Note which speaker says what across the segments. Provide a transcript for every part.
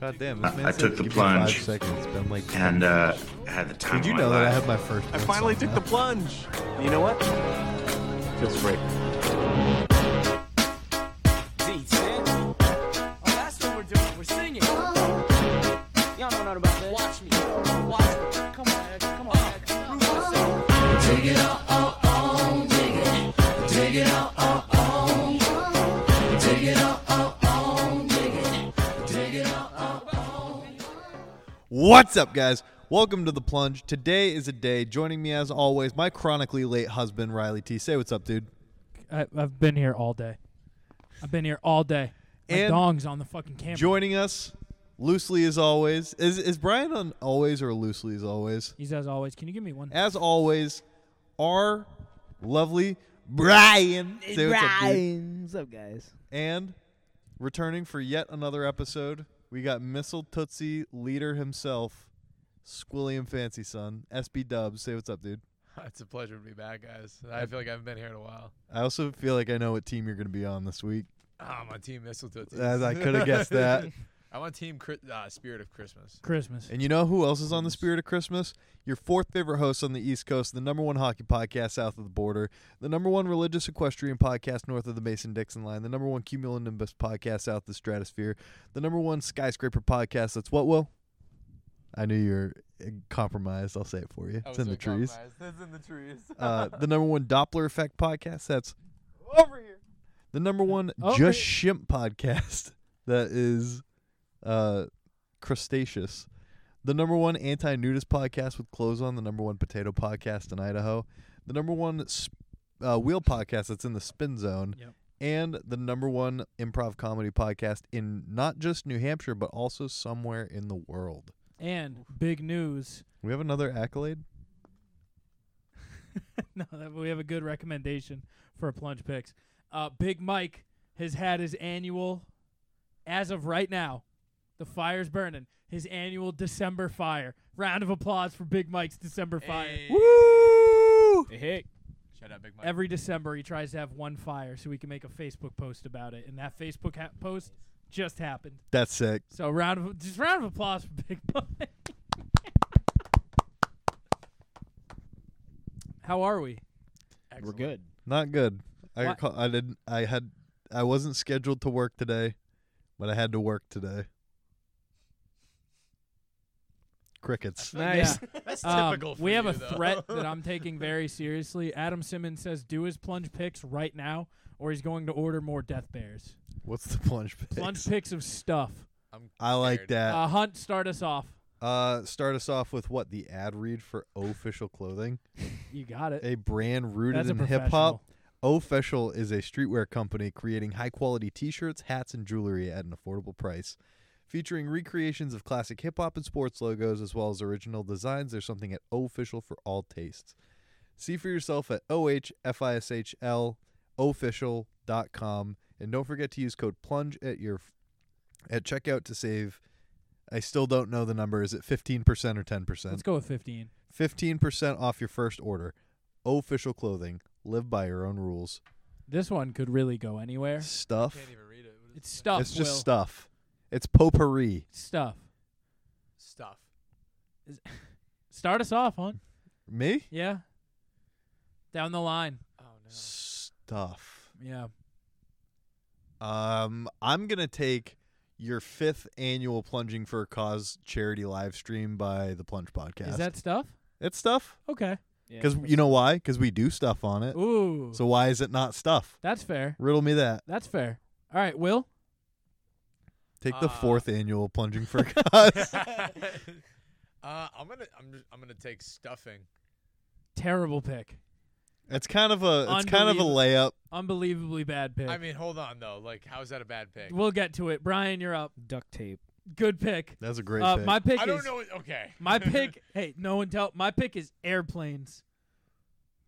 Speaker 1: God damn,
Speaker 2: I-
Speaker 1: this man
Speaker 2: I
Speaker 1: said
Speaker 2: took the
Speaker 1: give me five
Speaker 2: plunge.
Speaker 1: seconds, but I'm like,
Speaker 2: and uh, had the time.
Speaker 1: did you
Speaker 2: of my
Speaker 1: know that I
Speaker 2: life.
Speaker 1: had my first?
Speaker 3: I finally took the plunge. And You know what? Feels great.
Speaker 4: Oh, that's what we're doing. We're singing. Y'all know nothing about that. Watch me. Watch me. Come on, Ed. come on. Ed. Prove yourself.
Speaker 1: What's up, guys? Welcome to the plunge. Today is a day. Joining me, as always, my chronically late husband, Riley T. Say what's up, dude.
Speaker 5: I, I've been here all day. I've been here all day. My
Speaker 1: And
Speaker 5: dong's on the fucking camera.
Speaker 1: Joining us loosely as always is is Brian on always or loosely as always.
Speaker 5: He's as always. Can you give me one?
Speaker 1: As always, our lovely Brian. Say what's up, dude.
Speaker 4: What's up, guys?
Speaker 1: And returning for yet another episode, we got Missile Tootsie leader himself, Squilliam Fancy Son, SB Dubs. Say what's up, dude.
Speaker 6: It's a pleasure to be back, guys. I feel like I haven't been here in a while.
Speaker 1: I also feel like I know what team you're going to be on this week.
Speaker 6: Ah, my team mistletoe. Team.
Speaker 1: As I coulda guessed that.
Speaker 6: I'm on team Chri- uh, Spirit of Christmas.
Speaker 5: Christmas.
Speaker 1: And you know who else is on the spirit of Christmas? Your fourth favorite host on the East Coast, the number one hockey podcast south of the border, the number one religious equestrian podcast north of the Mason Dixon line, the number one cumulonimbus podcast south of the stratosphere, the number one skyscraper podcast. That's what, Will? I knew you were uh, compromised. I'll say it for you. It's in the trees.
Speaker 6: It's in the trees.
Speaker 1: Uh, the number one Doppler effect podcast. That's
Speaker 5: over here.
Speaker 1: the number one
Speaker 5: Over
Speaker 1: Just
Speaker 5: here.
Speaker 1: Shimp podcast that is uh, crustaceous. The number one anti nudist podcast with clothes on. The number one potato podcast in Idaho. The number one sp- uh, wheel podcast that's in the spin zone.
Speaker 5: Yep.
Speaker 1: And the number one improv comedy podcast in not just New Hampshire, but also somewhere in the world.
Speaker 5: And big news.
Speaker 1: We have another accolade.
Speaker 5: no, that, we have a good recommendation for plunge picks. Uh, big Mike has had his annual, as of right now, the fire's burning. His annual December fire. Round of applause for Big Mike's December fire.
Speaker 6: Woo! Shout out, Big Mike.
Speaker 5: Every December, he tries to have one fire so we can make a Facebook post about it. And that Facebook ha- post just happened.
Speaker 1: That's sick.
Speaker 5: So round of just round of applause for Big Mike. How are we?
Speaker 6: Excellent.
Speaker 4: good.
Speaker 1: Not good. I
Speaker 5: What?
Speaker 1: got call, I didn't. I had. I wasn't scheduled to work today, but I had to work today. Crickets.
Speaker 5: Nice.
Speaker 6: That's
Speaker 5: Um,
Speaker 6: typical. for
Speaker 5: we have
Speaker 6: you,
Speaker 5: a
Speaker 6: though.
Speaker 5: threat that I'm taking very seriously. Adam Simmons says do his plunge picks right now, or he's going to order more death bears.
Speaker 1: What's the plunge picks?
Speaker 5: Plunge picks of stuff.
Speaker 6: I'm
Speaker 1: I like
Speaker 6: scared.
Speaker 1: that.
Speaker 5: Uh, Hunt, start us off.
Speaker 1: Uh, start us off with what the ad read for official clothing,
Speaker 5: You got it.
Speaker 1: a brand
Speaker 5: That's
Speaker 1: rooted
Speaker 5: a
Speaker 1: in hip hop.
Speaker 5: professional.
Speaker 1: Official is a streetwear company creating high quality t shirts, hats, and jewelry at an affordable price. Featuring recreations of classic hip hop and sports logos as well as original designs, there's something at Official for all tastes. See for yourself at OHFISHL official.com and don't forget to use code plunge at your at checkout to save I still don't know the number is it 15% or 10%?
Speaker 5: Let's go with 15.
Speaker 1: 15% off your first order. Official clothing. Live by your own rules.
Speaker 5: This one could really go anywhere.
Speaker 1: Stuff.
Speaker 6: Can't even read it. What is
Speaker 5: It's
Speaker 6: it?
Speaker 5: stuff.
Speaker 1: It's just
Speaker 5: Will.
Speaker 1: stuff. It's potpourri.
Speaker 5: Stuff.
Speaker 6: Stuff.
Speaker 5: Start us off, Hunt.
Speaker 1: Me?
Speaker 5: Yeah. Down the line.
Speaker 6: Oh no.
Speaker 1: Stuff.
Speaker 5: Yeah.
Speaker 1: Um, I'm gonna take your fifth annual plunging for a cause charity live stream by the Plunge Podcast.
Speaker 5: Is that stuff?
Speaker 1: it's stuff?
Speaker 5: Okay.
Speaker 1: Because you know why? Because we do stuff on it.
Speaker 5: Ooh.
Speaker 1: Uh, So why is it not stuff?
Speaker 5: that's fair.
Speaker 1: Riddle me that.
Speaker 5: That's fair. All right, Will.
Speaker 1: Take the
Speaker 5: Ah.
Speaker 6: Uh,
Speaker 1: fourth annual plunging for a cause.
Speaker 6: uh, I'm gonna. I'm. Just, I'm gonna take stuffing.
Speaker 5: Terrible pick.
Speaker 1: it's kind of a it's kind of a
Speaker 5: Unbelievable.
Speaker 1: layup.
Speaker 5: Unbelievably bad pick.
Speaker 6: I mean, hold on though. Like, how is that a bad pick?
Speaker 5: we'll get to it. Brian, you're up.
Speaker 4: Duct tape.
Speaker 5: Good pick.
Speaker 1: That's a great
Speaker 5: uh,
Speaker 1: pick.
Speaker 5: My pick
Speaker 6: I
Speaker 5: is
Speaker 6: don't know. what- Okay.
Speaker 5: my pick. hey, no one tell. My pick is airplanes.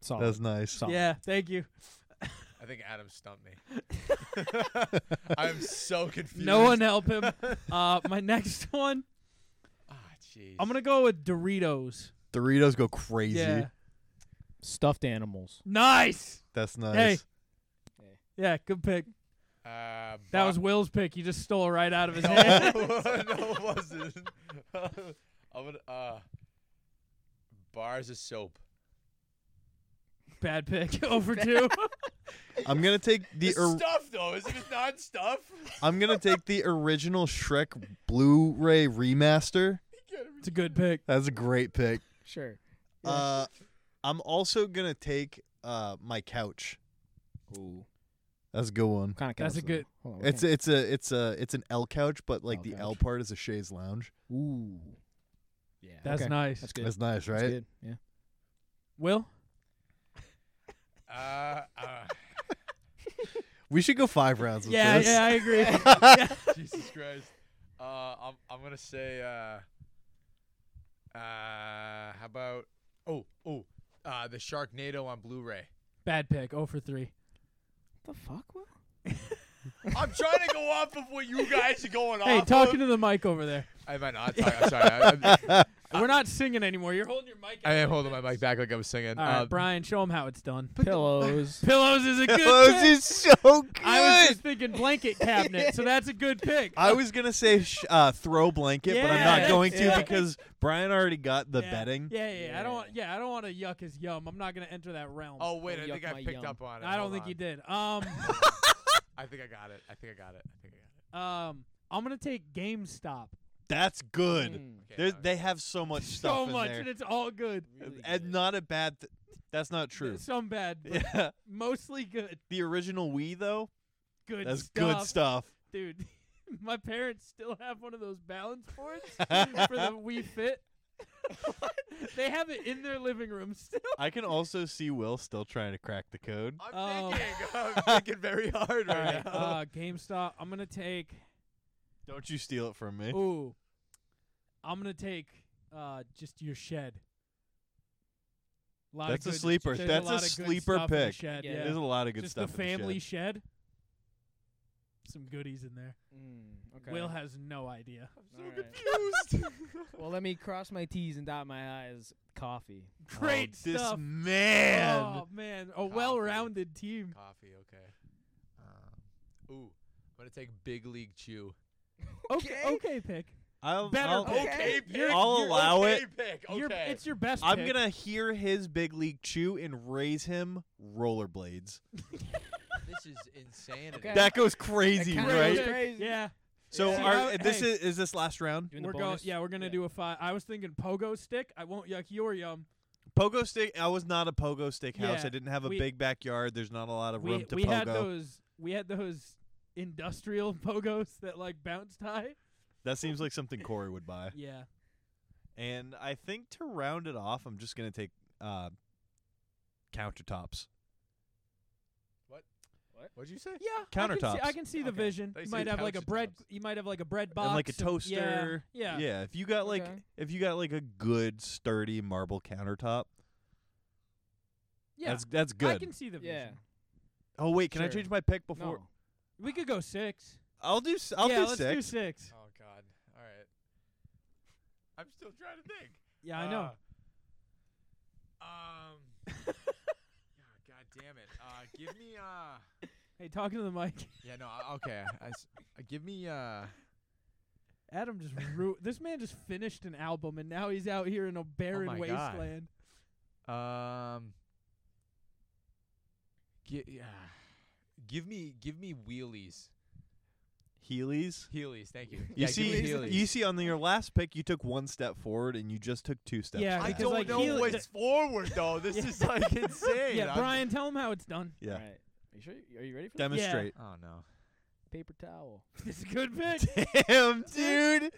Speaker 4: Solid.
Speaker 1: That's nice.
Speaker 4: Solid.
Speaker 5: Yeah, thank you.
Speaker 6: I think Adam stumped me. I'm so confused.
Speaker 5: No one help him. Uh, my next one,
Speaker 6: Ah, jeez.
Speaker 5: I'm gonna go with Doritos.
Speaker 1: Doritos go crazy.
Speaker 5: Yeah,
Speaker 4: Stuffed animals.
Speaker 5: nice.
Speaker 1: That's nice.
Speaker 5: Hey. Yeah, good pick.
Speaker 6: Uh,
Speaker 5: That
Speaker 6: Bo-
Speaker 5: was Will's pick. You just stole right out of his hand.
Speaker 6: no, it wasn't. I would. Uh, bars of soap.
Speaker 5: Bad pick. Over two.
Speaker 1: I'm gonna take the
Speaker 6: It's
Speaker 1: or-
Speaker 6: stuff though. Is it not stuff?
Speaker 1: I'm gonna take the original Shrek Blu-ray remaster.
Speaker 5: It's a good pick.
Speaker 1: That's a great pick.
Speaker 2: Sure.
Speaker 1: Uh, I'm also gonna take uh my couch.
Speaker 2: Ooh.
Speaker 1: That's a good one.
Speaker 2: Kind of
Speaker 5: That's a good-
Speaker 2: Hold on, what
Speaker 1: It's
Speaker 2: kind
Speaker 1: it's a it's a it's an L couch, but like
Speaker 2: L
Speaker 1: the
Speaker 2: couch.
Speaker 1: L part is a chaise lounge.
Speaker 2: of- Ooh. Yeah.
Speaker 5: That's
Speaker 2: okay.
Speaker 5: nice.
Speaker 2: That's good.
Speaker 1: That's nice,
Speaker 2: That's
Speaker 1: right?
Speaker 2: good. Yeah.
Speaker 5: Will?
Speaker 6: Uh, uh,
Speaker 1: We should go five rounds with
Speaker 5: Yeah,
Speaker 1: this.
Speaker 5: yeah, I agree.
Speaker 6: Jesus Christ. Uh, I'm I'm gonna say. Uh, uh, how about? Oh, oh, uh, the Sharknado on Blu-ray.
Speaker 5: Bad pick. Oh for three.
Speaker 2: What the fuck? What?
Speaker 6: I'm trying to go off of what you guys are going
Speaker 5: Hey,
Speaker 6: off.
Speaker 5: talking
Speaker 6: Of.
Speaker 5: to the mic over there.
Speaker 6: Am I not? Sorry, I'm sorry. I, I,
Speaker 1: Uh,
Speaker 5: We're not singing anymore. You're holding your mic.
Speaker 6: I am holding my mic back like I was singing.
Speaker 5: All
Speaker 1: Um,
Speaker 5: right,
Speaker 6: uh,
Speaker 5: Brian, show him how it's done.
Speaker 2: Pillows.
Speaker 5: Pillows is a good
Speaker 1: Those
Speaker 5: pick.
Speaker 1: is so good.
Speaker 5: I was just thinking blanket cabinet, so that's a good pick.
Speaker 1: I was gonna say sh- uh, throw blanket, but I'm
Speaker 5: Yeah.
Speaker 1: not going to
Speaker 5: Yeah.
Speaker 1: because Brian already got the
Speaker 5: yeah.
Speaker 1: betting.
Speaker 5: Yeah, yeah, I don't. want- Yeah, I don't want to yuck his yum. I'm not gonna enter that realm.
Speaker 6: oh wait, I
Speaker 2: yuck
Speaker 6: think I
Speaker 2: my
Speaker 6: picked
Speaker 2: yum.
Speaker 6: up on it.
Speaker 5: I don't
Speaker 6: Hold
Speaker 5: think
Speaker 6: on.
Speaker 5: he did. Um,
Speaker 6: I think I got it. I think I got it. I think I
Speaker 5: um, I'm gonna take GameStop.
Speaker 1: That's good.
Speaker 2: Mm,
Speaker 6: got
Speaker 1: There's-
Speaker 6: it. Okay,
Speaker 1: They have so much
Speaker 5: so
Speaker 1: stuff in
Speaker 5: much,
Speaker 1: there.
Speaker 5: and it's all good.
Speaker 2: really
Speaker 1: and
Speaker 2: good.
Speaker 1: not a bad. Th- that's not true.
Speaker 5: Some bad, but
Speaker 1: Yeah,
Speaker 5: mostly good.
Speaker 1: the original Wii though.
Speaker 5: Good
Speaker 1: That's
Speaker 5: stuff,
Speaker 1: good stuff.
Speaker 5: dude. My parents still have one of those balance boards for the Wii Fit. they have it in their living room still.
Speaker 1: I can also see Will still trying to crack the code.
Speaker 6: I'm
Speaker 5: Um,
Speaker 6: thinking. I'm thinking very hard
Speaker 5: All
Speaker 6: right
Speaker 5: right,
Speaker 6: now.
Speaker 5: uh, GameStop. I'm gonna take.
Speaker 1: Don't you steal it from me.
Speaker 5: Ooh, I'm gonna take uh, just your shed. Lot of
Speaker 1: That's a
Speaker 5: good-
Speaker 1: sleeper.
Speaker 5: there's
Speaker 1: That's a
Speaker 5: lot of good
Speaker 1: sleeper
Speaker 5: stuff in the
Speaker 1: pick.
Speaker 5: shed,
Speaker 2: Yeah.
Speaker 5: yeah.
Speaker 1: There's a lot of good
Speaker 5: just
Speaker 1: stuff.
Speaker 5: the family
Speaker 1: In
Speaker 5: shed. Some goodies in there.
Speaker 2: Mm, okay.
Speaker 5: Will has no idea.
Speaker 2: so well, let me cross my T's and dot my I's. Coffee.
Speaker 1: the shed.
Speaker 5: Great
Speaker 1: oh, This
Speaker 5: stuff.
Speaker 1: man.
Speaker 5: Oh man, a well-rounded team.
Speaker 6: Coffee, okay. Um, ooh, I'm gonna take Big League Chew.
Speaker 2: Um,
Speaker 5: Okay, okay, pick.
Speaker 1: I'll,
Speaker 5: Better
Speaker 1: I'll,
Speaker 5: pick.
Speaker 6: Okay, pick.
Speaker 5: You're-
Speaker 1: I'll
Speaker 6: You're
Speaker 1: allow
Speaker 6: okay
Speaker 1: it.
Speaker 6: Pick. Okay.
Speaker 5: Your, it's your best.
Speaker 1: I'm
Speaker 5: pick.
Speaker 1: gonna hear his big league chew and raise him rollerblades.
Speaker 6: this is insane.
Speaker 2: Okay.
Speaker 1: That goes crazy,
Speaker 2: kinda
Speaker 5: Great
Speaker 1: right?
Speaker 2: goes-
Speaker 5: pick.
Speaker 2: Crazy.
Speaker 5: Yeah,
Speaker 1: So,
Speaker 5: See,
Speaker 1: are,
Speaker 5: I-
Speaker 1: this
Speaker 5: hey.
Speaker 1: is is this last round?
Speaker 2: Doing
Speaker 5: we're
Speaker 2: the
Speaker 5: going.
Speaker 2: bonus.
Speaker 5: Yeah, we're gonna
Speaker 2: Yeah.
Speaker 5: do a five. I was thinking pogo stick. I won't yuck your yum.
Speaker 1: Pogo stick. I was not a pogo stick house.
Speaker 5: Yeah,
Speaker 1: I didn't have a
Speaker 5: we-
Speaker 1: big backyard. There's not a lot of room
Speaker 5: we,
Speaker 1: to
Speaker 5: we
Speaker 1: pogo.
Speaker 5: had those we had those industrial pogos that like bounced high
Speaker 1: That seems like something Corey would buy.
Speaker 5: yeah
Speaker 1: And I think to round it off, I'm just gonna take uh, countertops.
Speaker 6: What'd you say?
Speaker 5: yeah I can
Speaker 1: Countertops.
Speaker 5: see, I can see the
Speaker 6: Okay.
Speaker 5: vision
Speaker 6: They
Speaker 5: you
Speaker 6: say
Speaker 5: might have like a bread
Speaker 6: countertops.
Speaker 5: you might have like a bread box
Speaker 1: and like a
Speaker 5: and-
Speaker 1: toaster.
Speaker 5: yeah, yeah
Speaker 1: yeah. If you got like
Speaker 2: Okay.
Speaker 1: if you got like a good sturdy marble countertop,
Speaker 5: yeah
Speaker 1: that's that's good.
Speaker 5: i can see the vision
Speaker 2: Yeah.
Speaker 1: oh wait, can I
Speaker 2: Sure.
Speaker 1: change my pick before?
Speaker 2: No.
Speaker 5: we could go six
Speaker 1: I'll do. s- I'll
Speaker 5: yeah
Speaker 1: do
Speaker 5: let's
Speaker 1: six.
Speaker 5: do six
Speaker 6: Oh God. All right. I'm still trying to think.
Speaker 5: yeah i
Speaker 6: Ah.
Speaker 5: know
Speaker 6: Uh, um. yeah, God damn it. Uh, give me. Uh.
Speaker 5: hey talking to the mic
Speaker 6: Yeah. No. I- Okay. I s- uh, give me. Uh.
Speaker 5: adam just ru- this man just finished an album and now he's out here in a barren
Speaker 6: my God.
Speaker 5: wasteland
Speaker 6: Um. Gi- yeah. Give me. Give me wheelies.
Speaker 1: Heelys.
Speaker 6: Heelys. Thank you.
Speaker 1: You
Speaker 6: yeah,
Speaker 1: see,
Speaker 6: Give me
Speaker 1: you
Speaker 6: Heelys.
Speaker 1: see, on your last pick, you took one step forward and you just took two steps.
Speaker 5: Yeah,
Speaker 1: back.
Speaker 6: I
Speaker 5: because,
Speaker 6: don't
Speaker 5: like,
Speaker 6: know
Speaker 5: Heelys-
Speaker 6: what's forward though. This
Speaker 5: Yeah.
Speaker 6: is like insane.
Speaker 5: yeah
Speaker 6: I'm-
Speaker 5: brian tell him how it's done
Speaker 1: Yeah.
Speaker 2: All right. Are you sure? Are you ready for that?
Speaker 1: Demonstrate.
Speaker 6: Oh no.
Speaker 2: Paper towel.
Speaker 5: it's a good pick
Speaker 1: Damn, dude.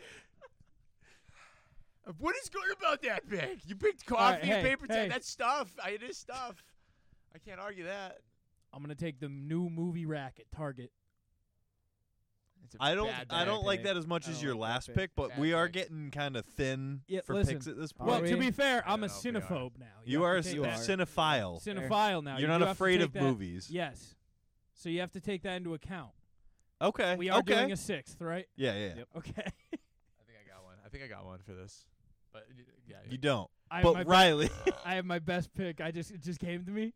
Speaker 6: What is good about that pick? You picked
Speaker 5: right,
Speaker 6: coffee and
Speaker 5: hey,
Speaker 6: paper towel.
Speaker 5: hey.
Speaker 6: That's stuff. I, it is stuff. I can't argue that.
Speaker 5: i'm gonna take the new movie rack at target
Speaker 6: It's a
Speaker 1: I don't.
Speaker 6: bad
Speaker 1: I
Speaker 6: pick.
Speaker 1: don't like
Speaker 2: pick.
Speaker 1: that as much
Speaker 2: I
Speaker 1: as
Speaker 2: don't
Speaker 1: your
Speaker 2: like that
Speaker 1: last
Speaker 2: pick.
Speaker 1: pick, but
Speaker 6: Bad
Speaker 1: we are
Speaker 6: pick.
Speaker 1: getting kind of thin
Speaker 5: Yeah,
Speaker 1: for
Speaker 5: listen.
Speaker 1: picks at this
Speaker 2: Are
Speaker 1: point.
Speaker 5: Well, to
Speaker 2: we?
Speaker 5: be fair,
Speaker 6: I
Speaker 5: I'm a
Speaker 6: don't know if we are.
Speaker 5: cinephobe now.
Speaker 1: you
Speaker 5: have
Speaker 1: are a
Speaker 5: to
Speaker 1: c-
Speaker 5: take that-
Speaker 1: cinephile.
Speaker 5: cinephile now.
Speaker 1: You're
Speaker 5: You
Speaker 1: not
Speaker 5: do have to
Speaker 1: afraid
Speaker 5: take
Speaker 1: of
Speaker 5: that-
Speaker 1: movies.
Speaker 5: Yes. So you have to take that into account.
Speaker 1: Okay.
Speaker 5: We are
Speaker 1: okay.
Speaker 5: doing a sixth, right?
Speaker 1: yeah, yeah. yeah.
Speaker 2: Yep.
Speaker 5: Okay.
Speaker 6: I think I got one. I think I got one for this. But y- yeah,
Speaker 1: You don't.
Speaker 5: I, have my
Speaker 1: but
Speaker 5: be-
Speaker 1: Riley,
Speaker 5: I have my best pick. I just it just came to me.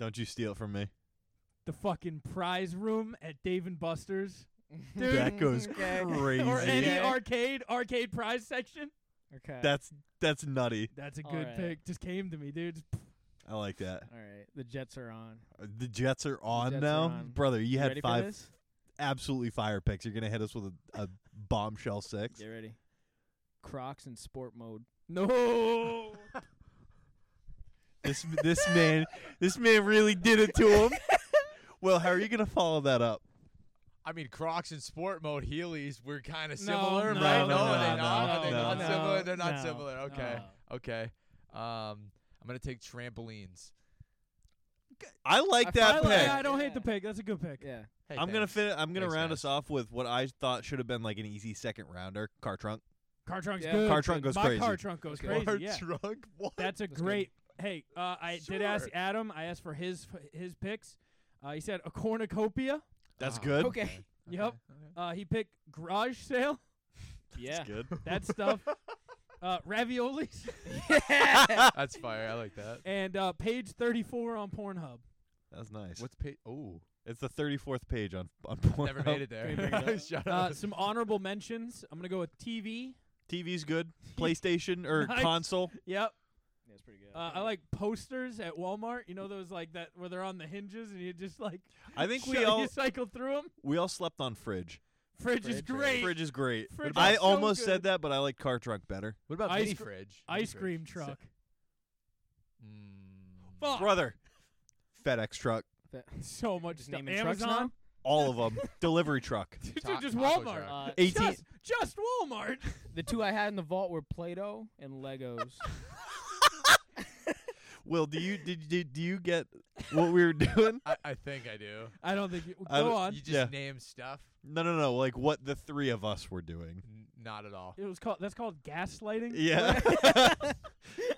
Speaker 1: don't you steal it from me?
Speaker 5: the fucking prize room at Dave and Buster's. Dude.
Speaker 1: That goes
Speaker 2: Okay.
Speaker 1: crazy.
Speaker 5: Or any
Speaker 2: Okay.
Speaker 5: arcade, arcade prize section.
Speaker 2: Okay.
Speaker 1: That's that's nutty.
Speaker 5: That's a
Speaker 2: All
Speaker 5: good
Speaker 2: right.
Speaker 5: pick. Just came to me, dude. Just pff,
Speaker 1: I like that.
Speaker 2: All right. The Jets are on.
Speaker 1: The Jets are on
Speaker 2: Jets are
Speaker 1: now,
Speaker 2: on.
Speaker 1: brother. You
Speaker 2: You
Speaker 1: had
Speaker 2: ready for
Speaker 1: five
Speaker 2: this?
Speaker 1: absolutely fire picks. You're gonna hit us with a, a bombshell six.
Speaker 2: Get ready. Crocs in sport mode.
Speaker 5: No.
Speaker 1: This this man this man really did it to him. Well, how are you gonna follow that up?
Speaker 6: I mean, Crocs in sport mode, Heelys, we're kind of
Speaker 5: No,
Speaker 6: similar,
Speaker 5: no,
Speaker 6: right?
Speaker 1: no,
Speaker 6: are
Speaker 1: no,
Speaker 6: they not?
Speaker 1: no,
Speaker 6: are they
Speaker 1: no,
Speaker 6: not
Speaker 1: no,
Speaker 6: similar? They're not
Speaker 5: no,
Speaker 6: similar. Okay,
Speaker 5: no.
Speaker 6: okay. Um, I'm gonna take trampolines.
Speaker 1: I like
Speaker 2: I
Speaker 1: that
Speaker 5: I,
Speaker 1: pick.
Speaker 5: like- I don't hate
Speaker 2: Yeah.
Speaker 5: the pick. That's a good pick.
Speaker 2: Yeah.
Speaker 6: Hey,
Speaker 1: I'm gonna
Speaker 6: thanks.
Speaker 1: fin- I'm gonna
Speaker 6: Thanks,
Speaker 1: round
Speaker 6: guys.
Speaker 1: us off with what I thought should have been like an easy second rounder. Car trunk.
Speaker 5: Car trunk's
Speaker 2: Yeah.
Speaker 5: good.
Speaker 1: Car trunk goes
Speaker 5: My
Speaker 1: crazy.
Speaker 5: car trunk goes
Speaker 2: Car
Speaker 5: crazy. Yeah.
Speaker 1: trunk. What?
Speaker 5: That's a
Speaker 2: That's
Speaker 5: great. Hey, uh, I did ask
Speaker 6: Sure.
Speaker 5: Adam. I asked for his his picks. Uh, he said a cornucopia.
Speaker 1: That's
Speaker 6: Ah,
Speaker 1: good.
Speaker 2: Okay.
Speaker 5: Yep. Uh, he picked garage sale.
Speaker 2: yeah.
Speaker 1: Good.
Speaker 5: That stuff. uh, raviolis
Speaker 6: That's fire. I like that.
Speaker 5: and uh, page thirty four on Pornhub.
Speaker 1: That's nice.
Speaker 6: What's page? Oh,
Speaker 1: It's the 34th page on on Pornhub.
Speaker 6: never made it
Speaker 2: Can you bring it
Speaker 6: there.
Speaker 2: up?
Speaker 6: Shut
Speaker 5: Uh,
Speaker 6: up.
Speaker 5: some honorable mentions. I'm gonna go with TV.
Speaker 1: TV's good. PlayStation or
Speaker 5: Nice.
Speaker 1: console.
Speaker 5: Yep.
Speaker 2: Yeah, it's pretty good.
Speaker 5: Uh, I like posters at Walmart. You know those like that where they're on the hinges and you just like
Speaker 1: I think we
Speaker 5: shut-
Speaker 1: all
Speaker 5: you cycle through them.
Speaker 1: we all slept on fridge.
Speaker 5: Fridge, is
Speaker 2: Fridge, yeah.
Speaker 5: great.
Speaker 1: Fridge is great.
Speaker 5: Fridge
Speaker 1: I
Speaker 5: is so
Speaker 1: almost
Speaker 5: good.
Speaker 1: said that, but I like car trunk better.
Speaker 6: what about
Speaker 5: ice
Speaker 6: mini
Speaker 5: cr-
Speaker 6: fridge? Mini
Speaker 5: Ice
Speaker 6: fridge.
Speaker 5: cream
Speaker 6: Sick.
Speaker 5: truck.
Speaker 6: Mm.
Speaker 5: Fuck.
Speaker 1: Brother, FedEx truck,
Speaker 2: That-
Speaker 5: So much
Speaker 2: Just
Speaker 5: stuff.
Speaker 2: naming trucks
Speaker 5: Amazon.
Speaker 1: all of them. Delivery truck.
Speaker 5: Dude,
Speaker 6: Mm. Ta-
Speaker 5: just
Speaker 6: taco
Speaker 5: Walmart.
Speaker 6: truck.
Speaker 2: uh,
Speaker 1: 18.
Speaker 5: Just, just Walmart.
Speaker 2: the two I had in the vault were Play-Doh and Legos.
Speaker 1: Will, do you did, did do you get what we were doing?
Speaker 6: I, I think I do.
Speaker 5: I don't think. You, go
Speaker 1: I don't-
Speaker 5: on.
Speaker 6: You just
Speaker 1: Yeah.
Speaker 6: name stuff?
Speaker 1: No, no, no. Like what the three of us were doing.
Speaker 6: N- not at all.
Speaker 5: It was called. That's called gaslighting.
Speaker 1: Yeah.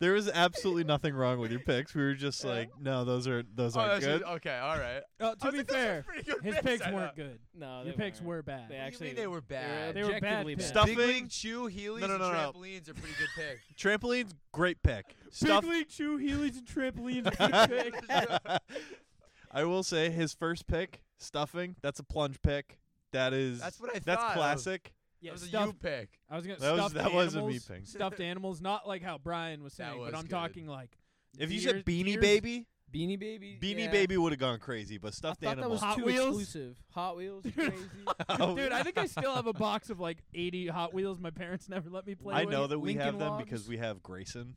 Speaker 1: there was absolutely nothing wrong with your picks. We were just like, no, those are those
Speaker 6: oh,
Speaker 1: aren't
Speaker 6: that's
Speaker 1: good.
Speaker 6: just- okay, all right.
Speaker 5: Uh, to
Speaker 6: I was
Speaker 5: be
Speaker 6: like, those are
Speaker 5: fair,
Speaker 6: pretty good
Speaker 5: his
Speaker 6: picks,
Speaker 5: picks
Speaker 6: I
Speaker 5: weren't
Speaker 6: thought.
Speaker 5: good.
Speaker 1: Oh,
Speaker 2: no, they
Speaker 5: Your picks
Speaker 2: weren't.
Speaker 5: were bad.
Speaker 2: They
Speaker 6: do you
Speaker 2: actually
Speaker 6: mean they were bad?
Speaker 5: They were
Speaker 2: objectively
Speaker 5: bad picks.
Speaker 1: Stuff-
Speaker 6: Big League
Speaker 1: Stuffing?
Speaker 6: Chew, Heelys,
Speaker 1: No, no, no, no.
Speaker 6: and trampolines are pretty good pick.
Speaker 1: Trampolines, great pick. Stuff.
Speaker 5: Big league chew, heelys, and trampolines. are good picks.
Speaker 1: I will say his first pick, stuffing. That's a plunge pick. That is.
Speaker 6: That's what I
Speaker 1: That's
Speaker 6: thought of.
Speaker 1: classic.
Speaker 5: Yeah,
Speaker 6: that was a you
Speaker 5: stuffed-
Speaker 6: pick.
Speaker 5: I was gonna
Speaker 1: That was-
Speaker 5: stuffed
Speaker 1: that
Speaker 5: animals,
Speaker 1: wasn't me picking.
Speaker 5: Stuffed animals, not like how Brian was
Speaker 6: That
Speaker 5: saying,
Speaker 6: was
Speaker 5: but I'm
Speaker 6: good.
Speaker 5: talking like
Speaker 1: If you
Speaker 5: deer-
Speaker 1: said Beanie
Speaker 5: deers-
Speaker 1: Baby,
Speaker 2: Beanie Baby.
Speaker 1: Beanie
Speaker 2: yeah.
Speaker 1: Baby would have gone crazy, but
Speaker 2: I
Speaker 1: stuffed
Speaker 2: thought that
Speaker 1: animals.
Speaker 2: was
Speaker 5: Hot
Speaker 2: too
Speaker 5: Wheels?
Speaker 2: exclusive. Hot Wheels, is crazy.
Speaker 1: Oh,
Speaker 5: Dude, I think I still have a box of like 80 Hot Wheels. My parents never let me play.
Speaker 1: I
Speaker 5: with.
Speaker 1: know that we
Speaker 2: Lincoln
Speaker 1: have them
Speaker 2: Logs.
Speaker 1: because we have Grayson.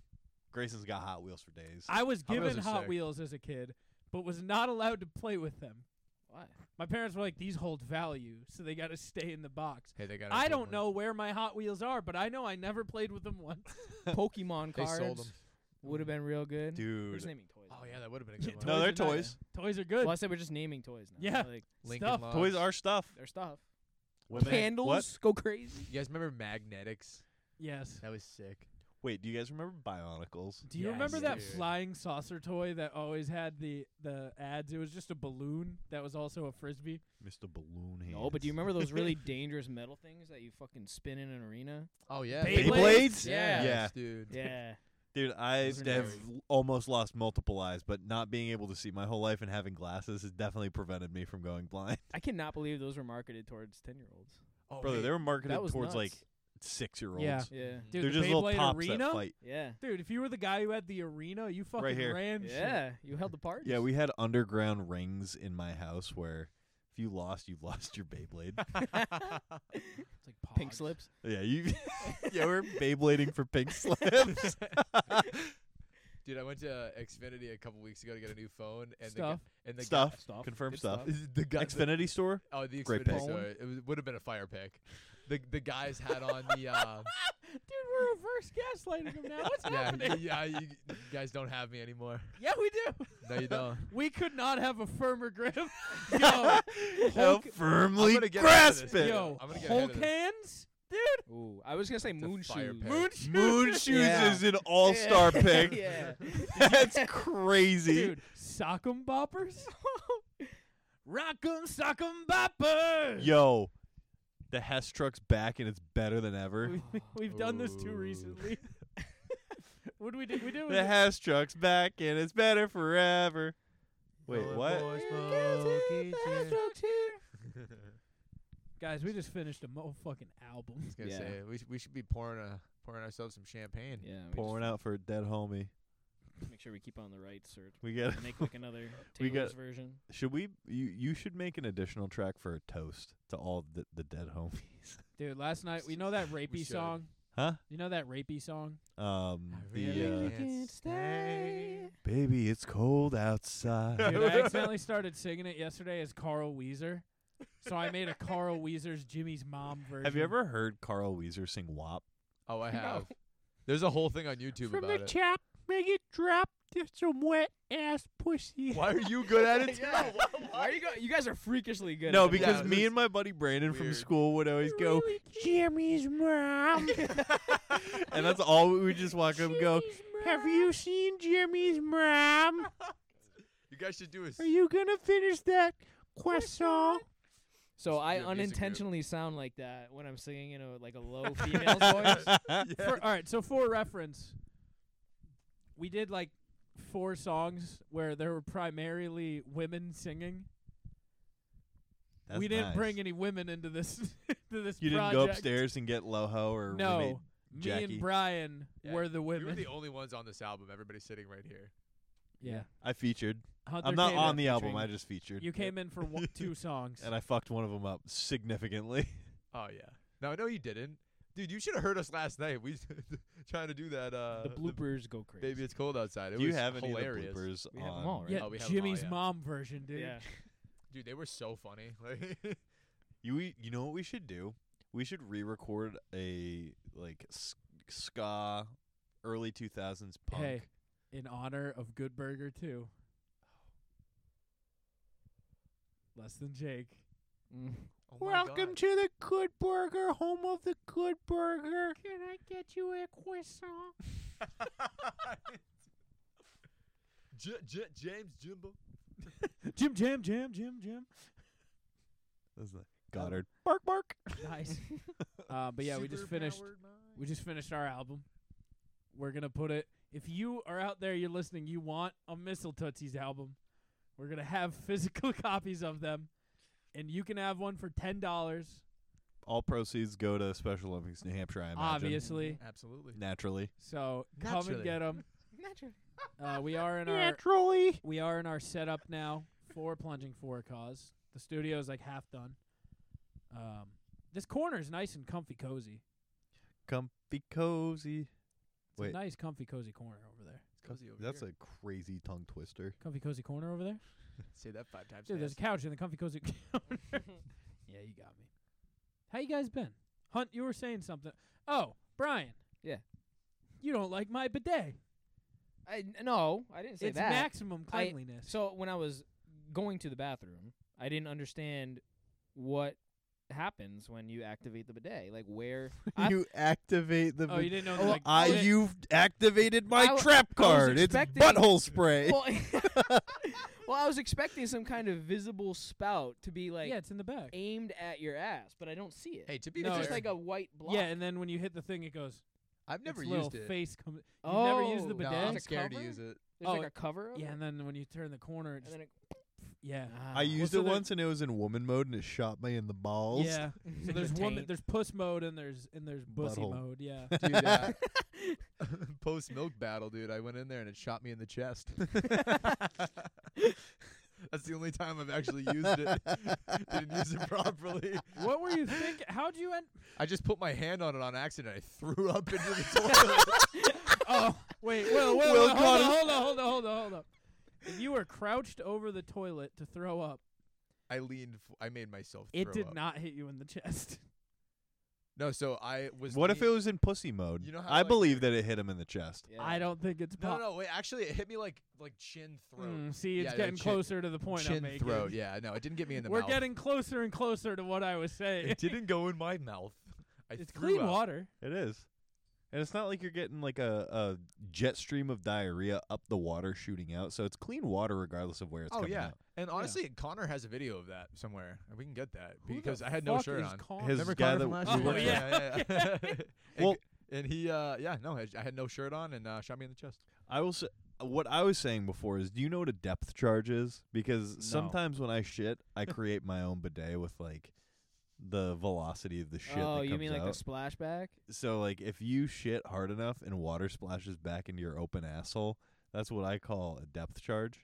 Speaker 1: Grayson's got Hot Wheels for days.
Speaker 5: I was
Speaker 6: Hot Wheels
Speaker 5: given
Speaker 6: are
Speaker 5: Hot
Speaker 6: sick.
Speaker 5: Wheels as a kid, but was not allowed to play with them.
Speaker 2: Why?
Speaker 5: My parents were like, "These hold value, so they got to stay in the box."
Speaker 6: Hey, they got.
Speaker 5: I don't know where my Hot Wheels are, but I know I never played with them once.
Speaker 2: Pokemon
Speaker 6: They
Speaker 2: cards
Speaker 6: sold them.
Speaker 2: would have been real good.
Speaker 1: Dude.
Speaker 2: We're just naming toys.
Speaker 6: Oh
Speaker 2: now.
Speaker 6: yeah, that would have been a good one.
Speaker 1: No, they're
Speaker 5: not-
Speaker 1: toys.
Speaker 5: Toys are good.
Speaker 2: Well, I said we're just naming toys now.
Speaker 5: Yeah.
Speaker 2: Like,
Speaker 6: Lincoln
Speaker 5: stuff.
Speaker 6: Logs.
Speaker 1: Toys are stuff.
Speaker 2: their stuff.
Speaker 1: Women-
Speaker 2: Candles
Speaker 1: What?
Speaker 2: go crazy.
Speaker 6: You guys remember magnetics?
Speaker 5: Yes.
Speaker 6: That was sick.
Speaker 1: Wait, do you guys remember Bionicles?
Speaker 5: Do you
Speaker 6: Yes,
Speaker 5: remember that
Speaker 6: dude.
Speaker 5: flying saucer toy that always had the the ads? It was just a balloon that was also a frisbee.
Speaker 1: Mr. Balloon Hands.
Speaker 2: No, but do you remember those really dangerous metal things that you fucking spin in an arena?
Speaker 6: Oh yeah,
Speaker 5: Beyblades?
Speaker 1: Beyblades?
Speaker 2: Yeah.
Speaker 6: Yes, dude.
Speaker 2: Yeah.
Speaker 1: Dude, I
Speaker 2: Those are
Speaker 1: have
Speaker 2: nerdy.
Speaker 1: l- almost lost multiple eyes, but not being able to see my whole life and having glasses has definitely prevented me from going blind.
Speaker 2: I cannot believe those were marketed towards 10 year olds.
Speaker 6: Oh,
Speaker 1: Brother,
Speaker 6: wait.
Speaker 1: they were marketed
Speaker 2: That was
Speaker 1: towards
Speaker 2: nuts.
Speaker 1: like six year olds.
Speaker 5: Yeah.
Speaker 2: Yeah.
Speaker 1: They're
Speaker 5: Dude, the
Speaker 1: just little
Speaker 5: Beyblade
Speaker 1: pops
Speaker 5: arena?
Speaker 1: that fight.
Speaker 2: Yeah.
Speaker 5: Dude, if you were the guy who had the arena, you fucking
Speaker 1: here.
Speaker 5: ran. shit.
Speaker 2: Yeah. You held the party.
Speaker 1: Yeah, we had underground rings in my house where if you lost, you lost your Beyblade.
Speaker 5: It's like pogs.
Speaker 2: Pink slips.
Speaker 1: yeah, you Yeah, we're Beyblading for pink slips.
Speaker 6: Dude, I went to uh, Xfinity a couple weeks ago to get a new phone, and
Speaker 5: Stuff.
Speaker 6: the, gu- and the
Speaker 1: stuff.
Speaker 2: Stuff.
Speaker 1: Confirm
Speaker 6: Good
Speaker 1: stuff.
Speaker 6: stuff.
Speaker 1: Is it The guy, Xfinity store?
Speaker 6: Guy, oh, the
Speaker 1: Great
Speaker 6: Xfinity.
Speaker 1: pick.
Speaker 6: Sorry, it would have been a fire pick. The the guys had on the. Um,
Speaker 5: Dude, we're reverse gaslighting him now. What's
Speaker 6: yeah, y-
Speaker 5: happening?
Speaker 6: yeah. You you guys don't have me anymore.
Speaker 5: Yeah, we do.
Speaker 6: No, you don't.
Speaker 5: We could not have a firmer grip. Yo, Hulk,
Speaker 1: firmly
Speaker 6: gonna get rid of
Speaker 1: grasp
Speaker 6: this.
Speaker 1: it.
Speaker 5: yo,
Speaker 6: I'm gonna get
Speaker 5: Hulk
Speaker 6: ahead of this.
Speaker 5: hands, dude.
Speaker 2: Ooh, I was going to say
Speaker 6: It's a
Speaker 2: moon
Speaker 6: fire
Speaker 2: shoes.
Speaker 6: pit.
Speaker 5: Moon shoes.
Speaker 1: Moon Shoes
Speaker 2: Yeah.
Speaker 1: is an all star
Speaker 2: Yeah.
Speaker 1: pick.
Speaker 2: yeah.
Speaker 1: That's crazy.
Speaker 5: dude. Sock'em boppers. Rock'em sock'em boppers.
Speaker 1: Yo, the Hess truck's back and it's better than ever.
Speaker 5: We, we've done this too
Speaker 6: Ooh.
Speaker 5: recently. what do we do? We do.
Speaker 1: the Hess truck's back and it's better forever. Wait,
Speaker 6: Rolling
Speaker 1: what?
Speaker 6: boys,
Speaker 5: Here comes
Speaker 6: smoky cheer.
Speaker 5: Brooks here.
Speaker 6: I
Speaker 5: Guys, we just finished a mo fucking album.
Speaker 6: was gonna
Speaker 4: Yeah.
Speaker 6: say we, sh- we should be pouring a pouring ourselves some champagne.
Speaker 4: Yeah. we
Speaker 1: Pouring out for a dead homie.
Speaker 4: just Make sure we keep on the right cert.
Speaker 1: We get.
Speaker 4: Make like another
Speaker 1: We
Speaker 4: Taylor's
Speaker 1: got-
Speaker 4: version.
Speaker 1: Should we? You you should make an additional track for a toast to all the, the dead homies.
Speaker 5: Dude, last night we know that rapey
Speaker 6: should.
Speaker 5: song.
Speaker 1: Huh?
Speaker 5: You know that rapey song?
Speaker 1: Um,
Speaker 6: I
Speaker 1: the
Speaker 6: really
Speaker 1: uh,
Speaker 6: can't stay.
Speaker 1: baby, it's cold outside.
Speaker 5: Dude, I accidentally started singing it yesterday as Carl Weezer. So I made a Carl Weezer's Jimmy's mom version.
Speaker 1: Have you ever heard Carl Weezer sing WAP?
Speaker 6: Oh, I have. There's a whole thing on YouTube
Speaker 5: From
Speaker 6: about
Speaker 5: the
Speaker 6: it.
Speaker 5: chap, make it drop to some wet ass pussy.
Speaker 6: Why are you good at it?
Speaker 4: Yeah. Why are you, go- you guys are freakishly good.
Speaker 1: No,
Speaker 4: at that.
Speaker 1: because
Speaker 6: it
Speaker 1: me
Speaker 6: was
Speaker 1: and my buddy Brandon from
Speaker 6: weird.
Speaker 1: school would always go,
Speaker 5: Jimmy's mom.
Speaker 1: and that's all we would just walk up and go.
Speaker 5: Have you seen Jimmy's mom?
Speaker 6: You guys should do a s-
Speaker 5: Are you gonna finish that croissant?
Speaker 2: So I
Speaker 6: your music group.
Speaker 2: unintentionally sound like that when I'm singing in a like a low female voice.
Speaker 5: For, all right, so for reference, we did like four songs where there were primarily women singing.
Speaker 1: That's
Speaker 5: we didn't
Speaker 1: nice.
Speaker 5: bring any women into this to this
Speaker 1: You didn't
Speaker 5: project.
Speaker 1: go upstairs and get Loho or
Speaker 5: No. Me
Speaker 1: Jackie.
Speaker 5: and Brian
Speaker 6: Yeah,
Speaker 5: were the
Speaker 6: We
Speaker 5: women.
Speaker 6: were the only ones on this album. Everybody sitting right here.
Speaker 5: yeah.
Speaker 1: I featured.
Speaker 5: Hunter
Speaker 1: I'm not
Speaker 5: came
Speaker 1: on
Speaker 5: in
Speaker 1: the album.
Speaker 5: featuring-
Speaker 1: I just featured.
Speaker 5: You came in for one, two songs.
Speaker 1: and I fucked one of them up significantly.
Speaker 6: Oh yeah. No, no, you didn't, dude. You should have heard us last night. We trying to do that. Uh,
Speaker 2: the bloopers go crazy.
Speaker 6: Baby, it's cold outside. It
Speaker 1: Do you
Speaker 6: was
Speaker 1: have any
Speaker 6: hilarious.
Speaker 1: of the bloopers
Speaker 2: We
Speaker 1: on?
Speaker 2: have 'em all, right?
Speaker 5: yeah,
Speaker 6: Oh, we have them all,
Speaker 5: Jimmy's
Speaker 6: yeah.
Speaker 5: mom version, dude.
Speaker 2: yeah.
Speaker 6: Dude, they were so funny. Oh Like,
Speaker 1: You you know what we should do? We should re-record a like s- ska early 2000s punk.
Speaker 5: Hey, in honor of Good Burger too. Less than Jake.
Speaker 2: Mm.
Speaker 6: oh my God.
Speaker 5: to the Good Burger, home of the Good Burger. Can I get you a croissant?
Speaker 6: J- J- James Jimbo.
Speaker 5: Jim, Jim, Jim, Jim, Jim.
Speaker 1: That's the Goddard.
Speaker 5: Bark, bark. Nice. uh, but yeah, we just finished.
Speaker 6: Superpowered mind.
Speaker 5: We just finished our album. We're gonna put it. If you are out there, you're listening, you want a Missile Tootsie's album. We're gonna have physical copies of them, and you can have one for ten dollars.
Speaker 1: All proceeds go to Special Olympics New Hampshire, I imagine.
Speaker 5: Obviously,
Speaker 6: Absolutely.
Speaker 1: Naturally.
Speaker 5: so come
Speaker 6: Naturally.
Speaker 5: and get them. Uh, we are in our
Speaker 1: Naturally.
Speaker 5: we are in our setup now for plunging for a cause. The studio is like half done. Um, this corner is nice and comfy, cozy.
Speaker 1: Comfy cozy.
Speaker 5: It's a
Speaker 1: Wait.
Speaker 5: nice, comfy, cozy corner over there.
Speaker 6: It's cozy over
Speaker 1: That's
Speaker 6: here.
Speaker 1: a crazy tongue twister.
Speaker 5: Comfy, cozy corner over there.
Speaker 6: say that five times.
Speaker 5: Dude, there's a
Speaker 6: fast.
Speaker 5: couch in the comfy, cozy. corner. yeah, you got me. How you guys been? Hunt, you were saying something. Oh, Brian.
Speaker 2: Yeah.
Speaker 5: You don't like my bidet.
Speaker 2: I no, I didn't say
Speaker 5: it's
Speaker 2: that.
Speaker 5: maximum cleanliness.
Speaker 2: So when I was going to the bathroom, I didn't understand what happens when you activate the bidet. Like where I-
Speaker 1: you activate the.
Speaker 5: oh, you didn't know.
Speaker 2: Oh,
Speaker 5: like,
Speaker 1: I
Speaker 5: lit-
Speaker 1: you've activated my
Speaker 2: I w-
Speaker 1: trap card. It's
Speaker 2: expecting-
Speaker 1: butthole spray.
Speaker 2: well, well, I was expecting some kind of visible spout to be like
Speaker 5: yeah, it's in the back.
Speaker 2: aimed at your ass, but I don't see it.
Speaker 6: Hey, to be
Speaker 5: No,
Speaker 2: it's
Speaker 6: fair,
Speaker 2: just like a white block.
Speaker 5: Yeah, and then when you hit the thing, it goes.
Speaker 6: I've never
Speaker 5: its
Speaker 6: used
Speaker 5: little
Speaker 6: it.
Speaker 5: face comes. You've never used the
Speaker 2: Oh.
Speaker 6: no,
Speaker 5: bidet.
Speaker 6: I'm
Speaker 2: It's a
Speaker 6: scared to
Speaker 2: cover?
Speaker 6: use it.
Speaker 2: There's
Speaker 5: oh,
Speaker 2: like a cover. Over
Speaker 5: yeah,
Speaker 2: it,
Speaker 5: and then when you turn the corner, it
Speaker 2: and
Speaker 5: just,
Speaker 2: then it,
Speaker 5: yeah,
Speaker 1: I used
Speaker 5: so
Speaker 1: it
Speaker 5: there-
Speaker 1: once and it was in woman mode and it shot me in the balls.
Speaker 5: yeah. So there's woman, there's puss mode, and there's and there's bussy
Speaker 1: Butthole.
Speaker 5: mode. Yeah,
Speaker 6: Dude, uh, post milk battle, dude. I went in there and it shot me in the chest. That's the only time I've actually used it. Didn't use it properly.
Speaker 5: what were you thinking? How'd you end?
Speaker 6: I just put my hand on it on accident. I threw up into the toilet.
Speaker 5: Oh, wait, Will, Will,
Speaker 1: Will
Speaker 5: Will,
Speaker 1: caught
Speaker 5: hold, on, hold on, hold on, hold on, hold on. If you were crouched over the toilet to throw up,
Speaker 6: I leaned. F- I made myself.
Speaker 5: it
Speaker 6: throw
Speaker 5: did
Speaker 6: up.
Speaker 5: not hit you in the chest.
Speaker 6: No, so I was.
Speaker 1: What if
Speaker 6: lean-
Speaker 1: it was in pussy mode?
Speaker 6: You know how,
Speaker 1: I
Speaker 6: like,
Speaker 1: believe that it hit him in the chest.
Speaker 2: yeah.
Speaker 5: I don't think it's
Speaker 6: No,
Speaker 5: pop-
Speaker 6: no, wait. Actually, it hit me like like chin throat.
Speaker 5: Mm, see, it's
Speaker 6: Yeah,
Speaker 5: getting
Speaker 6: chin-
Speaker 5: closer to the point I'm
Speaker 6: chin
Speaker 5: making.
Speaker 6: throat. Yeah, no, it didn't get me in the
Speaker 5: We're
Speaker 6: mouth.
Speaker 5: getting closer and closer to what I was saying.
Speaker 6: It didn't go in my mouth. I
Speaker 5: it's
Speaker 6: threw
Speaker 5: clean
Speaker 6: up.
Speaker 5: water.
Speaker 1: It is. And it's not like you're getting like a, a jet stream of diarrhea up the water shooting out. So it's clean water regardless of where it's
Speaker 6: oh
Speaker 1: coming
Speaker 6: yeah,
Speaker 1: out.
Speaker 6: and honestly, Connor has a video of that somewhere. We can get that
Speaker 5: Who the
Speaker 6: because I had no
Speaker 5: fuck
Speaker 6: shirt
Speaker 5: is
Speaker 6: on.
Speaker 5: Con- Oh,
Speaker 1: His
Speaker 6: Remember
Speaker 1: guy
Speaker 6: Connor
Speaker 1: that
Speaker 6: from last
Speaker 5: we worked
Speaker 6: year? yeah,
Speaker 5: with.
Speaker 6: yeah, yeah. and,
Speaker 1: Well-
Speaker 6: and he, uh, yeah, no, I I had no shirt on and uh, shot me in the chest.
Speaker 1: I will say what I was saying before is, do you know what a depth charge is? Because
Speaker 5: No.
Speaker 1: sometimes when I shit, I create my own bidet with like the velocity of the shit.
Speaker 2: oh,
Speaker 1: that
Speaker 2: you
Speaker 1: comes
Speaker 2: mean like
Speaker 1: out.
Speaker 2: the splashback?
Speaker 1: so like if you shit hard enough and water splashes back into your open asshole, that's what I call a depth charge.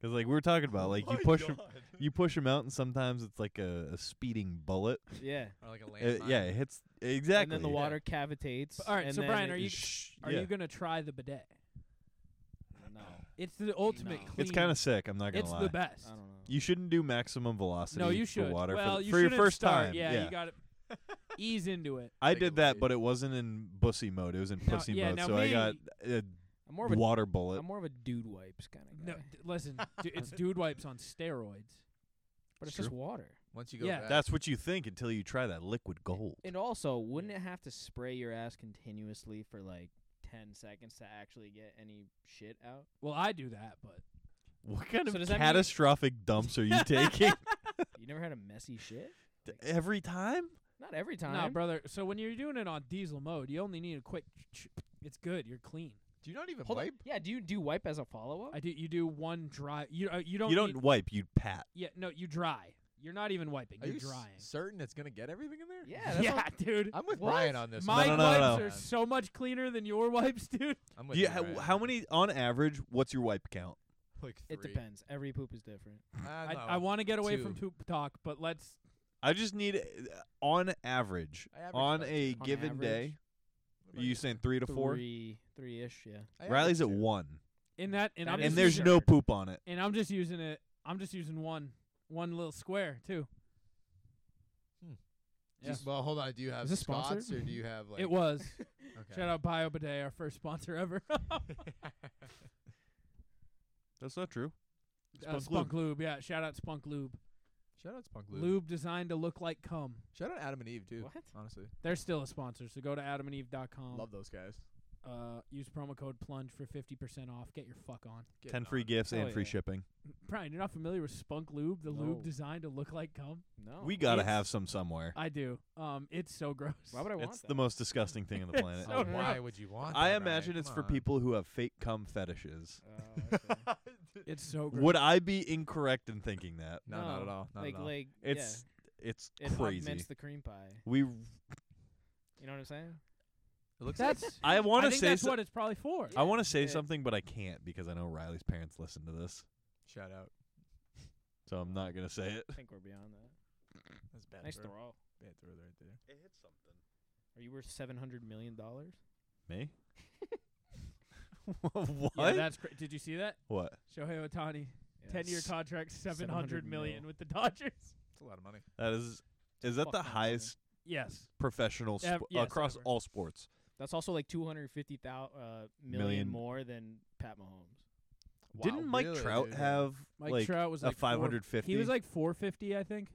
Speaker 1: Because like we were talking about, like you push 'em- you push them out, and sometimes it's like a, a speeding bullet.
Speaker 2: Yeah.
Speaker 6: Or like a
Speaker 1: Uh,
Speaker 6: landmine.
Speaker 1: yeah, it hits exactly.
Speaker 2: And then the
Speaker 1: yeah.
Speaker 2: water cavitates.
Speaker 5: All right,
Speaker 2: and
Speaker 5: so
Speaker 2: then
Speaker 5: Brian,
Speaker 2: it-
Speaker 5: are you
Speaker 1: Shh,
Speaker 5: are
Speaker 1: yeah.
Speaker 5: you gonna try the bidet?
Speaker 2: No,
Speaker 5: It's the ultimate
Speaker 2: No.
Speaker 5: clean.
Speaker 1: It's kind of sick. I'm not gonna
Speaker 5: it's
Speaker 1: lie.
Speaker 5: the best.
Speaker 2: I don't know.
Speaker 1: You shouldn't do maximum velocity.
Speaker 5: No, you
Speaker 1: for
Speaker 5: should.
Speaker 1: water for
Speaker 5: well,
Speaker 1: the-
Speaker 5: you
Speaker 1: for, your
Speaker 5: shouldn't
Speaker 1: first
Speaker 5: start.
Speaker 1: time.
Speaker 5: Yeah, you got to ease into it.
Speaker 1: I
Speaker 6: Take it
Speaker 1: did that,
Speaker 6: light.
Speaker 1: but it wasn't in bussy mode. It was in
Speaker 5: Now-
Speaker 1: pussy
Speaker 5: yeah,
Speaker 1: mode.
Speaker 5: now
Speaker 1: So I
Speaker 5: me-
Speaker 1: got a
Speaker 2: I'm more of a
Speaker 1: water bullet.
Speaker 2: am more of a dude wipes kind of guy.
Speaker 5: No, d- listen, d- it's dude wipes on steroids.
Speaker 2: but it's
Speaker 1: Sure.
Speaker 2: just water.
Speaker 6: Once you go
Speaker 5: Yeah.
Speaker 6: back.
Speaker 1: That's what you think until you try that liquid gold.
Speaker 2: And also, wouldn't it have to spray your ass continuously for like ten seconds to actually get any shit out?
Speaker 5: Well, I do that, but
Speaker 1: What kind
Speaker 2: So
Speaker 1: of
Speaker 2: does that mean-
Speaker 1: catastrophic dumps are you taking
Speaker 2: You never had a messy shit?
Speaker 1: D- every time?
Speaker 2: Not every
Speaker 5: no,
Speaker 2: time.
Speaker 5: brother. So when you're doing it on diesel mode, you only need a quick. ch- ch- It's good. You're clean.
Speaker 6: Do you not even
Speaker 2: Hold on.
Speaker 6: wipe?
Speaker 2: Yeah, do you do wipe as a follow up?
Speaker 5: I do. You do one dry. You uh, you don't.
Speaker 1: you don't
Speaker 5: need-
Speaker 1: wipe. You pat.
Speaker 5: yeah. No, you dry. You're not even wiping.
Speaker 6: Are
Speaker 5: You're
Speaker 6: you s-
Speaker 5: drying.
Speaker 6: certain it's gonna get everything in there?
Speaker 2: Yeah, that's
Speaker 5: yeah,
Speaker 2: what-
Speaker 5: dude.
Speaker 6: I'm with
Speaker 2: What?
Speaker 6: Brian on this.
Speaker 5: My
Speaker 1: No,
Speaker 6: one.
Speaker 1: no, no,
Speaker 5: wipes
Speaker 1: no.
Speaker 5: are so much cleaner than your wipes, dude.
Speaker 6: I'm with
Speaker 1: You,
Speaker 6: you,
Speaker 1: ha-
Speaker 6: Brian.
Speaker 1: how many on average? What's your wipe count?
Speaker 6: Like
Speaker 2: It
Speaker 6: three.
Speaker 2: depends. Every poop is different.
Speaker 6: I,
Speaker 5: I,
Speaker 6: know.
Speaker 5: I want to get away from
Speaker 6: two.
Speaker 5: poop talk, but let's.
Speaker 1: I just need uh, on average
Speaker 6: I average
Speaker 1: on
Speaker 6: about
Speaker 1: a
Speaker 6: two.
Speaker 2: On
Speaker 1: given
Speaker 2: average,
Speaker 1: day.
Speaker 6: What
Speaker 1: Are
Speaker 6: about
Speaker 1: you saying three to four?
Speaker 2: Three, three ish. Yeah.
Speaker 6: I average
Speaker 1: Riley's at
Speaker 6: two.
Speaker 1: one,
Speaker 5: In that, and
Speaker 2: That
Speaker 5: I'm
Speaker 2: is
Speaker 1: and
Speaker 5: just
Speaker 1: there's
Speaker 5: using-
Speaker 1: no
Speaker 2: absurd.
Speaker 1: poop on it.
Speaker 5: and I'm just using it. I'm just using one, one little square too. Yeah.
Speaker 6: Just- Well, hold on. Do you have
Speaker 2: this
Speaker 6: Scott's
Speaker 2: sponsored?
Speaker 6: or do you have like?
Speaker 5: it was.
Speaker 6: Okay.
Speaker 5: Shout out Bio Bidet, our first sponsor ever. uh,
Speaker 1: That's not true. Spunk
Speaker 5: Uh, Spunk Lube, yeah. Shout out Spunk Lube.
Speaker 6: Shout out Spunk
Speaker 5: Lube,
Speaker 6: Lube.
Speaker 5: designed to look like cum.
Speaker 6: Shout out Adam and Eve too.
Speaker 2: What?
Speaker 6: Honestly,
Speaker 5: They're still a sponsor, so go to adamandeve.com.
Speaker 6: love those guys.
Speaker 5: Uh, use promo code plunge for fifty percent off. Get your fuck on.
Speaker 6: Getting
Speaker 1: Ten free
Speaker 6: on.
Speaker 1: gifts
Speaker 2: Hell
Speaker 1: and free
Speaker 2: Oh, yeah.
Speaker 1: shipping.
Speaker 5: Brian, you're not familiar with Spunk Lube, the
Speaker 2: No.
Speaker 5: lube designed to look like cum?
Speaker 2: No.
Speaker 1: We gotta
Speaker 5: it's-
Speaker 1: have some somewhere.
Speaker 5: I do. Um, it's so gross.
Speaker 2: Why would I want
Speaker 1: It's
Speaker 2: that?
Speaker 1: the most disgusting thing on the planet.
Speaker 5: so
Speaker 6: Oh,
Speaker 5: gross.
Speaker 6: why would you want?
Speaker 1: I
Speaker 6: that,
Speaker 1: imagine
Speaker 6: Ryan?
Speaker 1: it's
Speaker 6: Come
Speaker 1: for
Speaker 6: on.
Speaker 1: people who have fake cum fetishes.
Speaker 2: Oh, okay.
Speaker 5: It's so gross.
Speaker 1: Would I be incorrect in thinking that?
Speaker 6: No, not at
Speaker 2: No,
Speaker 6: all. Not
Speaker 2: like,
Speaker 6: at all.
Speaker 2: like,
Speaker 1: It's it's
Speaker 2: yeah, it
Speaker 1: crazy.
Speaker 2: augments the cream pie.
Speaker 1: We
Speaker 2: You know what I'm saying?
Speaker 6: it looks like
Speaker 5: That's.
Speaker 1: I
Speaker 5: I
Speaker 1: want to
Speaker 5: think
Speaker 1: say
Speaker 5: that's
Speaker 1: so-
Speaker 5: what it's probably for.
Speaker 1: I want to say
Speaker 2: yeah.
Speaker 1: something but I can't because I know Riley's parents listen to this.
Speaker 6: shout out.
Speaker 1: So I'm not going to say it.
Speaker 2: I think we're beyond that.
Speaker 6: That's bad.
Speaker 2: Nice
Speaker 6: throw.
Speaker 2: throw.
Speaker 6: Bad throw right there.
Speaker 1: It hit something.
Speaker 2: Are you worth seven hundred million dollars?
Speaker 1: Me? what?
Speaker 5: Yeah, that's. Cra- Did you see that?
Speaker 1: what?
Speaker 5: Shohei Otani, ten-year
Speaker 1: S-
Speaker 5: contract, seven
Speaker 2: 700
Speaker 5: hundred
Speaker 2: mil.
Speaker 5: million with the Dodgers.
Speaker 6: It's a lot of money.
Speaker 1: That is is that
Speaker 2: fuck
Speaker 1: the
Speaker 2: ton of money.
Speaker 1: highest
Speaker 5: Yes.
Speaker 1: professional
Speaker 5: Ev-
Speaker 1: spo-
Speaker 5: yes,
Speaker 1: across
Speaker 5: ever.
Speaker 1: all sports?
Speaker 2: That's also like two hundred fifty thousand uh, million,
Speaker 1: Million.
Speaker 2: more than Pat Mahomes.
Speaker 6: Wow,
Speaker 1: Didn't Mike
Speaker 6: really,
Speaker 1: Trout
Speaker 6: dude?
Speaker 1: have
Speaker 5: Mike
Speaker 1: like
Speaker 5: Trout was
Speaker 1: a
Speaker 5: like four-
Speaker 1: 550?
Speaker 5: He was like 450, I think.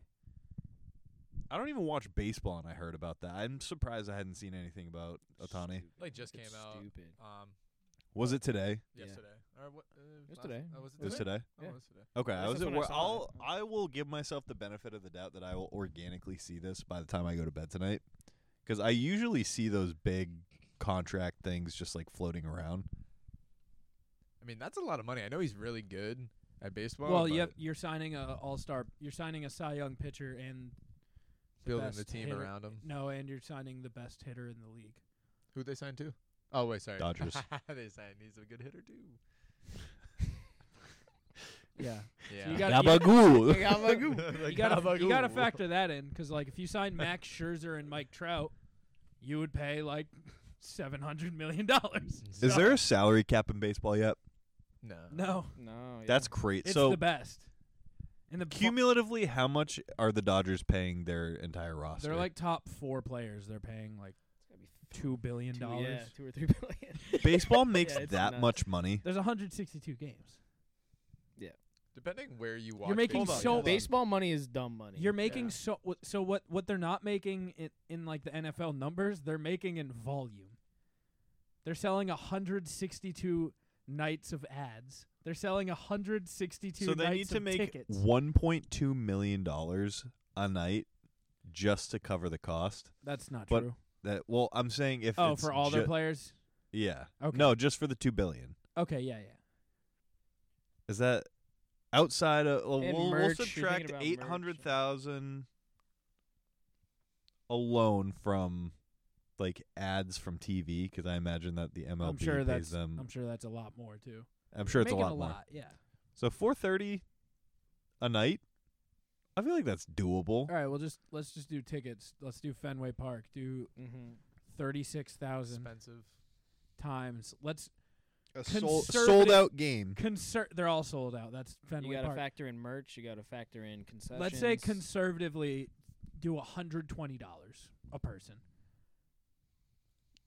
Speaker 1: I don't even watch baseball, and I heard about that. I'm surprised I hadn't seen anything about Otani.
Speaker 2: Stupid.
Speaker 6: Like just
Speaker 2: It's
Speaker 6: came out.
Speaker 2: Stupid.
Speaker 6: Um,
Speaker 1: Was it today?
Speaker 2: Yeah.
Speaker 6: yesterday or what? Uh,
Speaker 2: was
Speaker 6: last-
Speaker 2: today.
Speaker 6: Oh, was it
Speaker 1: It was
Speaker 6: today?
Speaker 1: today.
Speaker 6: Oh,
Speaker 2: Yeah.
Speaker 6: it was today.
Speaker 1: Okay, I
Speaker 2: That's
Speaker 1: was at
Speaker 2: just when I
Speaker 1: work.
Speaker 2: saw
Speaker 1: I'll
Speaker 2: it.
Speaker 1: I will give myself the benefit of the doubt that I will organically see this by the time I go to bed tonight, because I usually see those big contract things just like floating around.
Speaker 6: I mean, that's a lot of money. I know he's really good at baseball.
Speaker 5: well,
Speaker 6: but
Speaker 5: yep, you're signing a all-star. You're signing a Cy Young pitcher and the
Speaker 6: Building the
Speaker 5: best
Speaker 6: team
Speaker 5: hitter-
Speaker 6: around him.
Speaker 5: No, and you're signing the best hitter in the league.
Speaker 6: Who they signed to? Oh wait, sorry.
Speaker 1: Dodgers.
Speaker 6: they signed. He's a good hitter too.
Speaker 5: Yeah.
Speaker 6: Yeah.
Speaker 5: you gotta-
Speaker 1: Gabagool.
Speaker 5: you gotta you gotta factor that in because like if you sign Max Scherzer and Mike Trout, you would pay like seven hundred million dollars.
Speaker 1: Is there a salary cap in baseball yet?
Speaker 6: no.
Speaker 5: No,
Speaker 2: No. Yeah.
Speaker 1: That's great.
Speaker 5: it's
Speaker 1: so
Speaker 5: the best. And the bu-
Speaker 1: cumulatively, how much are the Dodgers paying their entire roster?
Speaker 5: they're like top four players. They're paying like two billion
Speaker 2: two,
Speaker 5: dollars.
Speaker 2: yeah, two or three billion.
Speaker 1: baseball makes
Speaker 2: Yeah, it's
Speaker 1: that
Speaker 2: nuts.
Speaker 1: much money.
Speaker 5: There's 162 games.
Speaker 6: Depending where you watch.
Speaker 5: You're making
Speaker 6: baseball,
Speaker 5: so
Speaker 6: hold on.
Speaker 2: Baseball money is dumb money.
Speaker 5: You're making
Speaker 6: Yeah.
Speaker 5: so wh- so what what they're not making in, in like the NFL numbers, they're making in volume. They're selling 162 nights of ads. They're selling 162
Speaker 1: So they
Speaker 5: nights
Speaker 1: need to
Speaker 5: of
Speaker 1: make
Speaker 5: tickets.
Speaker 1: 1.2 million dollars a night just to cover the cost.
Speaker 5: That's not
Speaker 1: but
Speaker 5: true.
Speaker 1: That well, I'm saying if
Speaker 5: Oh,
Speaker 1: it's
Speaker 5: for all their
Speaker 1: ju-
Speaker 5: players?
Speaker 1: yeah,
Speaker 5: Okay.
Speaker 1: no, just for the two billion.
Speaker 5: Okay, yeah, yeah.
Speaker 1: Is that outside of well,
Speaker 2: And
Speaker 1: we'll, we'll
Speaker 2: merch, you're thinking
Speaker 1: subtract
Speaker 2: about merch.
Speaker 1: eight hundred thousand alone from like ads from TV because I imagine that the MLB
Speaker 5: I'm sure
Speaker 1: pays
Speaker 5: that's
Speaker 1: them.
Speaker 5: I'm sure that's a lot more too.
Speaker 1: I'm sure it's a
Speaker 5: Making
Speaker 1: lot,
Speaker 5: a
Speaker 1: more.
Speaker 5: lot, yeah.
Speaker 1: So four thirty a night. I feel like that's doable.
Speaker 5: All right, well just let's just do tickets. Let's do Fenway Park. Do
Speaker 2: Mm-hmm.
Speaker 5: 36,000
Speaker 6: Expensive.
Speaker 5: times. Let's
Speaker 1: A
Speaker 5: sol- conservative-
Speaker 1: sold out game.
Speaker 5: concert they're all sold out. That's
Speaker 2: You
Speaker 5: Fenway
Speaker 2: got to
Speaker 5: Park.
Speaker 2: factor in merch. You got to factor in concessions.
Speaker 5: Let's say conservatively do $120 a person.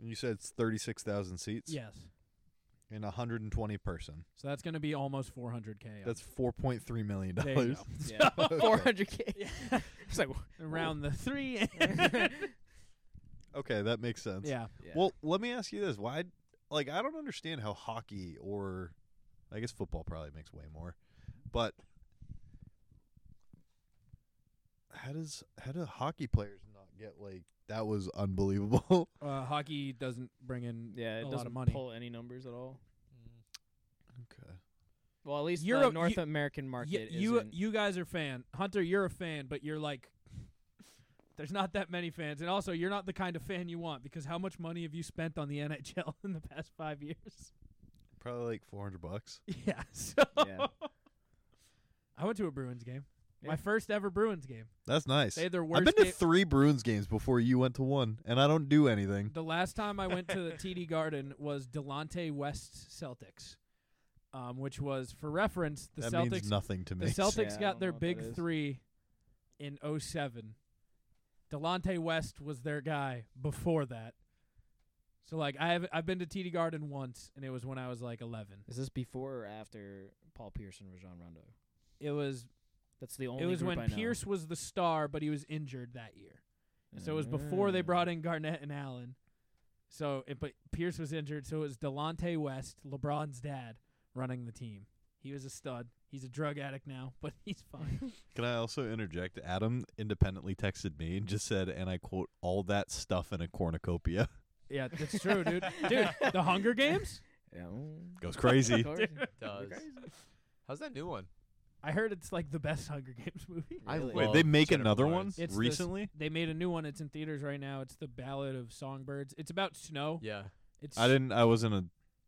Speaker 1: You said it's thirty six thousand seats.
Speaker 5: Yes.
Speaker 1: And hundred and twenty person.
Speaker 5: So that's going to be almost 400k.
Speaker 1: That's four point three million
Speaker 5: There you
Speaker 1: dollars.
Speaker 5: go.
Speaker 2: yeah,
Speaker 1: Okay.
Speaker 2: 400k. It's like
Speaker 5: around the 3
Speaker 1: Okay, that makes sense.
Speaker 5: Yeah.
Speaker 2: yeah.
Speaker 1: Well, let me ask you this: Why, like, I don't understand how hockey or, I guess football probably makes way more, but how does how do hockey players not get like that was unbelievable?
Speaker 5: Uh, hockey doesn't bring in
Speaker 2: yeah,
Speaker 5: a
Speaker 2: it
Speaker 5: lot
Speaker 2: doesn't
Speaker 5: of money.
Speaker 2: pull any numbers at all.
Speaker 6: Mm.
Speaker 1: okay,
Speaker 2: Well, at least
Speaker 5: Euro-
Speaker 2: the North
Speaker 5: you-
Speaker 2: American market
Speaker 5: Y- you
Speaker 2: isn't.
Speaker 5: you guys are fan Hunter. You're a fan, but you're like, there's not that many fans, and also you're not the kind of fan you want because how much money have you spent on the NHL in the past five years?
Speaker 1: probably like four hundred bucks.
Speaker 5: Yeah, so
Speaker 2: Yeah.
Speaker 5: I went to a Bruins game.
Speaker 2: Yeah.
Speaker 5: My first ever Bruins game.
Speaker 1: That's nice.
Speaker 5: They had their
Speaker 1: I've
Speaker 5: worst.
Speaker 1: been to
Speaker 5: game-
Speaker 1: three Bruins games before you went to one, and I don't do anything.
Speaker 5: the last time I went to the TD Garden was Delonte West Celtics, um, which was for reference the
Speaker 1: that
Speaker 5: Celtics
Speaker 1: means nothing to
Speaker 5: The
Speaker 1: me.
Speaker 5: Celtics
Speaker 2: Yeah, I
Speaker 5: got
Speaker 2: don't
Speaker 5: their
Speaker 2: know what that
Speaker 5: big
Speaker 2: is.
Speaker 5: three in '07. Delonte West was their guy before that. So like I have I've been to TD Garden once and it was when I was like 11.
Speaker 2: Is this before or after Paul Pierce and Rajon Rondo?
Speaker 5: It was
Speaker 2: That's the only.
Speaker 5: it was
Speaker 2: group
Speaker 5: when
Speaker 2: I know.
Speaker 5: Pierce was the star but he was injured that year. So it was before they
Speaker 2: Ah.
Speaker 5: brought in Garnett and Allen. So it, but Pierce was injured so it was Delonte West, LeBron's dad, running the team. He was a stud. He's a drug addict now, but he's fine.
Speaker 1: Can I also interject? Adam independently texted me and just said, and I quote, "all that stuff in a cornucopia."
Speaker 5: yeah, that's true, dude. Dude, the Hunger Games?
Speaker 2: Yeah.
Speaker 1: Goes crazy.
Speaker 2: Of course.
Speaker 6: Does. How's that new one?
Speaker 5: I heard it's like the best Hunger Games movie.
Speaker 6: I
Speaker 2: Really?
Speaker 1: Wait,
Speaker 6: love
Speaker 1: they make
Speaker 6: Jennifer
Speaker 1: another
Speaker 6: Lawrence.
Speaker 1: one
Speaker 5: It's this-
Speaker 1: recently?
Speaker 5: They made a new one. It's in theaters right now. It's the Ballad of Songbirds. It's about snow.
Speaker 6: Yeah,
Speaker 5: It's
Speaker 1: I didn't. I wasn't a.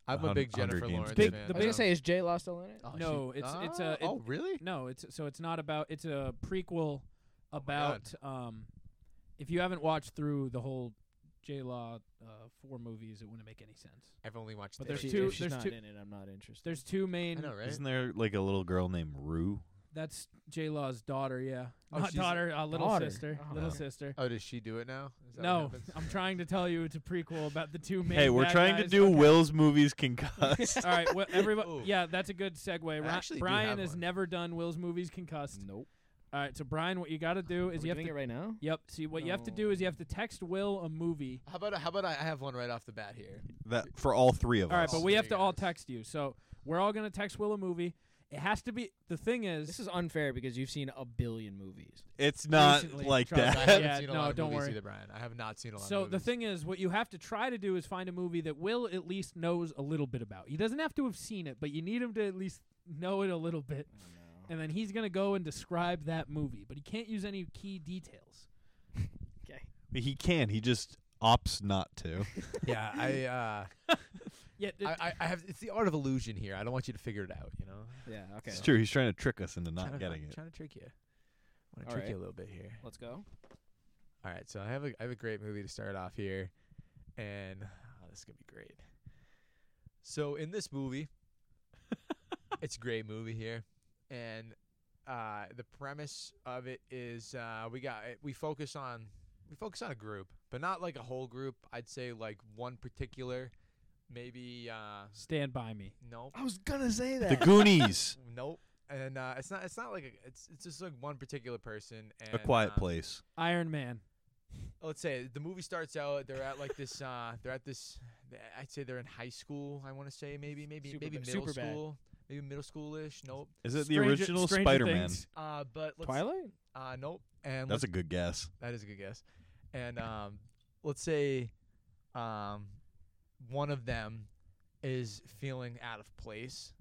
Speaker 6: I'm
Speaker 1: Hun-
Speaker 6: a big
Speaker 1: Hunger
Speaker 6: Jennifer
Speaker 1: Games
Speaker 6: Lawrence
Speaker 5: Big-
Speaker 6: fan.
Speaker 5: the
Speaker 2: I was gonna
Speaker 5: big-
Speaker 2: say, is J Law still in it?
Speaker 6: Oh,
Speaker 5: No,
Speaker 6: she-
Speaker 5: it's- it's
Speaker 6: Ah,
Speaker 5: a- it-
Speaker 6: oh, really?
Speaker 5: no. It's so it's not about. It's a prequel
Speaker 6: Oh
Speaker 5: about. um, if you haven't watched through the whole J Law uh, four movies, it wouldn't make any sense.
Speaker 6: I've only watched.
Speaker 5: But
Speaker 6: the
Speaker 5: there's
Speaker 2: If
Speaker 6: first
Speaker 2: she-
Speaker 5: two-
Speaker 2: If she's
Speaker 5: there's
Speaker 2: not
Speaker 5: two-
Speaker 2: in it. I'm not interested.
Speaker 5: There's two
Speaker 6: two. I
Speaker 5: main.
Speaker 6: know, right?
Speaker 1: Isn't there like a little girl named Rue?
Speaker 5: That's J Law's daughter. Yeah,
Speaker 6: Oh,
Speaker 5: not
Speaker 6: she's-
Speaker 5: daughter. Uh, little
Speaker 2: Daughter.
Speaker 5: sister.
Speaker 2: Oh.
Speaker 5: Little
Speaker 6: Yeah.
Speaker 5: sister.
Speaker 6: Oh, does she do it now? Is that what
Speaker 5: No,
Speaker 6: happens?
Speaker 5: I'm trying to tell you it's a prequel about the two main.
Speaker 1: Hey, we're
Speaker 5: bad
Speaker 1: trying to
Speaker 5: guys.
Speaker 1: do
Speaker 5: Okay.
Speaker 1: Will's movies concussed.
Speaker 5: All right, well, everybody.
Speaker 6: Ooh.
Speaker 5: Yeah, that's a good segue. Ri-
Speaker 6: actually do
Speaker 5: Brian
Speaker 6: have
Speaker 5: has
Speaker 6: one.
Speaker 5: never done Will's movies concussed.
Speaker 2: nope.
Speaker 5: All right, so Brian, what you got to do
Speaker 2: Is
Speaker 5: is
Speaker 2: he
Speaker 5: you have
Speaker 2: doing
Speaker 5: to.
Speaker 2: it right now?
Speaker 5: Yep. See, what you have to do is you have to text Will a movie.
Speaker 6: How about how about I I have one right off the bat here?
Speaker 1: that for all three of
Speaker 5: All right,
Speaker 1: us.
Speaker 5: but we have to
Speaker 6: three
Speaker 5: all
Speaker 6: guys.
Speaker 5: text you. So we're all gonna text Will a movie. It has to be. The thing is,
Speaker 2: This is unfair because you've seen a billion movies.
Speaker 1: it's not
Speaker 5: recently,
Speaker 1: like
Speaker 5: trust
Speaker 6: I
Speaker 1: that.
Speaker 5: me.
Speaker 6: haven't
Speaker 5: Yeah,
Speaker 6: seen a
Speaker 5: no,
Speaker 6: lot of
Speaker 5: don't
Speaker 6: movies
Speaker 5: worry.
Speaker 6: either, Brian. I have not seen a lot.
Speaker 5: so
Speaker 6: of
Speaker 5: the
Speaker 6: movies.
Speaker 5: thing is, what you have to try to do is find a movie that Will at least knows a little bit about. He doesn't have to have seen it, but you need him to at least know it a little bit.
Speaker 2: I don't know.
Speaker 5: And then he's gonna go and describe that movie, but he can't use any key details.
Speaker 1: He can. He just opts not to.
Speaker 6: yeah, I,
Speaker 5: Yeah,
Speaker 6: uh, I I I have it's the art of illusion here. I don't want you to figure it out. You know,
Speaker 2: Yeah. Okay.
Speaker 1: It's true. He's trying to trick us into not
Speaker 6: trying
Speaker 1: getting
Speaker 6: to,
Speaker 1: it.
Speaker 6: Trying to trick you. I want
Speaker 2: All
Speaker 6: to trick
Speaker 2: right.
Speaker 6: you a little bit here.
Speaker 2: Let's go.
Speaker 6: All right, so I have a I have a great movie to start off here, and oh, this is gonna be great. So in this movie, it's a great movie here, and uh, the premise of it is uh, we got we focus on we focus on a group, but not like a whole group. I'd say like one particular, maybe uh,
Speaker 5: Stand by me.
Speaker 6: nope,
Speaker 2: I was gonna say
Speaker 1: The Goonies,
Speaker 6: nope, and uh, it's not it's not like a, it's it's just like one particular person. And,
Speaker 1: A Quiet
Speaker 6: uh,
Speaker 1: Place.
Speaker 5: Iron Man.
Speaker 6: let's say the movie starts out they're at like this uh they're at this i'd say they're in high school i want to say maybe maybe
Speaker 2: Superba-
Speaker 6: maybe middle
Speaker 2: Superbad.
Speaker 6: school maybe middle schoolish nope
Speaker 1: Is it the
Speaker 5: Stranger-
Speaker 1: original
Speaker 5: Stranger
Speaker 1: Spider-Man?
Speaker 5: Things.
Speaker 6: uh but let's,
Speaker 2: Twilight.
Speaker 6: uh nope and
Speaker 1: That's
Speaker 6: let's,
Speaker 1: a good guess.
Speaker 6: that is a good guess and um let's say um one of them is feeling out of place.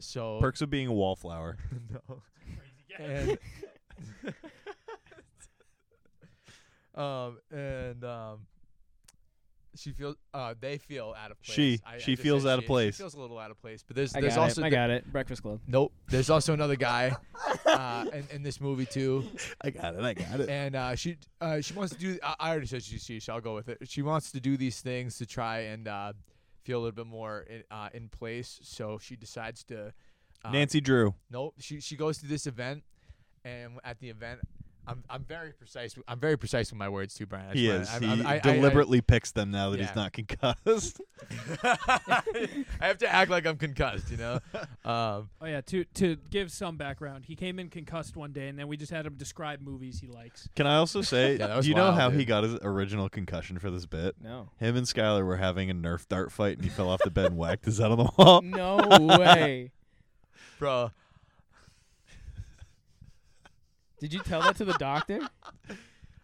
Speaker 6: So
Speaker 1: Perks of being a wallflower.
Speaker 6: no. and um and um she feels uh they feel out of place.
Speaker 1: She-
Speaker 6: I, I
Speaker 1: she
Speaker 6: just
Speaker 1: feels
Speaker 6: said
Speaker 1: out of
Speaker 6: she.
Speaker 1: place.
Speaker 6: She feels a little out of place, but there's
Speaker 2: I
Speaker 6: there's
Speaker 2: got
Speaker 6: also
Speaker 2: it. I
Speaker 6: the-
Speaker 2: got it. Breakfast Club.
Speaker 6: nope. There's also another guy uh in, in this movie too,
Speaker 1: I got it. I got it.
Speaker 6: and uh, she uh she wants to do. I, I already said she she so I'll go with it. She wants to do these things to try and uh feel a little bit more in, uh, in place. So she decides to. Uh,
Speaker 1: Nancy Drew.
Speaker 6: Nope. She she goes to this event, and at the event, I'm I'm very precise. I'm very precise with my words too, Brian. I
Speaker 1: He
Speaker 6: swear.
Speaker 1: is.
Speaker 6: I'm-
Speaker 1: he
Speaker 6: I'm- I- I- I-
Speaker 1: deliberately picks them now that
Speaker 6: Yeah.
Speaker 1: he's not concussed.
Speaker 6: I have to act like I'm concussed, you know. Um,
Speaker 5: Oh yeah, to to give some background, he came in concussed one day, and then we just had him describe movies he likes.
Speaker 1: Can I also say,
Speaker 6: Yeah, that was
Speaker 1: do you know
Speaker 6: wild,
Speaker 1: how he
Speaker 6: dude.
Speaker 1: got his original concussion for this bit?
Speaker 2: No.
Speaker 1: Him and Skylar were having a Nerf dart fight, and he fell off the bed and whacked his head on the
Speaker 6: Oh.
Speaker 1: wall.
Speaker 6: Mm,
Speaker 2: No way.
Speaker 6: bro,
Speaker 2: Did you tell that to the doctor? Did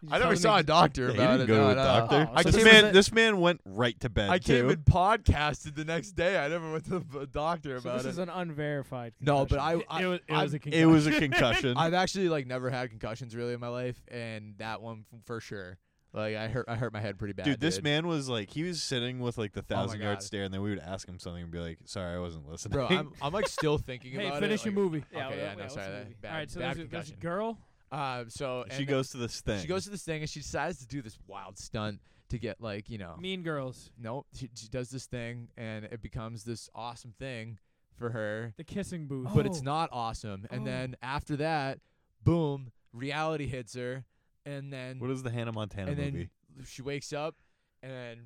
Speaker 2: you
Speaker 6: I
Speaker 2: tell
Speaker 6: never
Speaker 2: them
Speaker 6: saw a
Speaker 2: ex-
Speaker 6: doctor
Speaker 1: Yeah, he
Speaker 6: about
Speaker 1: didn't
Speaker 6: it.
Speaker 1: go to
Speaker 6: no,
Speaker 1: a
Speaker 6: no.
Speaker 5: Oh,
Speaker 1: doctor.
Speaker 2: I
Speaker 6: I
Speaker 2: so
Speaker 1: this
Speaker 2: this
Speaker 6: came
Speaker 1: man,
Speaker 6: in,
Speaker 1: this man went right to bed.
Speaker 6: I came
Speaker 1: too.
Speaker 6: and podcasted the next day. I never went to the doctor
Speaker 2: So
Speaker 6: about
Speaker 2: this is
Speaker 6: it.
Speaker 2: an unverified.
Speaker 6: No, but I,
Speaker 5: It,
Speaker 6: I
Speaker 5: it was, it was a concussion.
Speaker 1: It was a concussion.
Speaker 6: I've actually like never had concussions really in my life, and that one f- for sure. Like I hurt, I hurt my head pretty bad.
Speaker 1: dude, this man was like, he was sitting with like the thousand yard
Speaker 6: Oh God.
Speaker 1: stare, and then we would ask him something and be like, sorry, I wasn't listening.
Speaker 6: bro, I'm, I'm like still thinking
Speaker 5: hey,
Speaker 6: about
Speaker 5: finish
Speaker 6: it.
Speaker 5: your
Speaker 6: like-
Speaker 5: movie.
Speaker 2: Yeah,
Speaker 6: okay,
Speaker 2: well,
Speaker 6: yeah, no,
Speaker 2: yeah,
Speaker 6: sorry,
Speaker 2: what's the
Speaker 6: that,
Speaker 2: movie?
Speaker 6: bad,
Speaker 5: All right, so
Speaker 6: bad
Speaker 5: there's a, there's a
Speaker 6: concussion.
Speaker 5: girl.
Speaker 6: Uh, so
Speaker 1: she
Speaker 6: and
Speaker 1: goes to this thing.
Speaker 6: She goes to this thing and she decides to do this wild stunt to get like you know.
Speaker 5: Mean Girls,
Speaker 6: Nope. She, she does this thing and it becomes this awesome thing for her,
Speaker 5: the kissing booth.
Speaker 6: but it's
Speaker 2: Oh.
Speaker 6: not awesome. And
Speaker 2: Oh.
Speaker 6: then after that, boom, reality hits her, and then
Speaker 1: What is the Hannah Montana
Speaker 6: and
Speaker 1: movie?
Speaker 6: then she wakes up and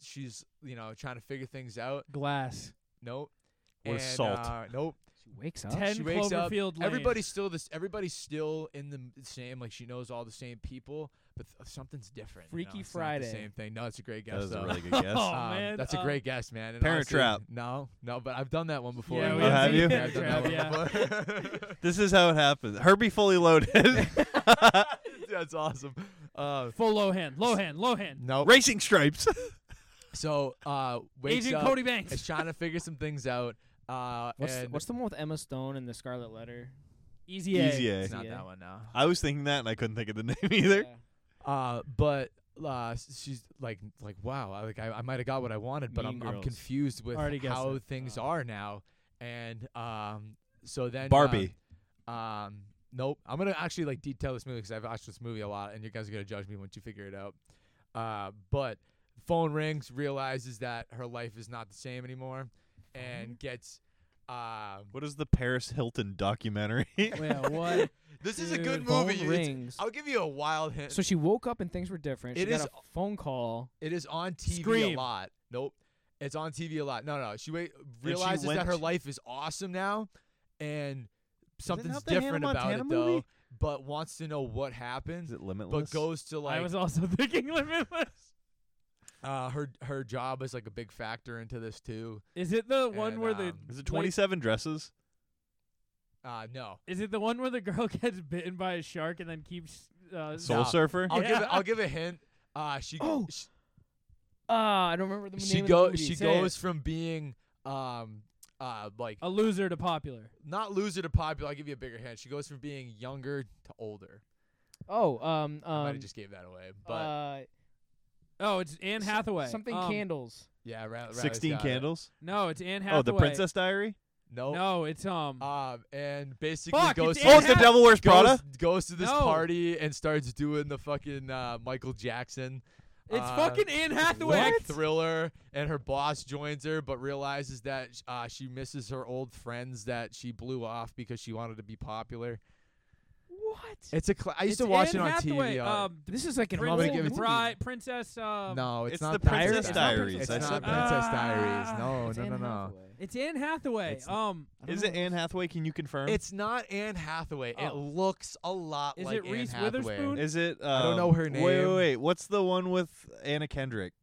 Speaker 6: she's you know trying to figure things out.
Speaker 5: Glass.
Speaker 6: Nope.
Speaker 1: What
Speaker 6: and,
Speaker 1: is Salt?
Speaker 6: Uh, nope.
Speaker 2: She wakes up.
Speaker 5: Ten
Speaker 6: Oh, She wakes up,
Speaker 5: Cloverfield Lane.
Speaker 6: Everybody's still this. Everybody's still in the m- same. Like she knows all the same people, but th- something's different. you know?
Speaker 2: Freaky
Speaker 6: It's not the
Speaker 2: Friday.
Speaker 6: same thing. No, it's a great
Speaker 1: That
Speaker 6: guess.
Speaker 1: was
Speaker 6: though.
Speaker 1: a really good guess.
Speaker 5: Oh,
Speaker 6: Um,
Speaker 5: man,
Speaker 6: that's a
Speaker 5: uh,
Speaker 6: great guess, man. And
Speaker 1: Parent
Speaker 6: honestly,
Speaker 1: Trap.
Speaker 6: No, no, but I've done that one before.
Speaker 5: Yeah,
Speaker 1: we Oh, have have you?
Speaker 6: Yeah, I've done that
Speaker 5: Parent
Speaker 6: one before.
Speaker 1: This is how it happens. Herbie fully loaded.
Speaker 6: That's awesome. Uh,
Speaker 5: Full Lohan. Lohan. Lohan.
Speaker 6: no.
Speaker 1: Racing stripes.
Speaker 6: So uh, wakes
Speaker 5: Agent
Speaker 6: up,
Speaker 5: Cody
Speaker 6: is
Speaker 5: Banks.
Speaker 6: trying to figure some things out. Uh,
Speaker 2: What's the,
Speaker 6: and
Speaker 2: what's the one with Emma Stone and the Scarlet Letter?
Speaker 5: Easy A.
Speaker 1: Easy A.
Speaker 6: it's not
Speaker 2: Yeah.
Speaker 6: that one now.
Speaker 1: I was thinking that, and I couldn't think of the name either.
Speaker 2: Yeah.
Speaker 6: Uh, but uh, s- she's like, like, wow, I, like I, I might have got what I wanted, but
Speaker 2: Mean
Speaker 6: I'm, I'm
Speaker 2: Girls.
Speaker 6: confused with
Speaker 5: Already guessed
Speaker 6: how
Speaker 5: it.
Speaker 6: things
Speaker 2: Oh.
Speaker 6: are now. And um, so then uh,
Speaker 1: Barbie.
Speaker 6: Um, nope. I'm gonna actually like detail this movie because I've watched this movie a lot, and you guys are gonna judge me once you figure it out. Uh, but phone rings, realizes that her life is not the same anymore, and gets. Um,
Speaker 1: What is the Paris Hilton documentary?
Speaker 2: Yeah, what?
Speaker 6: this is a good
Speaker 2: Dude, Phone
Speaker 6: movie. It's-
Speaker 2: rings.
Speaker 6: I'll give you a wild hint.
Speaker 2: So she woke up and things were different. She
Speaker 6: It
Speaker 2: got
Speaker 6: is-
Speaker 2: a phone call.
Speaker 6: it is on TV a
Speaker 5: Scream.
Speaker 6: lot. Nope. It's on TV a lot. No, no. She wait,
Speaker 1: she
Speaker 6: realizes that
Speaker 1: went-
Speaker 6: her life is awesome now, and something's
Speaker 1: not the Hannah
Speaker 6: different about
Speaker 1: Montana
Speaker 6: it
Speaker 1: movie?
Speaker 6: though. But wants to know what happened.
Speaker 1: is it Limitless?
Speaker 6: But goes to like
Speaker 5: I was also thinking Limitless.
Speaker 6: Uh, her her job is like a big factor into this too.
Speaker 5: Is it the one
Speaker 6: And,
Speaker 5: where the
Speaker 6: um,
Speaker 1: Is it
Speaker 5: like,
Speaker 1: 27 dresses?
Speaker 6: Uh, no,
Speaker 5: Is it the one where the girl gets bitten by a shark and then keeps? Uh,
Speaker 1: Soul
Speaker 6: Nah.
Speaker 1: Surfer?
Speaker 6: I'll give
Speaker 5: Yeah.
Speaker 6: I'll give a hint. Uh, she
Speaker 2: Oh,
Speaker 6: sh-
Speaker 2: Ah, I don't remember the
Speaker 6: she,
Speaker 2: name of the
Speaker 6: go
Speaker 2: movie.
Speaker 6: she
Speaker 2: Say
Speaker 6: goes
Speaker 2: it.
Speaker 6: from being um uh like
Speaker 5: a loser to popular.
Speaker 6: not loser to popular. I'll give you a bigger hint. She goes from being younger to older.
Speaker 2: Oh, um,
Speaker 6: I might
Speaker 2: um,
Speaker 6: have just gave that away, but
Speaker 2: uh,
Speaker 5: Oh, it's Anne
Speaker 2: s-
Speaker 5: Hathaway.
Speaker 2: Something
Speaker 5: Um,
Speaker 2: candles.
Speaker 6: yeah, ra- Riley's
Speaker 1: 16
Speaker 6: got it.
Speaker 1: Candles?
Speaker 5: No, it's Anne Hathaway.
Speaker 1: Oh, The Princess Diary?
Speaker 6: No,
Speaker 5: No, it's um.
Speaker 6: Um, and basically
Speaker 5: Fuck,
Speaker 6: goes
Speaker 5: it's
Speaker 6: to
Speaker 5: Anne
Speaker 1: Oh,
Speaker 6: this-
Speaker 1: it's The Devil Wears Prada?
Speaker 6: goes, goes to this
Speaker 5: No.
Speaker 6: party and starts doing the fucking uh, Michael Jackson.
Speaker 5: it's
Speaker 6: uh,
Speaker 5: fucking Anne Hathaway.
Speaker 6: Black Thriller, and her boss joins her, but realizes that uh, she misses her old friends that she blew off because she wanted to be popular.
Speaker 2: What?
Speaker 6: It's a. Cl- I used
Speaker 5: It's
Speaker 6: to watch
Speaker 5: Anne
Speaker 6: it on
Speaker 5: Hathaway.
Speaker 6: TV. uh,
Speaker 5: Um,
Speaker 2: This is like an
Speaker 6: gonna
Speaker 2: old
Speaker 6: give it to
Speaker 2: movie.
Speaker 5: bride, princess. Um,
Speaker 6: no, it's,
Speaker 1: it's
Speaker 6: not
Speaker 1: the
Speaker 6: Princess
Speaker 1: Princess
Speaker 6: Diaries.
Speaker 1: Diaries.
Speaker 6: It's
Speaker 1: I
Speaker 6: not
Speaker 1: said
Speaker 5: that.
Speaker 6: Princess
Speaker 5: Ah,
Speaker 6: Diaries. No,
Speaker 2: It's
Speaker 6: no,
Speaker 2: Anne
Speaker 6: no, no.
Speaker 2: Hathaway.
Speaker 5: it's Anne Hathaway.
Speaker 6: It's-
Speaker 5: um,
Speaker 2: I don't
Speaker 1: Is
Speaker 2: know.
Speaker 1: it Anne Hathaway? Can you confirm?
Speaker 6: It's not Anne Hathaway. It
Speaker 5: Oh.
Speaker 6: looks a lot
Speaker 5: Is
Speaker 6: like
Speaker 5: it Reese
Speaker 6: Anne Hathaway.
Speaker 5: Witherspoon?
Speaker 1: Is it? Um,
Speaker 6: I don't know her
Speaker 1: Wait, wait,
Speaker 6: name.
Speaker 1: wait. What's the one with Anna Kendrick?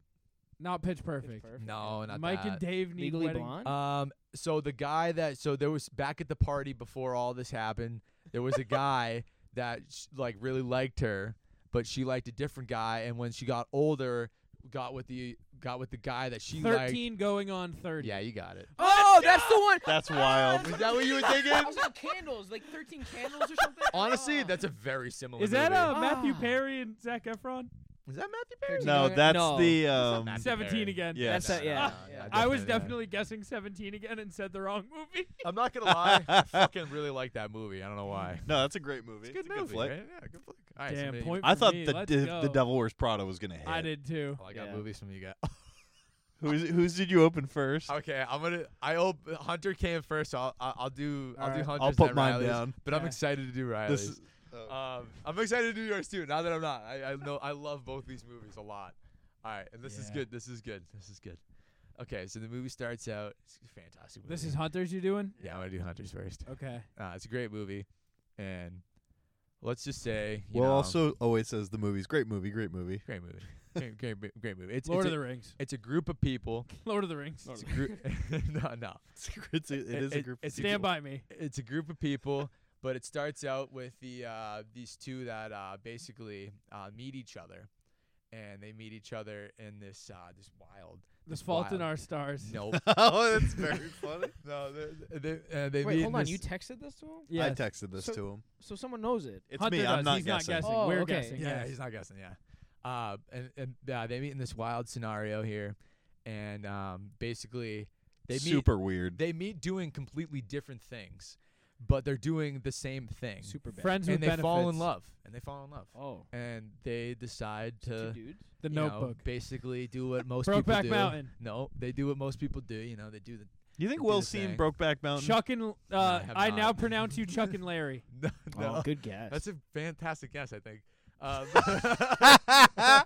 Speaker 5: not pitch perfect.
Speaker 2: It's perfect.
Speaker 6: No, not
Speaker 5: Mike
Speaker 6: that.
Speaker 5: and Dave need
Speaker 2: Legally
Speaker 5: wedding.
Speaker 2: Blonde.
Speaker 6: Um. So the guy that so there was back at the party before all this happened, there was a guy that sh- like really liked her, but she liked a different guy. And when she got older, got with the got with the guy that she liked.
Speaker 5: Thirteen going on thirty.
Speaker 6: Yeah, you got it.
Speaker 2: Oh, that's the one.
Speaker 1: That's wild.
Speaker 6: Is that what you were
Speaker 4: I
Speaker 6: thinking?
Speaker 4: was like candles, like 13 candles or something.
Speaker 6: Honestly, that's a very similar.
Speaker 5: Oh. Is that
Speaker 6: movie.
Speaker 5: uh, Matthew
Speaker 2: Ah.
Speaker 5: Perry and Zach Efron?
Speaker 6: Is that Matthew Perry?
Speaker 1: No,
Speaker 2: No.
Speaker 1: that's the
Speaker 6: That's not
Speaker 1: um.
Speaker 6: Matthew
Speaker 5: Seventeen
Speaker 6: Perry.
Speaker 5: again.
Speaker 1: Yeah.
Speaker 2: That's
Speaker 6: No,
Speaker 2: a-
Speaker 6: no,
Speaker 2: yeah.
Speaker 6: no, no,
Speaker 2: Yeah.
Speaker 5: I was
Speaker 6: not.
Speaker 5: definitely guessing 17 again and said the wrong movie.
Speaker 6: I'm not gonna lie. I fucking really like that movie. I don't know why.
Speaker 1: No, that's a great movie.
Speaker 6: It's a good movie.
Speaker 1: flick.
Speaker 6: right? Yeah, good flick. All right,
Speaker 5: Damn,
Speaker 6: somebody-
Speaker 5: point-
Speaker 1: I
Speaker 5: For
Speaker 1: thought
Speaker 5: me,
Speaker 1: the
Speaker 5: let's
Speaker 1: d-
Speaker 5: go.
Speaker 1: the Devil Wears Prada was gonna hit.
Speaker 5: I did too.
Speaker 6: Oh, I got
Speaker 2: Yeah.
Speaker 6: movies from you guys.
Speaker 1: Who's who's did you open first?
Speaker 6: okay, I'm gonna. I hope Hunter came first. So I'll I'll I'll do I'll do
Speaker 5: Alright.
Speaker 6: Hunter's.
Speaker 1: I'll put
Speaker 6: then
Speaker 1: mine
Speaker 6: Riley's,
Speaker 1: down.
Speaker 6: But I'm
Speaker 5: Yeah.
Speaker 6: excited to do Riley's.
Speaker 1: This is,
Speaker 6: um, I'm excited to do yours too. Now that I'm not, I, I know I love both these movies a lot. All right, and this is
Speaker 5: Yeah.
Speaker 6: good. This is good. This is good. Okay, so the movie starts out. It's a fantastic. Movie.
Speaker 5: This is Hunters you doing?
Speaker 6: Yeah, I'm gonna do Hunters first.
Speaker 5: Okay.
Speaker 6: Uh, it's a great movie, and let's just say you
Speaker 1: well,
Speaker 6: know,
Speaker 1: also always says the movie's great movie, great movie.
Speaker 6: great movie, great, great, mo- great movie. It's
Speaker 5: Lord of
Speaker 6: it's a,
Speaker 5: the Rings.
Speaker 6: It's a group of people.
Speaker 5: Lord of the Rings.
Speaker 6: It's a group. no, no.
Speaker 1: It's a, it is a
Speaker 6: it-
Speaker 1: group.
Speaker 6: it's a
Speaker 5: Stand by me.
Speaker 6: it's a group of people, but it starts out with the uh, these two that uh, basically uh, meet each other, and they meet each other in this uh, this wild.
Speaker 5: The Fault in
Speaker 6: wild.
Speaker 5: Our Stars.
Speaker 6: Nope.
Speaker 1: oh, that's very funny.
Speaker 6: no, they they, uh, they meet
Speaker 2: Wait,
Speaker 6: in
Speaker 2: hold on.
Speaker 6: this-
Speaker 2: You texted this to him?
Speaker 1: I
Speaker 5: Yes.
Speaker 1: texted this
Speaker 2: So-
Speaker 1: to him.
Speaker 2: So someone knows it.
Speaker 1: It's
Speaker 5: Hunter
Speaker 1: me. I'm
Speaker 5: does.
Speaker 1: not
Speaker 5: He's
Speaker 1: guessing.
Speaker 5: not guessing.
Speaker 2: Oh,
Speaker 5: We're
Speaker 2: okay.
Speaker 5: guessing.
Speaker 6: yeah,
Speaker 5: yes.
Speaker 6: he's not guessing. Yeah. Uh, and and uh, they meet in this wild scenario here, and um, basically they meet.
Speaker 1: Super weird.
Speaker 6: They meet doing completely different things, but they're doing the same thing.
Speaker 2: Super bad.
Speaker 5: Friends with
Speaker 6: and they
Speaker 5: benefits.
Speaker 6: fall in love. And they fall in love.
Speaker 2: Oh,
Speaker 6: and they decide to
Speaker 2: two dudes.
Speaker 5: The
Speaker 6: you know,
Speaker 5: Notebook.
Speaker 6: basically do what most people
Speaker 5: Brokeback
Speaker 6: do.
Speaker 5: Mountain.
Speaker 6: No, they do what most people do. You know, they do the.
Speaker 1: you think
Speaker 6: do
Speaker 1: Will's
Speaker 6: the
Speaker 1: seen
Speaker 6: thing.
Speaker 1: Brokeback Mountain?
Speaker 5: Chuck and uh,
Speaker 6: Um, I have
Speaker 5: I,
Speaker 6: not.
Speaker 5: now pronounce you Chuck and Larry.
Speaker 6: No, no.
Speaker 2: Oh, good guess.
Speaker 6: that's a fantastic guess. I think. Uh, Um,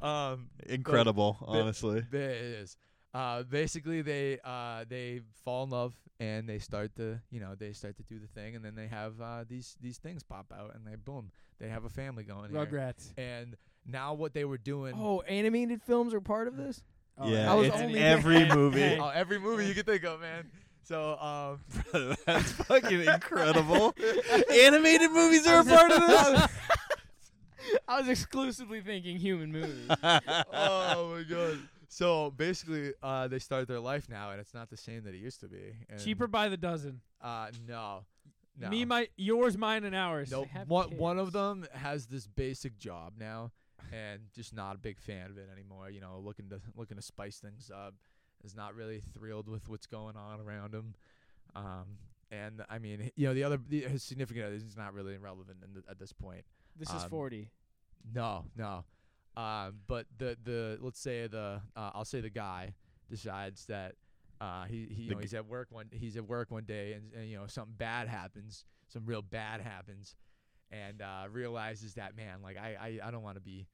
Speaker 6: um,
Speaker 1: Incredible,
Speaker 6: the-
Speaker 1: honestly.
Speaker 6: ba- it is. Uh, basically, they uh, they fall in love and they start to you know they start to do the thing and then they have uh, these these things pop out and they boom they have a family going here.
Speaker 5: Rugrats.
Speaker 6: and now what they were doing
Speaker 2: oh, animated films are part of this.
Speaker 5: Oh,
Speaker 1: yeah,
Speaker 2: I was
Speaker 1: it's in
Speaker 2: only-
Speaker 1: every
Speaker 5: Hey,
Speaker 1: movie.
Speaker 5: hey.
Speaker 6: oh, every movie you could think of man so um,
Speaker 1: That's fucking incredible. Animated movies are a part of this.
Speaker 2: I was exclusively thinking human movies.
Speaker 6: oh my god. So basically, uh, they start their life now, and it's not the same that it used to be. And,
Speaker 5: Cheaper by the dozen.
Speaker 6: Uh, no, no.
Speaker 5: Me, my, yours, mine, and ours.
Speaker 6: nope.
Speaker 2: have
Speaker 6: One, one of
Speaker 2: kids.
Speaker 6: them has this basic job now, and just not a big fan of it anymore. You know, looking to looking to spice things up. Is not really thrilled with what's going on around him. Um, and I mean, you know, the other the, his significant other is not really relevant in the, at this point.
Speaker 2: This is
Speaker 6: Um,
Speaker 2: 40.
Speaker 6: No, no. Um, but the the let's say the uh, I'll say the guy decides that uh, he he you
Speaker 1: The
Speaker 6: know,
Speaker 1: g-
Speaker 6: he's at work one he's at work one day and, and you know something bad happens some real bad happens and uh, realizes that man like I I, I don't want to be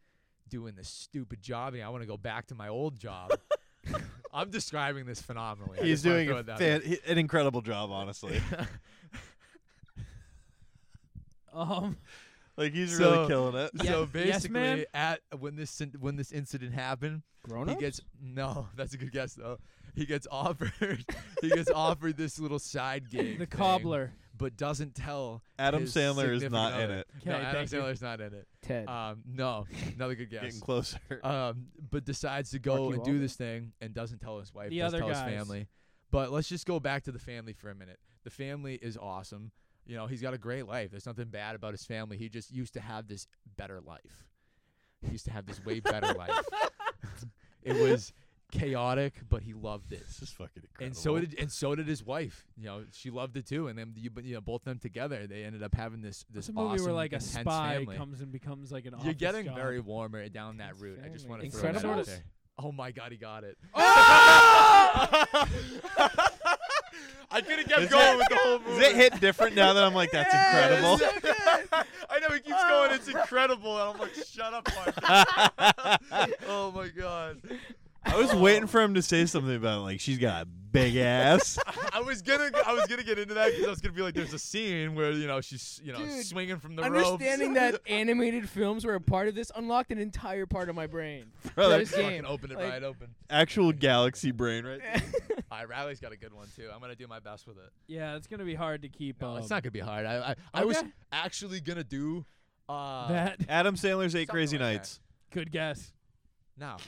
Speaker 6: doing this stupid job and I want to go back to my old job. I'm describing this phenomenally. I
Speaker 1: He's
Speaker 6: just wanna
Speaker 1: doing
Speaker 6: throw
Speaker 1: a
Speaker 6: it out
Speaker 1: fan- he- an incredible job, honestly.
Speaker 6: there.
Speaker 5: Um,
Speaker 1: Like he's
Speaker 6: So-
Speaker 1: really killing it.
Speaker 5: Yeah.
Speaker 6: So
Speaker 5: Yes,
Speaker 6: basically,
Speaker 5: ma'am?
Speaker 6: at when this in- when this incident happened,
Speaker 2: Grown
Speaker 6: he gets no. That's a good guess though. He gets offered he gets offered this little side gig,
Speaker 5: the
Speaker 6: thing,
Speaker 5: cobbler.
Speaker 6: but doesn't tell.
Speaker 1: Adam
Speaker 6: his
Speaker 1: Sandler is
Speaker 6: significant
Speaker 1: not in
Speaker 6: other.
Speaker 1: it.
Speaker 5: Okay,
Speaker 6: no, Adam
Speaker 5: thank you.
Speaker 6: Sandler's not in it.
Speaker 2: Ted.
Speaker 6: Um, no, another good
Speaker 1: Getting
Speaker 6: guess.
Speaker 1: closer.
Speaker 6: Um, but decides to go
Speaker 2: Marky
Speaker 6: and do
Speaker 2: Wahlberg.
Speaker 6: this thing and doesn't tell his wife.
Speaker 5: The
Speaker 6: doesn't
Speaker 5: other
Speaker 6: tell
Speaker 5: guys.
Speaker 6: his family. But let's just go back to the family for a minute. The family is awesome. You know, he's got a great life. There's nothing bad about his family. He just used to have this better life. He used to have this way better life. it was chaotic, but he loved it.
Speaker 1: this is fucking incredible.
Speaker 6: And so did and so did his wife. You know, she loved it too. And then you, but, you know, both of them together, they ended up having this
Speaker 5: It's
Speaker 6: this
Speaker 5: a movie
Speaker 6: awesome,
Speaker 5: where like a
Speaker 6: intense
Speaker 5: spy
Speaker 6: family.
Speaker 5: comes and becomes like an.
Speaker 6: You're
Speaker 5: office
Speaker 6: getting
Speaker 5: job.
Speaker 6: very warmer down that
Speaker 2: Intense
Speaker 6: route. I just
Speaker 2: family.
Speaker 6: want to throw that
Speaker 2: Incredibles?
Speaker 6: out there. Oh my god, he got it. I could have kept
Speaker 1: Is
Speaker 6: going
Speaker 1: it-
Speaker 6: with the whole
Speaker 1: Does
Speaker 6: movie.
Speaker 1: it hit different now that I'm like, that's incredible?
Speaker 6: I know he keeps going. It's incredible, and I'm like, shut up, Mark. oh my god.
Speaker 1: I was waiting for him to say something about like she's got a big ass.
Speaker 6: I was gonna, I was gonna get into that because I was gonna be like, there's a scene where you know she's, you know,
Speaker 2: Dude,
Speaker 6: swinging from the
Speaker 2: Understanding
Speaker 6: ropes.
Speaker 2: that animated films were a part of this unlocked an entire part of my brain.
Speaker 1: Bro,
Speaker 2: For
Speaker 1: that
Speaker 2: this game.
Speaker 6: Fucking open it
Speaker 2: Like-
Speaker 6: right open.
Speaker 1: actual galaxy brain right there.
Speaker 6: All right, Riley's got a good one too. I'm gonna do my best with it.
Speaker 5: Yeah, it's gonna be hard to keep.
Speaker 6: No,
Speaker 5: um,
Speaker 6: it's not gonna be hard. I, I, I was
Speaker 5: okay.
Speaker 6: actually gonna do uh,
Speaker 5: that
Speaker 1: Adam Sandler's Eight
Speaker 6: Something
Speaker 1: Crazy
Speaker 6: like that.
Speaker 1: Nights.
Speaker 5: good guess.
Speaker 6: No,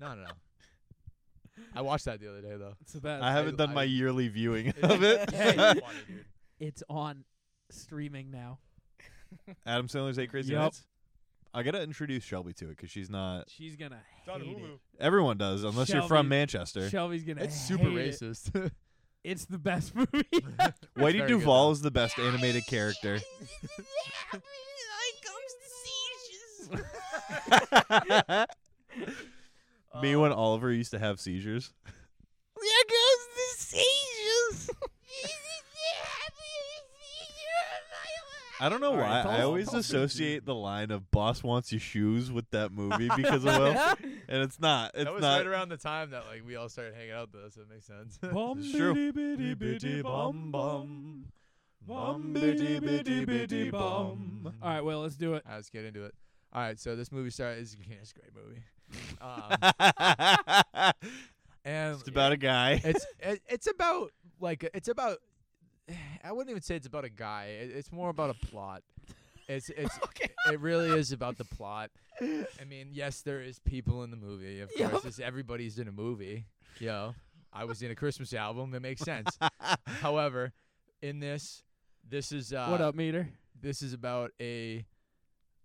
Speaker 6: no, no, no. I watched that the other day though.
Speaker 5: It's the best.
Speaker 1: I haven't done
Speaker 6: I-
Speaker 1: my yearly viewing
Speaker 6: It-
Speaker 1: of it.
Speaker 6: it's funny, dude.
Speaker 5: it's on streaming now.
Speaker 1: Adam Sandler's Eight Crazy
Speaker 5: Yup.
Speaker 1: Nights. I gotta introduce Shelby to it because she's not.
Speaker 5: She's gonna
Speaker 6: on
Speaker 5: hate
Speaker 6: Hulu.
Speaker 1: Everyone does unless you're from
Speaker 5: Shelby-
Speaker 1: Manchester.
Speaker 5: it. Shelby's gonna.
Speaker 6: It's super
Speaker 5: hate it.
Speaker 6: racist.
Speaker 5: It's the best movie.
Speaker 6: very
Speaker 1: Whitey
Speaker 6: good,
Speaker 1: Duvall
Speaker 6: though.
Speaker 1: is the best animated character. Me when Oliver used to have seizures. I don't know
Speaker 2: All
Speaker 1: why.
Speaker 2: right, tell
Speaker 1: I
Speaker 2: us-
Speaker 1: always
Speaker 2: tell us your
Speaker 1: associate the line of "Boss wants your shoes" with that movie because of Will, and it's not. It's
Speaker 6: that was
Speaker 1: not.
Speaker 6: right around the time that like we all started hanging out though, so it makes sense.
Speaker 5: Bum
Speaker 1: It's true.
Speaker 5: bitty bitty bitty bum bum. Bum bitty bitty bitty bum. All right, well, let's do it.
Speaker 6: All right, let's get into it. All right, so this movie started. It's, it's a great movie. Um,
Speaker 1: it's
Speaker 6: and
Speaker 1: about a guy.
Speaker 6: it's it, it's about like it's about. I wouldn't even say it's about a guy. It, it's more about a plot. It's it's it really is about the plot. I mean, yes, there is people in the movie. Of course, it's, everybody's in a movie. Yo, I was in a Christmas album. That makes sense. However, in this, this is uh,
Speaker 5: what up, meter?
Speaker 6: this is about a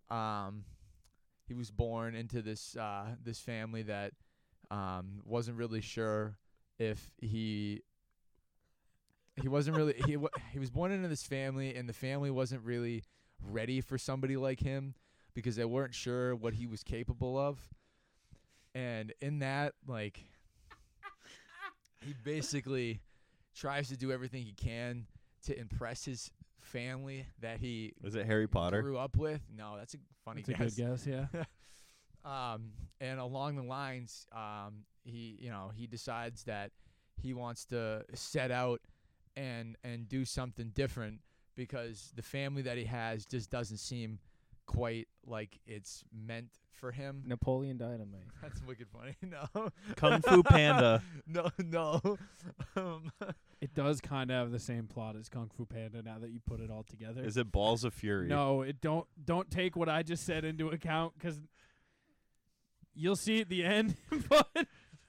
Speaker 6: um he was born into this uh this family that um wasn't really sure if he he wasn't really he wa- he was born into this family and the family wasn't really ready for somebody like him because they weren't sure what he was capable of and in that like he basically tries to do everything he can to impress his family that he
Speaker 1: Is it Harry Potter?
Speaker 6: grew up with. No, that's a funny
Speaker 5: That's a good
Speaker 6: guess.
Speaker 5: guess, yeah.
Speaker 6: Um, and along the lines, um, he you know he decides that he wants to set out and and do something different because the family that he has just doesn't seem quite like it's meant for him.
Speaker 2: Napoleon Dynamite.
Speaker 6: That's wicked funny. No,
Speaker 1: Kung Fu Panda.
Speaker 6: no, no. Um,
Speaker 5: It does kind of have the same plot as Kung Fu Panda now that you put it all together.
Speaker 1: Is it Balls of Fury?
Speaker 5: No, it don't don't take what I just said into account cuz you'll see at the end, but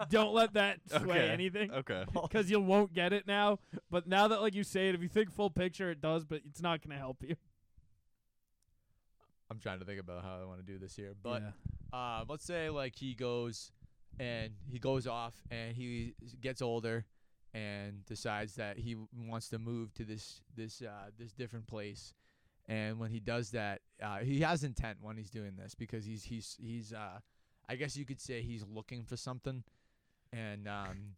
Speaker 5: don't let that sway
Speaker 1: Okay.
Speaker 5: anything.
Speaker 1: Okay.
Speaker 6: Oh.
Speaker 5: Because you won't get it now, but now that like you say it, if you think full picture, it does, but it's not gonna help you.
Speaker 6: I'm trying to think about how I want to do this here, but uh, let's say like he goes and he goes off and he gets older and decides that he w- wants to move to this this uh, this different place and when he does that uh, he has intent when he's doing this because he's he's he's uh, I guess you could say he's looking for something and um,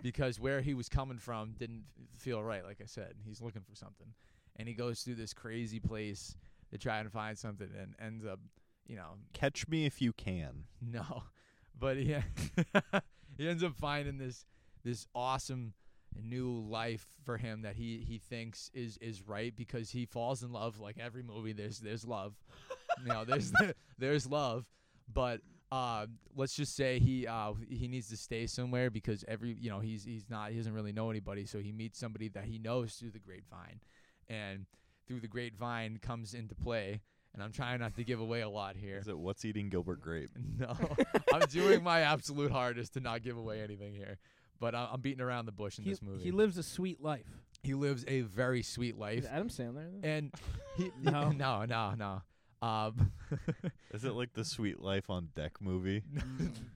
Speaker 6: because where he was coming from didn't f- feel right like I said he's looking for something and he goes through this crazy place to try and find something and ends up you know
Speaker 1: Catch me if you can.
Speaker 6: no, but he he ends up finding this this awesome new life for him that he he thinks is is right because he falls in love like every movie. There's there's love, you know. There's there's love, but uh, let's just say he uh he needs to stay somewhere because every you know he's he's not he doesn't really know anybody, so he meets somebody that he knows through the grapevine, and through the grapevine comes into play. And I'm trying not to give away a lot here.
Speaker 1: Is it What's Eating Gilbert Grape?
Speaker 6: No, I'm doing my absolute hardest to not give away anything here, but I- I'm beating around the bush in
Speaker 5: he,
Speaker 6: this movie.
Speaker 5: he lives a sweet life.
Speaker 6: He lives a very sweet
Speaker 2: Is
Speaker 6: life,
Speaker 2: Adam Sandler? in this?
Speaker 6: and he
Speaker 5: No.
Speaker 6: no, no, no, um,
Speaker 1: Is it like the Sweet Life on Deck movie?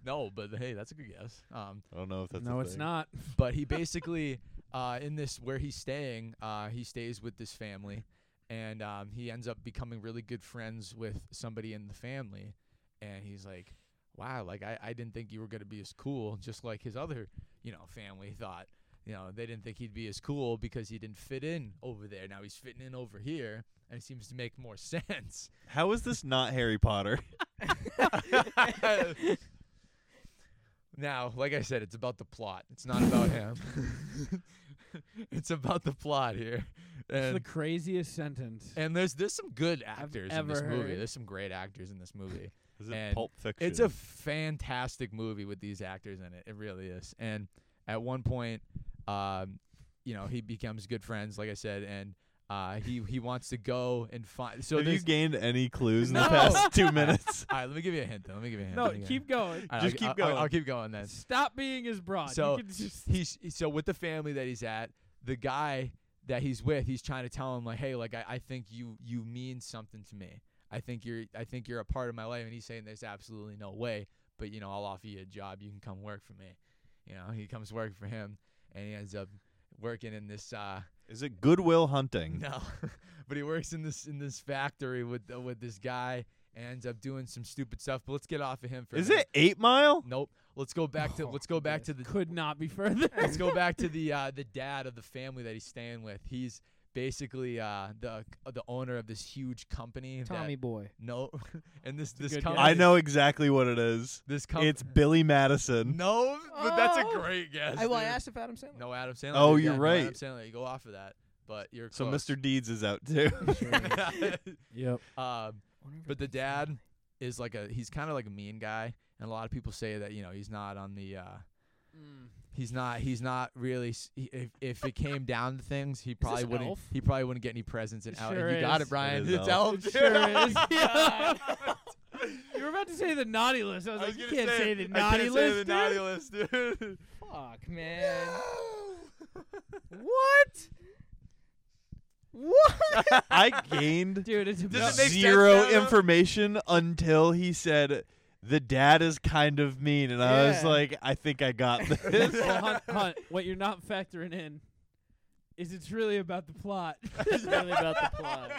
Speaker 6: no. But hey, that's a good guess. Um,
Speaker 1: I don't know if that's. a
Speaker 5: no, it's
Speaker 1: thing.
Speaker 5: not.
Speaker 6: but he basically uh, in this where he's staying uh, he stays with this family and um, he ends up becoming really good friends with somebody in the family and he's like wow like i, I didn't think you were going to be as cool just like his other you know family thought you know they didn't think he'd be as cool because he didn't fit in over there now he's fitting in over here and it seems to make more sense
Speaker 1: How is this not Harry Potter?
Speaker 6: now like i said it's about the plot it's not about him it's about the plot here
Speaker 5: It's
Speaker 6: and
Speaker 5: the craziest sentence.
Speaker 6: And there's there's some good actors in this
Speaker 5: ever
Speaker 6: movie.
Speaker 5: heard.
Speaker 6: There's some great actors in this movie.
Speaker 1: Is it
Speaker 6: And
Speaker 1: Pulp Fiction?
Speaker 6: it's a fantastic movie with these actors in it. It really is. And at one point, um, you know, he becomes good friends, like I said, and Uh, he he wants to go and find. So
Speaker 1: Have you
Speaker 6: there's-
Speaker 1: gained any clues in the
Speaker 5: No.
Speaker 1: past two minutes?
Speaker 6: all right, let me give you a hint. Though. Let me give you a hint.
Speaker 5: No,
Speaker 6: let me give you a
Speaker 5: keep going.
Speaker 6: hint. All
Speaker 1: just
Speaker 6: I'll-
Speaker 1: keep
Speaker 6: I'll-
Speaker 1: going.
Speaker 6: I'll keep going then.
Speaker 5: Stop being as broad. You
Speaker 6: So
Speaker 5: can just-
Speaker 6: he's so with the family that he's at, the guy that he's with, he's trying to tell him like, hey, like I, I think you you mean something to me. I think you're I think you're a part of my life, and he's saying there's absolutely no way, but you know I'll offer you a job. You can come work for me. You know he comes work for him, and he ends up working in this uh
Speaker 1: Is it Goodwill Hunting?
Speaker 6: no, but he works in this in this factory with uh, with this guy. and Ends up doing some stupid stuff, but let's get off of him for. a
Speaker 1: Is
Speaker 6: minute.
Speaker 1: it Oh, Eight Mile?
Speaker 6: Nope. Let's go back to let's go back to the
Speaker 5: could not be further.
Speaker 6: Let's go back to the uh, the dad of the family that he's staying with. He's basically uh, the the owner of this huge company. that-
Speaker 2: Tommy Boy.
Speaker 6: no, and this this
Speaker 5: good
Speaker 6: company.
Speaker 1: I know exactly what it is.
Speaker 6: this company.
Speaker 1: It's Billy Madison.
Speaker 6: no, but that's a
Speaker 2: Oh.
Speaker 6: great guess.
Speaker 2: I, well, I
Speaker 6: dude.
Speaker 2: asked if Adam Sandler.
Speaker 6: No Adam Sandler.
Speaker 1: Oh,
Speaker 6: dude.
Speaker 1: you're
Speaker 6: Yeah, no
Speaker 1: right.
Speaker 6: Adam Sandler. You go off of that, but you're
Speaker 1: So
Speaker 6: close.
Speaker 1: Mr. Deeds is out too.
Speaker 5: yep.
Speaker 6: um, but the dad is like a he's kind of like a mean guy, and a lot of people say that you know he's not on the. Uh,
Speaker 5: Mm.
Speaker 6: He's not. He's not really. s- he- If if it came down to things, he probably wouldn't.
Speaker 2: Elf?
Speaker 6: He probably wouldn't get any presents in
Speaker 5: It
Speaker 6: out.
Speaker 5: sure
Speaker 6: you got
Speaker 5: is.
Speaker 6: it, Brian.
Speaker 1: It is
Speaker 6: it's
Speaker 1: Elf.
Speaker 6: Elf.
Speaker 5: Sure is. you were about to say the naughty list. I was,
Speaker 6: I was
Speaker 5: like, you
Speaker 6: gonna
Speaker 5: can't
Speaker 6: say,
Speaker 5: say, the naughty list.
Speaker 6: I can't say the naughty list, dude.
Speaker 2: Fuck, man.
Speaker 5: What?
Speaker 1: I gained
Speaker 5: Dude, it's about
Speaker 6: Does it make sense
Speaker 1: zero
Speaker 6: now, though?
Speaker 1: information until he said the dad is kind of mean, and I was
Speaker 2: Yeah.
Speaker 1: like, I think I got
Speaker 5: Well,
Speaker 1: this.
Speaker 5: Hunt, Hunt, what you're not factoring in is it's really about the plot.
Speaker 2: It's really about the plot.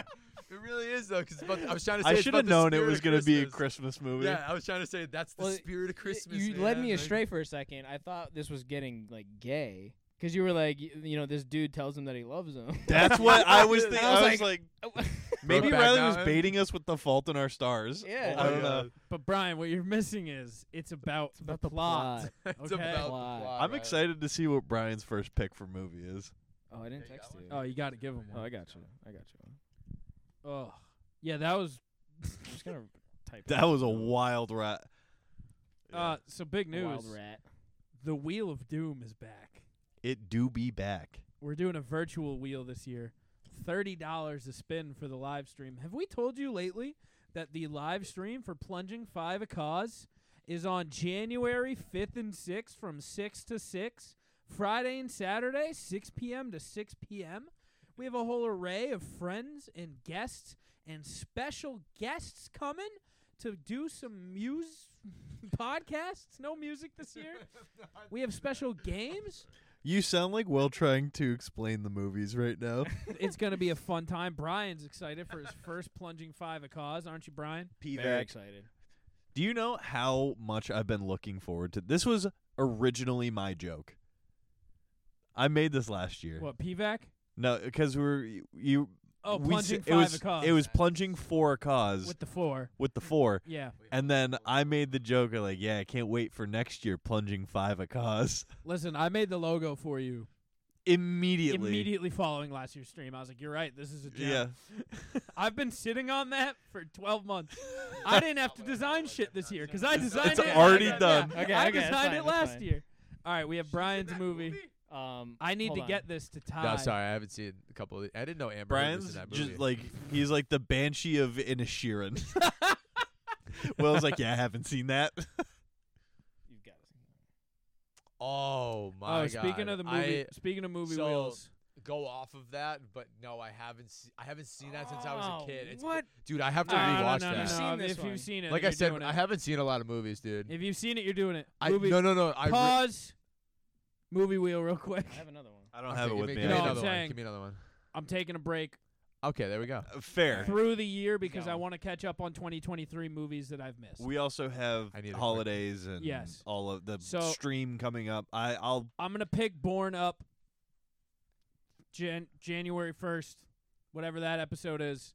Speaker 6: It really is though, because I was trying to. Say
Speaker 1: I
Speaker 6: it's
Speaker 1: should
Speaker 6: about
Speaker 1: have
Speaker 6: the
Speaker 1: known it
Speaker 6: spirit
Speaker 1: was
Speaker 6: of
Speaker 1: going to be a
Speaker 6: Christmas.
Speaker 1: Christmas movie.
Speaker 6: Yeah, I was trying to say that's the
Speaker 2: Well,
Speaker 6: spirit of
Speaker 2: Y-
Speaker 6: Christmas.
Speaker 2: You led
Speaker 6: man.
Speaker 2: me
Speaker 6: Like-
Speaker 2: astray for a second. I thought this was getting like gay because you were like, y- you know, this dude tells him that he loves him.
Speaker 1: That's what I was
Speaker 2: And
Speaker 1: thinking.
Speaker 2: I was
Speaker 1: like,
Speaker 6: Brokeback
Speaker 1: maybe Riley was
Speaker 6: Mountain?
Speaker 1: baiting us with the Fault in Our Stars.
Speaker 2: Yeah.
Speaker 1: I don't
Speaker 6: Oh, yeah.
Speaker 1: know.
Speaker 5: but Brian, what you're missing is it's about, the,
Speaker 2: about the
Speaker 5: plot.
Speaker 6: It's
Speaker 5: okay.
Speaker 6: about the
Speaker 2: Plot.
Speaker 6: plot,
Speaker 1: I'm
Speaker 6: right.
Speaker 1: excited to see what Brian's first pick for movie is.
Speaker 2: oh, I didn't
Speaker 6: Yeah, you
Speaker 2: text
Speaker 6: got
Speaker 2: you.
Speaker 5: Oh, you got to give him
Speaker 2: Oh, I
Speaker 5: one.
Speaker 2: got you. I got you.
Speaker 5: Oh, yeah, that was.
Speaker 2: I'm just gonna type.
Speaker 1: That was a wild rat.
Speaker 5: Uh, so big news.
Speaker 2: Wild rat.
Speaker 5: The Wheel of Doom is back.
Speaker 1: It do be back.
Speaker 5: We're doing a virtual wheel this year. Thirty dollars a spin for the live stream. Have we told you lately that the live stream for plunging five a cause is on January fifth and sixth from six to six, Friday and Saturday, six p.m. to six p.m. We have a whole array of friends and guests and special guests coming to do some muse podcasts. No music this year. We have special games.
Speaker 1: You sound like Will trying to explain the movies right now.
Speaker 5: it's going to be a fun time. Brian's excited for his first plunging five a cause, aren't you, Brian?
Speaker 2: Very excited.
Speaker 1: Do you know how much I've been looking forward to? This was originally my joke. I made this last year.
Speaker 5: What PVAC?
Speaker 1: No, because we were you.
Speaker 5: Oh,
Speaker 1: we
Speaker 5: plunging
Speaker 1: s-
Speaker 5: five
Speaker 1: it was,
Speaker 5: a cause.
Speaker 1: It was plunging for a cause with,
Speaker 5: with the four.
Speaker 1: the four,
Speaker 5: Yeah,
Speaker 1: and then I made the joke of like, yeah, I can't wait for next year plunging five a cause.
Speaker 5: listen, I made the logo for you
Speaker 1: Immediately.
Speaker 5: immediately following last year's stream. I was like, "You're right, this is a gem."
Speaker 1: Yeah.
Speaker 5: I've been sitting on that for 12 months. I didn't have to design shit this year because I designed
Speaker 1: it's
Speaker 5: it.
Speaker 1: already
Speaker 5: Yeah,
Speaker 1: done.
Speaker 2: Okay,
Speaker 5: I
Speaker 2: okay, that's
Speaker 5: designed
Speaker 2: fine,
Speaker 5: it
Speaker 2: that's
Speaker 5: last
Speaker 2: fine.
Speaker 5: year. All right, we have Brian's movie.
Speaker 2: Um,
Speaker 5: I need
Speaker 2: hold
Speaker 5: to
Speaker 2: on.
Speaker 5: get this to tie.
Speaker 6: No, sorry, I haven't seen a couple. Of, I didn't know Amber. Heard was
Speaker 1: Brian's
Speaker 6: in that movie.
Speaker 1: just like he's like the banshee of Inishirin. Will's like, yeah, I haven't seen that.
Speaker 2: You've got it.
Speaker 6: oh my
Speaker 5: Oh,
Speaker 6: god.
Speaker 5: speaking of the
Speaker 6: I-
Speaker 5: movie, speaking of movie
Speaker 6: so-
Speaker 5: wheels,
Speaker 6: go off of that, but no, I haven't. Se- I haven't seen that since I was
Speaker 2: Oh,
Speaker 6: a kid. It's,
Speaker 2: what?
Speaker 6: dude? I have to
Speaker 5: no, no,
Speaker 6: rewatch
Speaker 5: no, no,
Speaker 6: that.
Speaker 5: no,
Speaker 2: You've seen
Speaker 5: If
Speaker 2: this one.
Speaker 5: you've seen it,
Speaker 6: Like I
Speaker 5: you're
Speaker 6: said,
Speaker 5: doing it.
Speaker 6: I haven't seen a lot of movies, dude.
Speaker 5: If you've seen it, you're doing it.
Speaker 6: I
Speaker 5: movie,
Speaker 6: no no no. I re-
Speaker 5: pause. movie wheel, real quick.
Speaker 2: I have another one.
Speaker 1: I don't
Speaker 6: Okay,
Speaker 1: have it
Speaker 6: give
Speaker 1: with
Speaker 6: me,
Speaker 1: me.
Speaker 6: Give
Speaker 5: No,
Speaker 6: me
Speaker 5: I'm
Speaker 6: another one.
Speaker 5: saying-
Speaker 6: Give me another one.
Speaker 5: I'm taking a break
Speaker 6: Okay, there we go.
Speaker 1: Uh, Fair.
Speaker 5: through the year because
Speaker 2: Go.
Speaker 5: I want to catch up on 2023 movies that I've missed.
Speaker 1: We also have
Speaker 6: I need a quick-
Speaker 1: holidays and
Speaker 5: Yes.
Speaker 1: all of the
Speaker 5: So-
Speaker 1: stream coming up. I, I'll
Speaker 5: I'm gonna pick Born Up. Jan- January 1st, whatever that episode is.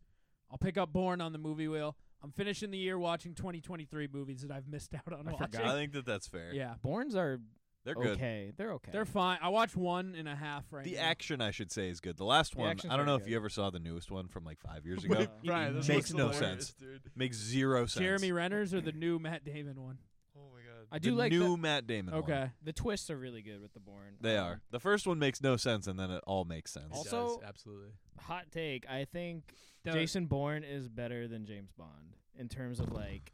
Speaker 5: I'll pick up Born on the movie wheel. I'm finishing the year watching 2023 movies that I've missed out on
Speaker 2: I
Speaker 5: watching.
Speaker 2: forgot.
Speaker 1: I think that that's fair.
Speaker 5: Yeah,
Speaker 2: Borns are
Speaker 1: They're good.
Speaker 2: okay. They're okay.
Speaker 5: they're fine. I watched one and a half right
Speaker 1: The
Speaker 5: now.
Speaker 1: action, I should say, is good. The last
Speaker 2: The
Speaker 1: one,
Speaker 2: action's
Speaker 1: I don't know
Speaker 2: very
Speaker 1: if
Speaker 2: good.
Speaker 1: you ever saw the newest one from like five years ago.
Speaker 2: Wait,
Speaker 1: It makes no sense. Makes zero sense.
Speaker 5: Jeremy Renner's or the new Matt Damon one.
Speaker 6: Oh my god.
Speaker 2: I do
Speaker 1: the
Speaker 2: like
Speaker 1: new
Speaker 2: the,
Speaker 1: Matt Damon. one.
Speaker 5: Okay.
Speaker 2: the twists are really good with the Bourne.
Speaker 1: They
Speaker 2: Um,
Speaker 1: are. The first one makes no sense, and then it all makes sense.
Speaker 2: It Also-
Speaker 6: absolutely.
Speaker 2: Hot take. I think
Speaker 5: The-
Speaker 2: Jason Bourne is better than James Bond in terms of like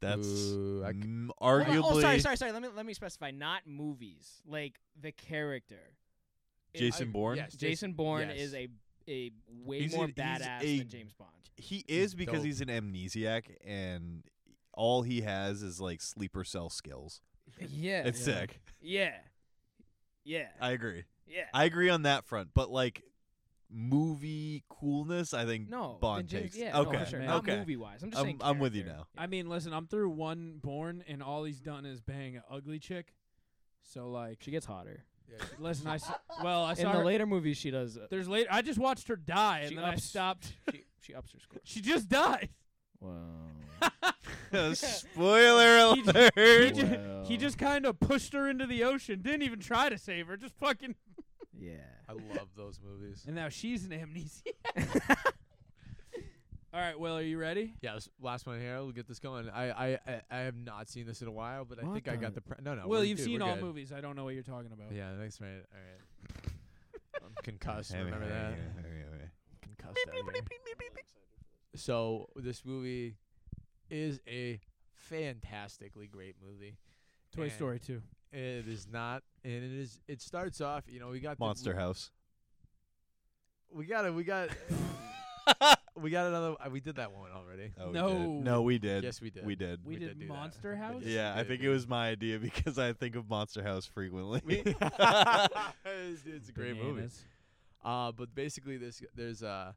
Speaker 1: That's
Speaker 6: Ooh, I c-
Speaker 1: mm,
Speaker 2: Hold on,
Speaker 1: arguably
Speaker 2: Oh, sorry, sorry, sorry. Let me let me specify. Not movies. Like the character. It-
Speaker 1: Jason
Speaker 6: I-
Speaker 1: Bourne.
Speaker 6: yes.
Speaker 2: Jason Bourne
Speaker 6: yes.
Speaker 2: is a a way
Speaker 1: He's a-
Speaker 2: more
Speaker 1: he's
Speaker 2: badass
Speaker 1: a-
Speaker 2: than James Bond.
Speaker 1: He is because
Speaker 6: dope.
Speaker 1: he's an amnesiac, and all he has is like sleeper cell skills.
Speaker 2: yeah.
Speaker 1: It's
Speaker 6: Yeah.
Speaker 1: sick.
Speaker 2: yeah. Yeah.
Speaker 1: I agree.
Speaker 2: yeah.
Speaker 1: I agree on that front, but like movie coolness, I think
Speaker 2: no.
Speaker 1: Bond
Speaker 2: then James,
Speaker 1: takes.
Speaker 2: Yeah,
Speaker 1: okay,
Speaker 2: No, for sure.
Speaker 5: man.
Speaker 2: Not
Speaker 1: okay.
Speaker 2: movie wise. I'm just saying.
Speaker 1: I'm, I'm with you
Speaker 2: character.
Speaker 1: now.
Speaker 5: I mean, listen, I'm through one born, and all he's done is bang an ugly chick. So like,
Speaker 2: She gets hotter.
Speaker 6: Yeah,
Speaker 5: listen, I s- well, I
Speaker 2: In
Speaker 5: saw
Speaker 2: the
Speaker 5: her,
Speaker 2: later movies, she does. Uh,
Speaker 5: there's later. I just watched her die,
Speaker 2: She
Speaker 5: and then I
Speaker 2: ups-
Speaker 5: stopped.
Speaker 2: she, she ups her score.
Speaker 5: She just died.
Speaker 2: Wow.
Speaker 1: uh, Spoiler
Speaker 5: He
Speaker 1: alert.
Speaker 5: he ju- He just
Speaker 2: Oh.
Speaker 5: kind of pushed her into the ocean. Didn't even try to save her. Just fucking.
Speaker 2: Yeah.
Speaker 6: I love those movies.
Speaker 5: And now she's an amnesia. All right, Will, are you ready?
Speaker 6: Yeah, this last one here. We'll get this going. I I, I, I have not seen this in a while, but I
Speaker 2: What
Speaker 6: think I got
Speaker 2: the-
Speaker 6: the pre- no no.
Speaker 5: Will,
Speaker 6: we're
Speaker 5: you've
Speaker 6: good,
Speaker 5: seen
Speaker 6: we're
Speaker 5: all
Speaker 6: good.
Speaker 5: movies. I don't know what you're talking about.
Speaker 6: Yeah, thanks, man. All right. I'm concussed. Remember that? Concussed. out here. So this movie is a fantastically great movie.
Speaker 5: Toy
Speaker 6: And
Speaker 5: Story 2.
Speaker 6: It is not, and it is. It starts off. You know, we got the-
Speaker 1: Monster House.
Speaker 6: We got it. We got. we got another. uh, We did that one already.
Speaker 1: Oh, we did.
Speaker 5: No.
Speaker 1: no, we did.
Speaker 6: Yes, we did.
Speaker 1: we did.
Speaker 5: We,
Speaker 6: we
Speaker 5: did,
Speaker 6: did do that.
Speaker 5: Monster
Speaker 6: We
Speaker 5: House?
Speaker 6: did.
Speaker 1: Yeah, I think it was my idea because I think of Monster House frequently.
Speaker 6: We- it's, it's a great movie.
Speaker 5: Bananas.
Speaker 6: Uh, but basically, this there's uh,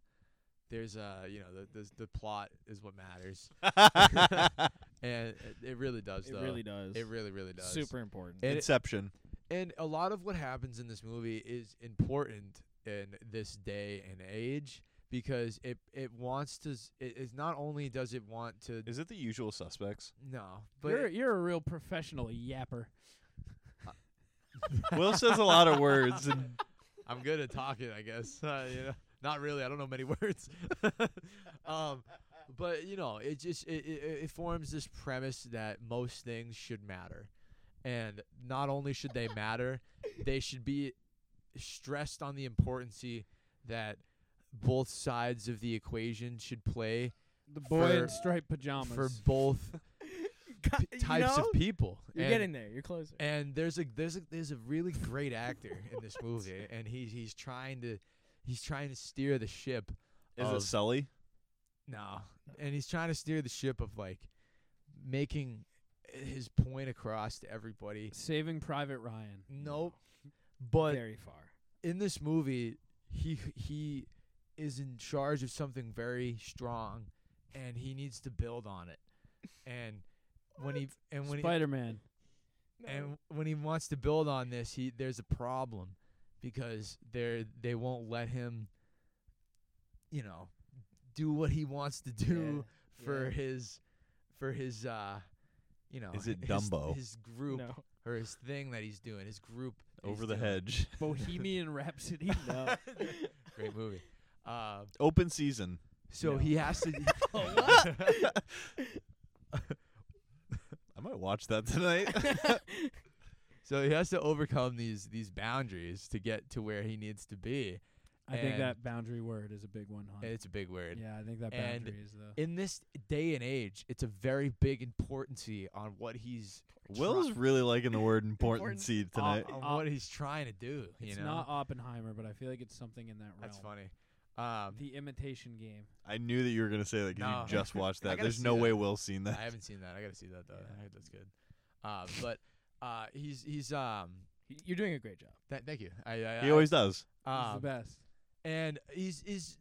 Speaker 6: there's uh, you know, the the, the plot is what matters, and it, it really does.
Speaker 2: It
Speaker 6: though.
Speaker 2: really does.
Speaker 6: It really really does.
Speaker 2: Super important.
Speaker 6: And it-
Speaker 1: Inception.
Speaker 6: and a lot of what happens in this movie is important in this day and age because it it wants to. s- It is not only does it want to.
Speaker 1: Is it the usual suspects?
Speaker 6: No, but
Speaker 5: You're, you're a real professional yapper.
Speaker 1: Will says a lot of words, and
Speaker 6: I'm good at talking, I guess. Uh, you know, not really. I don't know many words. um, but you know, it just it, it, it forms this premise that most things should matter, and not only should they matter, they should be stressed on the importance that both sides of the equation should play
Speaker 5: The boy
Speaker 6: For-
Speaker 5: in striped pajamas.
Speaker 6: for both
Speaker 2: God,
Speaker 6: p- types
Speaker 2: know?
Speaker 6: of people.
Speaker 2: You're
Speaker 6: And-
Speaker 2: getting there. You're closer.
Speaker 6: and there's a there's a there's a really great actor in this movie, and he's he's trying to he's trying to steer the ship.
Speaker 1: is
Speaker 6: of,
Speaker 1: it Sully?
Speaker 6: no? And he's trying to steer the ship of like making his point across to everybody.
Speaker 5: Saving Private Ryan.
Speaker 6: Nope. But
Speaker 2: Very far.
Speaker 6: in this movie, he he is in charge of something very strong, and he needs to build on it. And when he and when he,
Speaker 5: Spider Man.
Speaker 6: and when he wants to build on this, he there's a problem because they they won't let him, you know, do what he wants to do for
Speaker 2: yeah.
Speaker 6: his for his uh, you know,
Speaker 1: Is it
Speaker 6: his-
Speaker 1: Dumbo?
Speaker 6: his, group
Speaker 2: No.
Speaker 6: or his thing that he's doing, his group that he's
Speaker 1: Over the
Speaker 6: doing.
Speaker 1: hedge.
Speaker 5: Bohemian Rhapsody.
Speaker 2: No.
Speaker 6: Great movie. Uh,
Speaker 1: Open season.
Speaker 6: so
Speaker 2: No.
Speaker 6: he has to.
Speaker 2: Oh,
Speaker 1: I might watch that tonight.
Speaker 6: so he has to overcome these these boundaries to get to where he needs to be.
Speaker 5: I think
Speaker 6: And-
Speaker 5: that boundary word is a big one, huh?
Speaker 6: And it's a big word.
Speaker 5: Yeah, I think that
Speaker 6: and
Speaker 5: boundary is the.
Speaker 6: in this day and age, it's a very big importancy on what he's
Speaker 1: Will's really liking the word important
Speaker 2: Important.
Speaker 1: seed
Speaker 6: try-
Speaker 1: tonight.
Speaker 6: on,
Speaker 5: Uh,
Speaker 6: on what he's trying to do. You
Speaker 5: It's
Speaker 6: know,
Speaker 5: not Oppenheimer, but I feel like it's something in that realm.
Speaker 6: that's funny. Um,
Speaker 5: The Imitation Game.
Speaker 1: I knew that you were gonna say that 'cause
Speaker 6: No.
Speaker 1: you just watched
Speaker 6: I
Speaker 1: that.
Speaker 6: gotta
Speaker 1: There's
Speaker 6: see
Speaker 1: no
Speaker 6: that.
Speaker 1: way Will's seen that.
Speaker 6: I haven't seen that. I gotta see that though.
Speaker 2: Yeah.
Speaker 6: I heard that's good. Uh, but uh, he's he's um.
Speaker 2: You're doing a great job.
Speaker 6: That, thank you. I, I,
Speaker 1: he
Speaker 6: I-
Speaker 1: always does.
Speaker 5: It's
Speaker 6: um,
Speaker 5: the best.
Speaker 6: and he's is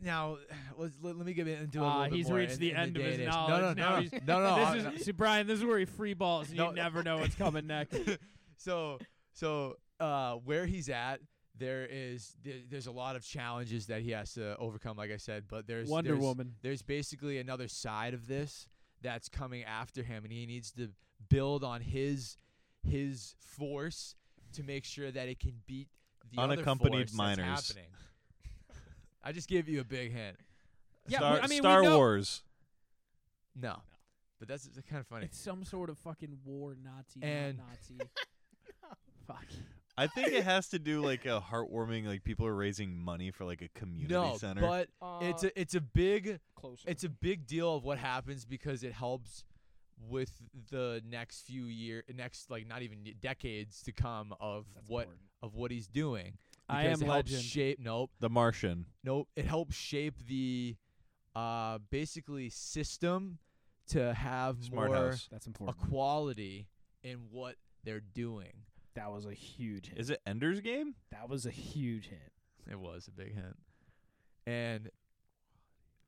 Speaker 6: now. Let's, let, let me get into a
Speaker 5: Ah,
Speaker 6: little bit
Speaker 5: he's
Speaker 6: more
Speaker 5: reached
Speaker 6: in-
Speaker 5: the
Speaker 6: in
Speaker 5: end of
Speaker 6: day
Speaker 5: his
Speaker 6: and age. No, no,
Speaker 5: knowledge. Now
Speaker 6: no,
Speaker 5: he's-
Speaker 6: no, no.
Speaker 5: this
Speaker 6: I-
Speaker 5: is see, Brian. This is where he free balls, and
Speaker 6: No.
Speaker 5: you never know what's coming next.
Speaker 6: so so uh where he's at there is there, there's a lot of challenges that he has to overcome like i said but there's
Speaker 5: Wonder
Speaker 6: there's,
Speaker 5: Woman.
Speaker 6: there's basically another side of this that's coming after him and he needs to build on his his force to make sure that it can beat the other
Speaker 1: Unaccompanied
Speaker 6: force that's
Speaker 1: minors.
Speaker 6: happening. i just give you a big hint
Speaker 5: Yeah, we-
Speaker 1: Star,
Speaker 5: I mean, we
Speaker 1: Star
Speaker 5: know-
Speaker 1: Wars.
Speaker 6: no But that's it's kind of funny.
Speaker 5: It's some sort of fucking war Nazi, not
Speaker 6: And-
Speaker 5: Nazi. Fuck.
Speaker 1: I think it has to do like a heartwarming, like people are raising money for like a community
Speaker 6: no,
Speaker 1: center.
Speaker 6: but
Speaker 2: Uh,
Speaker 6: it's a it's a big
Speaker 2: closer.
Speaker 6: it's a big deal of what happens because it helps with the next few year next like not even y- decades to come of
Speaker 2: That's
Speaker 6: what
Speaker 2: important.
Speaker 6: of what he's doing.
Speaker 5: I
Speaker 6: because
Speaker 5: am
Speaker 6: it helps
Speaker 5: legend.
Speaker 6: Shape nope
Speaker 1: the Martian.
Speaker 6: nope it helps shape the uh basically system to have
Speaker 1: Smart
Speaker 6: more
Speaker 1: house.
Speaker 2: That's important.
Speaker 6: equality in what they're doing.
Speaker 2: that was a huge hit.
Speaker 1: Is it Ender's Game?
Speaker 2: that was a huge hit.
Speaker 6: It was a big hint. And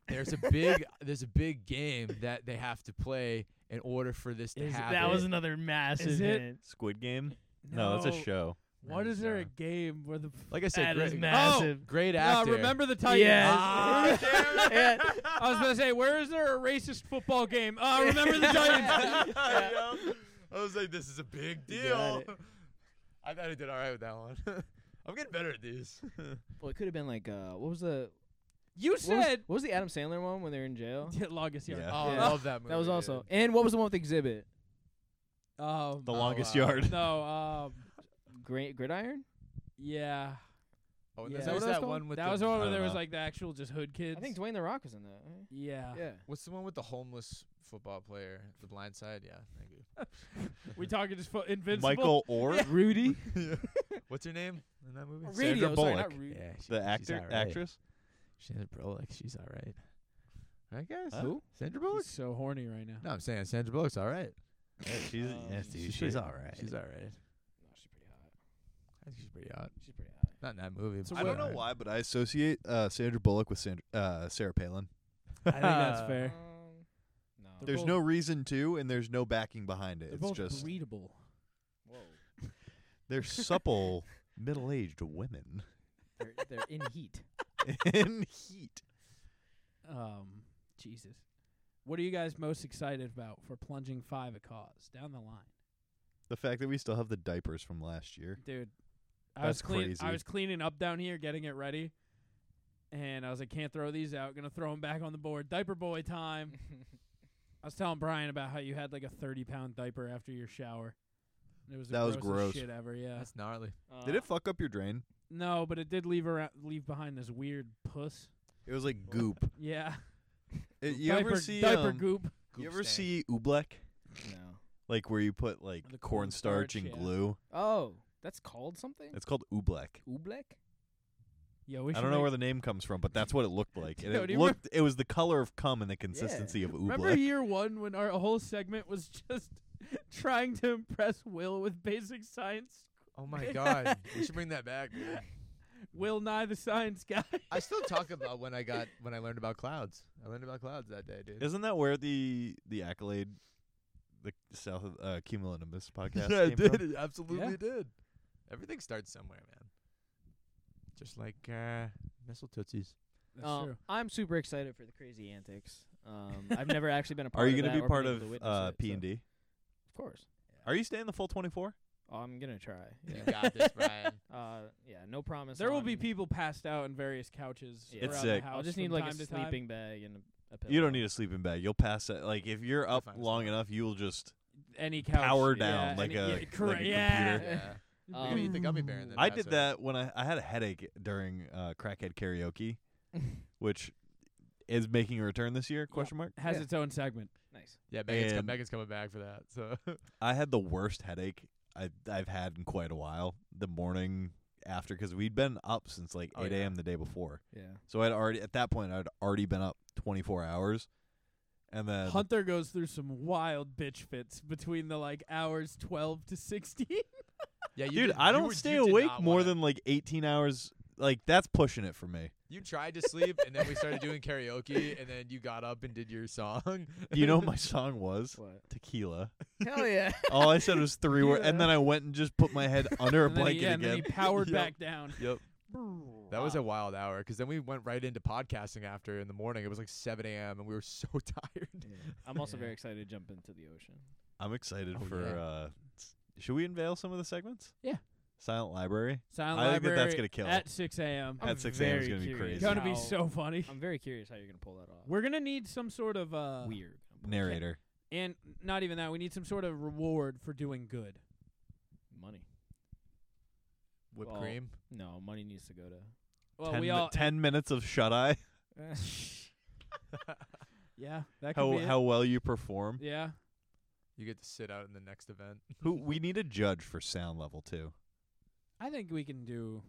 Speaker 6: there's a big there's a big game that they have to play in order for this to happen.
Speaker 2: that was another massive
Speaker 5: Is it-
Speaker 2: hit.
Speaker 1: Squid Game? No, that's a show.
Speaker 5: What
Speaker 6: No,
Speaker 5: is there a
Speaker 6: so-
Speaker 5: game where the?
Speaker 6: like I said,
Speaker 2: That is
Speaker 6: great,
Speaker 2: massive.
Speaker 6: Oh, great
Speaker 5: Ah,
Speaker 6: actor.
Speaker 5: remember the Titans.
Speaker 2: Yes.
Speaker 6: Ah, damn it.
Speaker 2: Yeah.
Speaker 5: I was gonna say, where is there a racist football game? Uh, remember the Titans.
Speaker 6: Yo, I was like, this is a big deal.
Speaker 2: got
Speaker 6: I thought I did all right with that one. I'm getting better at these.
Speaker 2: Well, it could have been like uh, what was the
Speaker 5: You
Speaker 2: what was,
Speaker 5: said
Speaker 2: what was the Adam Sandler one when they were in jail?
Speaker 5: Yeah, longest yard.
Speaker 1: Yeah.
Speaker 6: Oh,
Speaker 2: Yeah.
Speaker 6: I love that movie.
Speaker 2: That was
Speaker 6: dude.
Speaker 2: also and what was the one with Exhibit?
Speaker 5: Um,
Speaker 1: The
Speaker 6: Oh,
Speaker 1: Longest
Speaker 6: wow.
Speaker 1: Yard.
Speaker 5: no. Um,
Speaker 2: Gra- Gridiron?
Speaker 5: yeah.
Speaker 6: Oh, and
Speaker 5: Yeah. Is
Speaker 6: there's
Speaker 5: that what
Speaker 6: that,
Speaker 5: it was
Speaker 2: called?
Speaker 6: one with
Speaker 5: that
Speaker 6: the,
Speaker 5: was the one where
Speaker 1: I
Speaker 5: there
Speaker 1: don't
Speaker 5: was
Speaker 1: know.
Speaker 5: like the actual just hood kids.
Speaker 2: I think Dwayne the Rock was in that. Right?
Speaker 5: yeah.
Speaker 2: Yeah.
Speaker 6: What's the one with the homeless football player? The Blind Side. Yeah, thank you.
Speaker 5: We talking just fo- invincible.
Speaker 1: Michael Orr,
Speaker 2: Rudy.
Speaker 6: What's her name in that movie?
Speaker 1: Sandra
Speaker 2: Radio, sorry, not
Speaker 1: Bullock.
Speaker 2: Rudy.
Speaker 1: the actor, actress.
Speaker 6: Sandra Bullock. She's all right. I guess.
Speaker 1: Huh? Who?
Speaker 6: Sandra
Speaker 5: He's so horny right now.
Speaker 6: No, I'm saying Sandra Bullock's all right.
Speaker 1: she's
Speaker 2: Um,
Speaker 1: yes, dude. Oh, She's,
Speaker 6: pretty-
Speaker 1: all right.
Speaker 6: She's all right.
Speaker 2: No, she's pretty hot.
Speaker 6: I think she's pretty hot.
Speaker 2: She's pretty hot.
Speaker 6: Not in that movie.
Speaker 5: So
Speaker 6: but
Speaker 1: I
Speaker 6: she's
Speaker 1: don't know
Speaker 6: all right.
Speaker 1: why, but I associate uh, Sandra Bullock with Sandra, uh, Sarah Palin.
Speaker 5: I think that's fair.
Speaker 2: Um, no.
Speaker 5: They're
Speaker 1: There's
Speaker 5: both-
Speaker 1: no reason to, and there's no backing behind it.
Speaker 5: They're
Speaker 1: It's
Speaker 5: both
Speaker 1: just
Speaker 5: readable.
Speaker 2: Whoa.
Speaker 1: they're supple, middle-aged women
Speaker 2: They're, they're in heat.
Speaker 1: in heat.
Speaker 5: Um, Jesus. What are you guys most excited about for plunging five a cause down the line,
Speaker 1: The fact that we still have the diapers from last year.
Speaker 5: dude? I
Speaker 1: That's
Speaker 5: was clean,
Speaker 1: crazy.
Speaker 5: I was cleaning up down here, getting it ready, and I was like, can't throw these out. Gonna throw 'em back on the board. Diaper boy time. I was telling Brian about how you had like a thirty pound diaper after your shower. And It was the
Speaker 1: That was
Speaker 5: grossest
Speaker 1: gross.
Speaker 5: shit ever. Yeah.
Speaker 6: That's gnarly.
Speaker 1: Did
Speaker 5: Uh.
Speaker 1: it fuck up your drain?
Speaker 5: no, but it did leave around, leave behind this weird puss.
Speaker 1: It was like goop.
Speaker 5: Yeah.
Speaker 1: It- you
Speaker 5: diaper
Speaker 1: ever see
Speaker 5: diaper
Speaker 1: um,
Speaker 5: goop?
Speaker 1: You
Speaker 6: Goop
Speaker 1: ever
Speaker 6: stank.
Speaker 1: see Oobleck?
Speaker 2: Uh, no.
Speaker 1: Like where you put like
Speaker 5: The cornstarch,
Speaker 1: cornstarch and
Speaker 5: yeah.
Speaker 1: glue.
Speaker 2: Oh, that's called something.
Speaker 1: It's called Oobleck.
Speaker 2: Ublek.
Speaker 5: Yeah, we
Speaker 1: I
Speaker 5: should
Speaker 1: don't know
Speaker 5: make-
Speaker 1: where the name comes from, but that's what it looked like. And
Speaker 5: Yo,
Speaker 1: it
Speaker 5: do you
Speaker 1: looked it was the color of cum and the consistency of
Speaker 5: Remember
Speaker 1: Oobleck.
Speaker 5: year one when our whole segment was just trying to impress Will with basic science?
Speaker 6: Oh my god, we should bring that back. dude.
Speaker 5: Will Nye the Science Guy.
Speaker 6: I still talk about when I got when I learned about clouds. I learned about clouds that day, dude.
Speaker 1: Isn't that where the the accolade the South of uh cumulonimbus podcast
Speaker 6: yeah,
Speaker 1: came
Speaker 6: it did.
Speaker 1: from?
Speaker 6: It absolutely
Speaker 5: Yeah.
Speaker 6: did. Everything starts somewhere, man. Just like uh, missile tootsies.
Speaker 5: That's
Speaker 2: Um,
Speaker 5: true.
Speaker 2: I'm super excited for the crazy antics. Um, I've never actually been a part.
Speaker 1: Are you
Speaker 2: going
Speaker 1: gonna
Speaker 2: to
Speaker 1: be part of
Speaker 2: witness
Speaker 1: uh
Speaker 2: it, so-
Speaker 1: P and D?
Speaker 2: Of course.
Speaker 1: Are you staying the full twenty four?
Speaker 2: Oh, I'm gonna try.
Speaker 6: You
Speaker 2: Yeah.
Speaker 6: got this, Brian.
Speaker 2: uh, yeah. No promise.
Speaker 5: there will be
Speaker 2: on-
Speaker 5: people passed out in various couches
Speaker 2: Yeah.
Speaker 5: around
Speaker 1: It's
Speaker 5: the
Speaker 1: sick.
Speaker 5: house.
Speaker 2: I'll just
Speaker 5: from
Speaker 2: need like a
Speaker 5: time to time.
Speaker 2: sleeping bag and a, a pillow.
Speaker 1: You don't need a sleeping bag. You'll pass that like if you're up
Speaker 6: find a
Speaker 1: long
Speaker 6: spot.
Speaker 1: enough you'll just
Speaker 5: Any couch.
Speaker 1: Power
Speaker 5: yeah,
Speaker 1: down, like
Speaker 5: any,
Speaker 1: a-
Speaker 5: yeah,
Speaker 1: like a
Speaker 5: correct,
Speaker 1: computer.
Speaker 5: yeah.
Speaker 6: yeah.
Speaker 2: Um,
Speaker 6: You're gonna eat the gummy bear and then
Speaker 1: I
Speaker 6: pass
Speaker 1: did
Speaker 6: out.
Speaker 1: that when I, I had a headache during uh, crackhead karaoke, which is making a return this year? Question mark.
Speaker 5: Has
Speaker 2: Yeah.
Speaker 5: its own segment.
Speaker 2: Nice.
Speaker 6: Yeah, Megan's, com-
Speaker 1: And-
Speaker 6: Megan's coming back for that. So
Speaker 1: I had the worst headache I, I've had in quite a while. The morning after, because we'd been up since like
Speaker 6: Oh,
Speaker 1: eight
Speaker 6: yeah.
Speaker 1: a.m. the day before,
Speaker 2: Yeah.
Speaker 1: so I'd already at that point I'd already been up twenty four hours, and then
Speaker 5: Hunter goes through some wild bitch fits between the like hours 12 to 16.
Speaker 6: yeah, you
Speaker 1: dude,
Speaker 6: did-
Speaker 1: I
Speaker 6: you
Speaker 1: don't
Speaker 6: were- you
Speaker 1: stay
Speaker 6: did not
Speaker 1: awake more
Speaker 6: wanna-
Speaker 1: than like eighteen hours. Like that's pushing it for me.
Speaker 6: you tried to sleep, and then we started doing karaoke, and then you got up and did your song.
Speaker 1: Do you know what my song was?
Speaker 2: What?
Speaker 1: Tequila.
Speaker 2: Hell yeah.
Speaker 1: All I said was three words, and then I went and just put my head under a
Speaker 5: and then he,
Speaker 1: blanket
Speaker 5: yeah, and then
Speaker 1: again.
Speaker 5: he powered
Speaker 6: Yep.
Speaker 5: back down.
Speaker 6: Yep. That was
Speaker 2: Wow.
Speaker 6: a wild hour because then we went right into podcasting after in the morning. It was like 7 a.m. and we were so tired.
Speaker 2: I'm also
Speaker 5: Yeah.
Speaker 2: very excited to jump into the ocean.
Speaker 1: I'm excited
Speaker 6: Oh,
Speaker 1: for.
Speaker 6: yeah.
Speaker 1: uh s- Should we unveil some of the segments?
Speaker 5: Yeah.
Speaker 1: Silent Library.
Speaker 5: Silent
Speaker 1: I think that
Speaker 5: Library
Speaker 1: that's gonna kill.
Speaker 5: at 6 a.m.
Speaker 2: I'm
Speaker 1: At 6 a.m. is
Speaker 2: very
Speaker 1: gonna be
Speaker 2: curious
Speaker 1: crazy.
Speaker 5: Gonna be
Speaker 2: how-
Speaker 5: so funny.
Speaker 2: I'm very curious how you're gonna pull that off.
Speaker 5: We're gonna need some sort of uh,
Speaker 2: weird.
Speaker 1: Narrator.
Speaker 5: And not even that. We need some sort of reward for doing good.
Speaker 2: Money.
Speaker 6: Whipped
Speaker 2: Well,
Speaker 6: cream.
Speaker 2: No, money needs to go to.
Speaker 5: Well,
Speaker 1: ten,
Speaker 5: we
Speaker 1: mi-
Speaker 5: all.
Speaker 1: 10 minutes of shut eye.
Speaker 5: yeah, that could
Speaker 1: How
Speaker 5: be it.
Speaker 1: how well you perform.
Speaker 5: Yeah,
Speaker 6: You get to sit out in the next event.
Speaker 1: Who we need a judge for sound level too.
Speaker 5: I think we can do.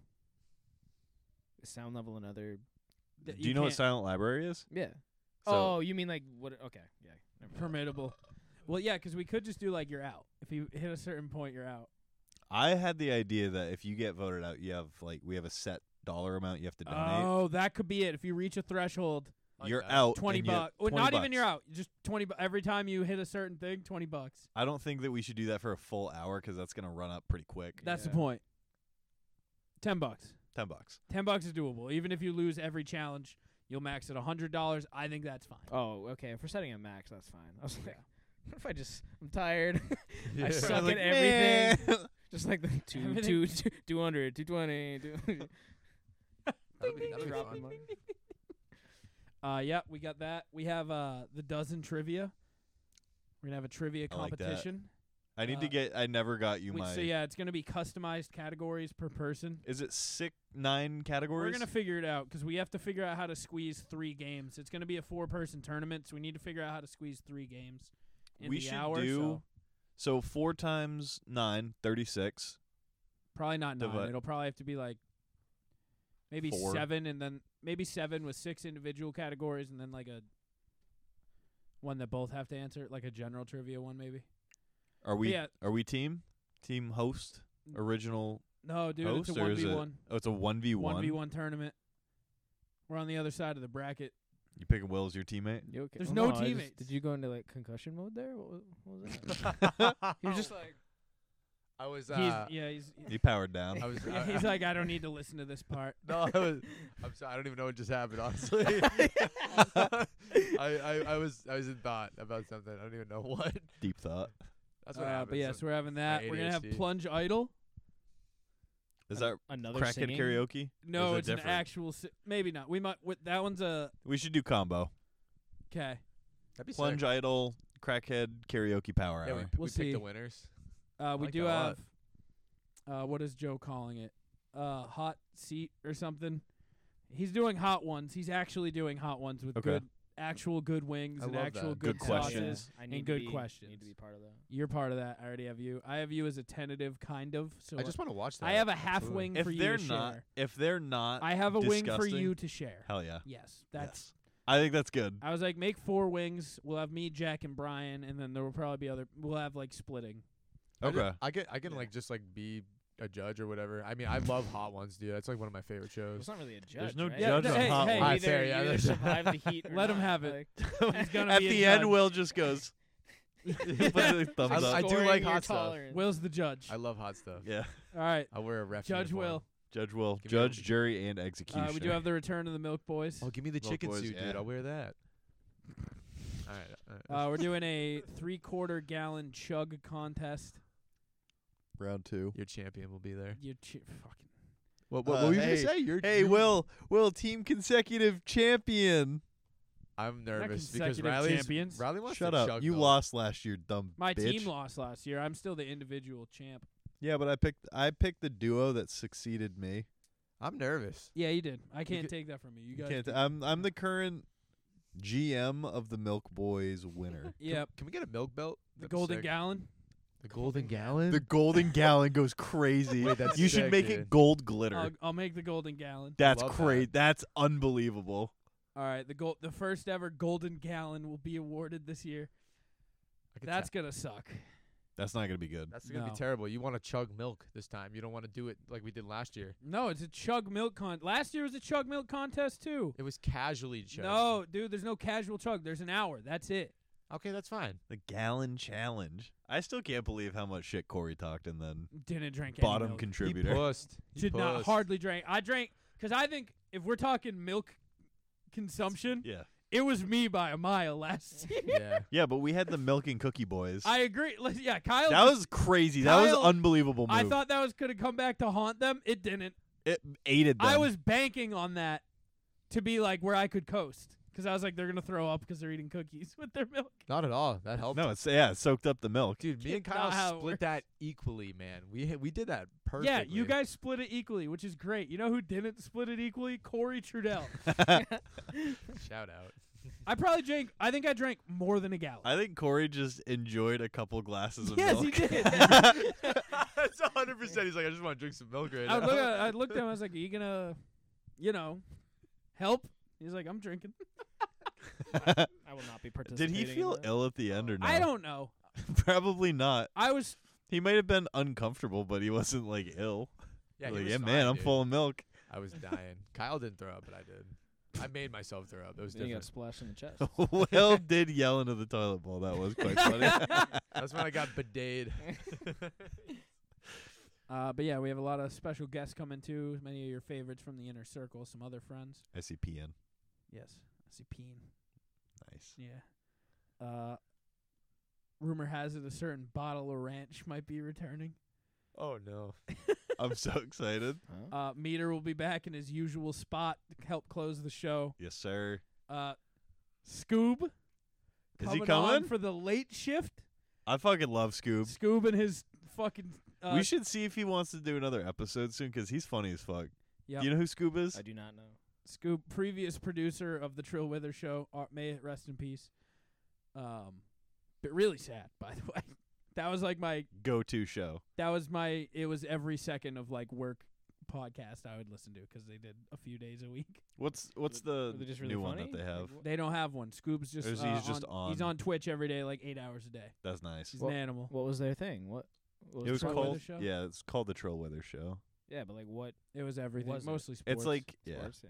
Speaker 2: Sound level another.
Speaker 5: that
Speaker 1: Do you know what
Speaker 5: can't-
Speaker 1: silent library is?
Speaker 2: Yeah.
Speaker 1: So-
Speaker 2: oh, you mean like what? Okay. Yeah. never mind.
Speaker 5: Formidable. Well, yeah, 'cause we could just do like you're out. If you hit a certain point, you're out.
Speaker 1: I had the idea that if you get voted out, you have like we have a set dollar amount you have to donate.
Speaker 5: Oh, that could be it. If you reach a threshold,
Speaker 6: Like
Speaker 1: you're
Speaker 6: that.
Speaker 1: out.
Speaker 5: twenty
Speaker 1: and you-
Speaker 5: bucks. Well,
Speaker 1: 20
Speaker 5: not even
Speaker 1: bucks.
Speaker 5: you're out. Just twenty. Bu- every time you hit a certain thing, twenty bucks.
Speaker 1: I don't think that we should do that for a full hour because that's gonna run up pretty quick.
Speaker 5: That's
Speaker 2: Yeah.
Speaker 5: the point. Ten bucks.
Speaker 1: Ten bucks.
Speaker 5: Ten bucks is doable. Even if you lose every challenge, you'll max at a hundred dollars. I think that's fine.
Speaker 2: Oh, okay. If we're setting a max, that's fine. I was like, what if I just? I'm tired. I suck at
Speaker 1: like,
Speaker 2: everything. Just like the two,
Speaker 5: Everything.
Speaker 2: two, two, 200, 220. 200.
Speaker 6: That'll be, that'll be
Speaker 2: Drop
Speaker 6: fun.
Speaker 2: money.
Speaker 5: Uh, yeah, we got that. We have uh the dozen trivia. We're gonna have a trivia
Speaker 1: I like that.
Speaker 5: competition.
Speaker 1: I need to
Speaker 5: Uh,
Speaker 1: get. I never got you
Speaker 5: We-
Speaker 1: my.
Speaker 5: so yeah, it's gonna be customized categories per person.
Speaker 1: Is it six nine categories?
Speaker 5: We're gonna figure it out 'cause we have to figure out how to squeeze three games. It's gonna be a four-person tournament, so we need to figure out how to squeeze three games. In
Speaker 1: We
Speaker 5: the
Speaker 1: should
Speaker 5: hour,
Speaker 1: do-
Speaker 5: so
Speaker 1: so four times nine, thirty six.
Speaker 5: probably not nine.
Speaker 1: divi-
Speaker 5: It'll probably have to be like maybe
Speaker 1: Four.
Speaker 5: seven, and then maybe seven with six individual categories, and then like a one that both have to answer, like a general trivia one, maybe.
Speaker 1: Are we?
Speaker 5: yeah.
Speaker 1: Are we team? Team host original.
Speaker 5: No, dude,
Speaker 1: host
Speaker 5: it's a
Speaker 1: or
Speaker 5: one
Speaker 1: is
Speaker 5: v
Speaker 1: it
Speaker 5: one,
Speaker 1: Oh, it's a one v
Speaker 5: one
Speaker 1: one.
Speaker 5: v one tournament. We're on the other side of the bracket.
Speaker 1: You picking Will as your teammate?
Speaker 2: You okay?
Speaker 5: There's
Speaker 2: Oh,
Speaker 5: no
Speaker 2: I just-
Speaker 5: teammates.
Speaker 2: did you go into like concussion mode there? What was, what was that?
Speaker 6: I
Speaker 2: You're just like
Speaker 6: was.
Speaker 5: he's
Speaker 6: Uh,
Speaker 5: yeah, he's
Speaker 1: He powered down.
Speaker 6: I was.
Speaker 5: yeah,
Speaker 6: I-
Speaker 5: he's like I don't need to listen to this part.
Speaker 6: No, I was. I'm sorry. I don't even know what just happened. Honestly, I, I I was I was in thought about something. I don't even know what.
Speaker 1: Deep thought.
Speaker 6: That's what
Speaker 5: Uh,
Speaker 6: happened.
Speaker 5: but yes, we're having that. We're gonna have
Speaker 6: ADHD.
Speaker 5: plunge idol.
Speaker 1: Is
Speaker 2: An-
Speaker 1: that
Speaker 2: another
Speaker 1: Kraken
Speaker 2: singing?
Speaker 1: karaoke?
Speaker 5: No,
Speaker 1: it
Speaker 5: it's an
Speaker 1: different?
Speaker 5: actual. Si- maybe not. We might. Wait, that one's a.
Speaker 1: We should do combo.
Speaker 5: Okay.
Speaker 6: That'd be sick.
Speaker 1: Plunge idol, crackhead karaoke power
Speaker 6: Yeah, we,
Speaker 1: hour.
Speaker 6: we
Speaker 5: We'll
Speaker 6: picked the
Speaker 5: see.
Speaker 6: winners.
Speaker 5: Uh, we
Speaker 6: like
Speaker 5: do
Speaker 6: that a
Speaker 5: have.
Speaker 6: lot.
Speaker 5: Uh, what is Joe calling it? Uh, hot seat or something. He's doing hot ones. He's actually doing hot ones with
Speaker 1: Okay.
Speaker 5: good, actual good wings
Speaker 6: I
Speaker 5: and
Speaker 6: love
Speaker 5: actual
Speaker 6: that.
Speaker 5: good,
Speaker 1: Good
Speaker 5: sauces.
Speaker 1: questions.
Speaker 2: I
Speaker 5: and
Speaker 2: need to
Speaker 5: good
Speaker 2: be- Need
Speaker 5: questions.
Speaker 2: to be part of that.
Speaker 5: You're part of that. I already have you. I have you as a tentative, kind of. So
Speaker 6: I just want to watch that.
Speaker 5: I have a half
Speaker 6: Absolutely.
Speaker 5: wing
Speaker 1: If
Speaker 5: for you
Speaker 1: they're
Speaker 5: to
Speaker 1: not,
Speaker 5: share.
Speaker 1: if they're not,
Speaker 5: I have a wing for
Speaker 1: disgusting-
Speaker 5: you to share.
Speaker 1: hell yeah,
Speaker 5: Yes, that's
Speaker 1: Yes. I think that's good.
Speaker 5: I was like, make four wings. We'll have me, Jack, and Brian, and then there will probably be other. We'll have like splitting.
Speaker 6: I ju-
Speaker 1: Okay.
Speaker 6: I get I can
Speaker 5: Yeah.
Speaker 6: like just like be a judge or whatever. I mean, I love Hot Ones, dude. That's like one of my favorite shows.
Speaker 2: It's not really a judge.
Speaker 1: no
Speaker 2: right?
Speaker 5: Yeah, judge no, on hey, Hot hey.
Speaker 2: You
Speaker 5: Ones.
Speaker 2: either,
Speaker 6: Fair,
Speaker 2: you
Speaker 6: yeah,
Speaker 2: either
Speaker 6: there's-
Speaker 2: survive the heat. Or
Speaker 5: Let 'em
Speaker 2: not.
Speaker 5: have it.
Speaker 2: Like,
Speaker 5: He's gonna
Speaker 1: At
Speaker 5: be a
Speaker 1: the end,
Speaker 5: judge.
Speaker 1: Will just goes. He puts his thumbs
Speaker 6: I-
Speaker 1: up.
Speaker 6: I do
Speaker 2: scoring
Speaker 6: like
Speaker 2: your
Speaker 6: hot stuff.
Speaker 2: tolerance.
Speaker 5: Will's the judge.
Speaker 6: I love hot stuff.
Speaker 1: yeah,
Speaker 5: All right,
Speaker 6: I'll wear a ref.
Speaker 5: Judge
Speaker 6: uniform.
Speaker 5: Will.
Speaker 1: judge will,
Speaker 6: Give me
Speaker 1: judge,
Speaker 6: a-
Speaker 1: jury, and
Speaker 5: Uh,
Speaker 1: executioner.
Speaker 5: we do have the return of the Milk Boys.
Speaker 6: Oh, give me the
Speaker 1: Little
Speaker 6: chicken
Speaker 1: boys,
Speaker 6: suit,
Speaker 1: yeah.
Speaker 6: dude. I'll wear that. all right. all right.
Speaker 5: Uh, we're doing a three-quarter gallon chug contest.
Speaker 1: round two.
Speaker 6: Your champion will be there.
Speaker 5: You ch- fucking
Speaker 6: What,
Speaker 1: what- what were you gonna say?
Speaker 6: You're,
Speaker 1: Hey, Will, Will, team consecutive champion.
Speaker 6: I'm nervous because
Speaker 5: consecutive
Speaker 6: Riley's
Speaker 5: champions.
Speaker 6: Riley wants
Speaker 1: Shut
Speaker 6: to
Speaker 1: up!
Speaker 6: chug
Speaker 1: You
Speaker 6: though.
Speaker 1: lost last year, dumb
Speaker 5: my
Speaker 1: bitch.
Speaker 5: team lost last year. I'm still the individual champ.
Speaker 1: Yeah, but I picked I picked the duo that succeeded me.
Speaker 6: I'm nervous.
Speaker 5: Yeah, you did. I can't
Speaker 6: ca-
Speaker 5: take that from you. You
Speaker 1: You
Speaker 5: guys.
Speaker 1: can't.
Speaker 5: did.
Speaker 1: I'm I'm the current GM of the Milk Boys winner.
Speaker 5: yep,
Speaker 6: Can we get a milk belt?
Speaker 5: the
Speaker 6: That'd be
Speaker 5: golden
Speaker 6: sick.
Speaker 5: gallon.
Speaker 6: The golden gallon.
Speaker 1: the golden gallon goes crazy.
Speaker 6: Wait, that's
Speaker 1: you should
Speaker 6: sick,
Speaker 1: make it
Speaker 6: dude.
Speaker 1: gold glitter.
Speaker 5: I'll, I'll make the golden gallon.
Speaker 1: that's
Speaker 6: love
Speaker 1: crazy.
Speaker 6: that.
Speaker 1: That's unbelievable.
Speaker 5: All right, the gold, the first ever golden gallon will be awarded this year.
Speaker 6: I could
Speaker 5: That's
Speaker 6: tell-
Speaker 5: gonna suck.
Speaker 1: That's not gonna be good.
Speaker 6: that's gonna
Speaker 5: No.
Speaker 6: be terrible. You want to chug milk this time. You don't want to do it like we did last year.
Speaker 5: No, it's a chug milk con. Last year was a chug milk contest too.
Speaker 6: It was casually chugged.
Speaker 5: No, dude, there's no casual chug. There's an hour. That's it.
Speaker 6: Okay, that's fine.
Speaker 1: The gallon challenge. I still can't believe how much shit Corey talked and then
Speaker 5: Didn't drink any
Speaker 1: bottom
Speaker 5: milk.
Speaker 1: contributor.
Speaker 6: He pussed. He
Speaker 5: Did not
Speaker 6: pussed.
Speaker 5: hardly drink. I drank because I think if we're talking milk consumption,
Speaker 1: yeah,
Speaker 5: it was me by a mile last year.
Speaker 6: Yeah.
Speaker 1: yeah, but we had the Milk and Cookie Boys.
Speaker 5: I agree. Like, Yeah, Kyle.
Speaker 1: that was crazy. that
Speaker 5: Kyle-
Speaker 1: was unbelievable. Move.
Speaker 5: I thought that was gonna come back to haunt them. It didn't.
Speaker 1: it aided. Them.
Speaker 5: I was banking on that to be like where I could coast. because I was like, they're gonna throw up because they're eating cookies with their milk.
Speaker 6: Not at all. That helped.
Speaker 1: No, it's yeah, it soaked up the milk.
Speaker 6: Dude, me and
Speaker 5: That's not how
Speaker 6: Kyle
Speaker 5: it
Speaker 6: split that equally, man. We we did that perfectly.
Speaker 5: Yeah, you guys split it equally, which is great. You know who didn't split it equally? Corey Trudell.
Speaker 6: Shout out.
Speaker 5: I probably drank. I think I drank more than a gallon.
Speaker 1: I think Corey just enjoyed a couple glasses of
Speaker 5: yes,
Speaker 1: milk.
Speaker 5: he did.
Speaker 6: That's 100. percent He's like, I just want to drink some milk right
Speaker 5: I
Speaker 6: now.
Speaker 5: look at, I looked at him. I was like, "Are you gonna, you know, help?" He's like, "I'm drinking."
Speaker 2: I will not be participating.
Speaker 1: Did he
Speaker 2: in
Speaker 1: feel
Speaker 2: that.
Speaker 1: ill at the end or not?
Speaker 5: I don't know.
Speaker 1: Probably not.
Speaker 5: I was
Speaker 1: He might have been uncomfortable, but he wasn't like ill.
Speaker 6: yeah, he
Speaker 1: like,
Speaker 6: was
Speaker 1: yeah,
Speaker 6: fine,
Speaker 1: man, I'm
Speaker 6: dude.
Speaker 1: full of milk.
Speaker 6: I was dying. Kyle didn't throw up, but I did. I made myself throw up. It was
Speaker 2: Then you got
Speaker 6: different.
Speaker 2: splashed in the chest.
Speaker 1: Will did yell into the toilet bowl. That was quite funny.
Speaker 6: That's when I got bideted.
Speaker 5: Uh, but yeah, we have a lot of special guests coming too. Many of your favorites from the inner circle, some other friends.
Speaker 1: I see PN.
Speaker 5: Yes, I see Peen.
Speaker 1: Nice.
Speaker 5: Yeah. Uh, rumor has it a certain bottle of ranch might be returning.
Speaker 6: oh no.
Speaker 1: I'm so excited.
Speaker 2: Huh?
Speaker 5: Uh, Meter will be back in his usual spot to help close the show.
Speaker 1: Yes, sir.
Speaker 5: Uh, Scoob
Speaker 1: Is he
Speaker 5: on
Speaker 1: coming?
Speaker 5: for the late shift?
Speaker 1: I fucking love Scoob.
Speaker 5: Scoob and his fucking. Uh,
Speaker 1: we should see if he wants to do another episode soon because he's funny as fuck.
Speaker 5: Yep.
Speaker 1: You know who Scoob is?
Speaker 2: I do not know.
Speaker 5: Scoop, previous producer of the Trill Wither show, uh, may it rest in peace. Um, but really sad, by the way. That was like my
Speaker 1: Go to show.
Speaker 5: that was my it was every second of like work podcast I would listen to 'cause they did a few days a week.
Speaker 1: What's what's the
Speaker 2: Are they just really
Speaker 1: new
Speaker 2: funny?
Speaker 1: one that they have?
Speaker 2: Like, wh-
Speaker 5: They don't have one. Scoop's just
Speaker 1: Or is
Speaker 5: uh,
Speaker 1: he's just on-
Speaker 5: he's on Twitch every day, like eight hours a day.
Speaker 1: That's nice.
Speaker 5: He's
Speaker 2: Well,
Speaker 5: an animal.
Speaker 2: what was their thing? What, what
Speaker 1: It was
Speaker 5: Troll
Speaker 2: Troll
Speaker 1: called
Speaker 5: Weather Show?
Speaker 1: yeah, it's called the Troll Weather Show.
Speaker 2: Yeah, but like what?
Speaker 5: It was everything,
Speaker 2: was it?
Speaker 5: mostly sports.
Speaker 1: It's like yeah,
Speaker 2: sports,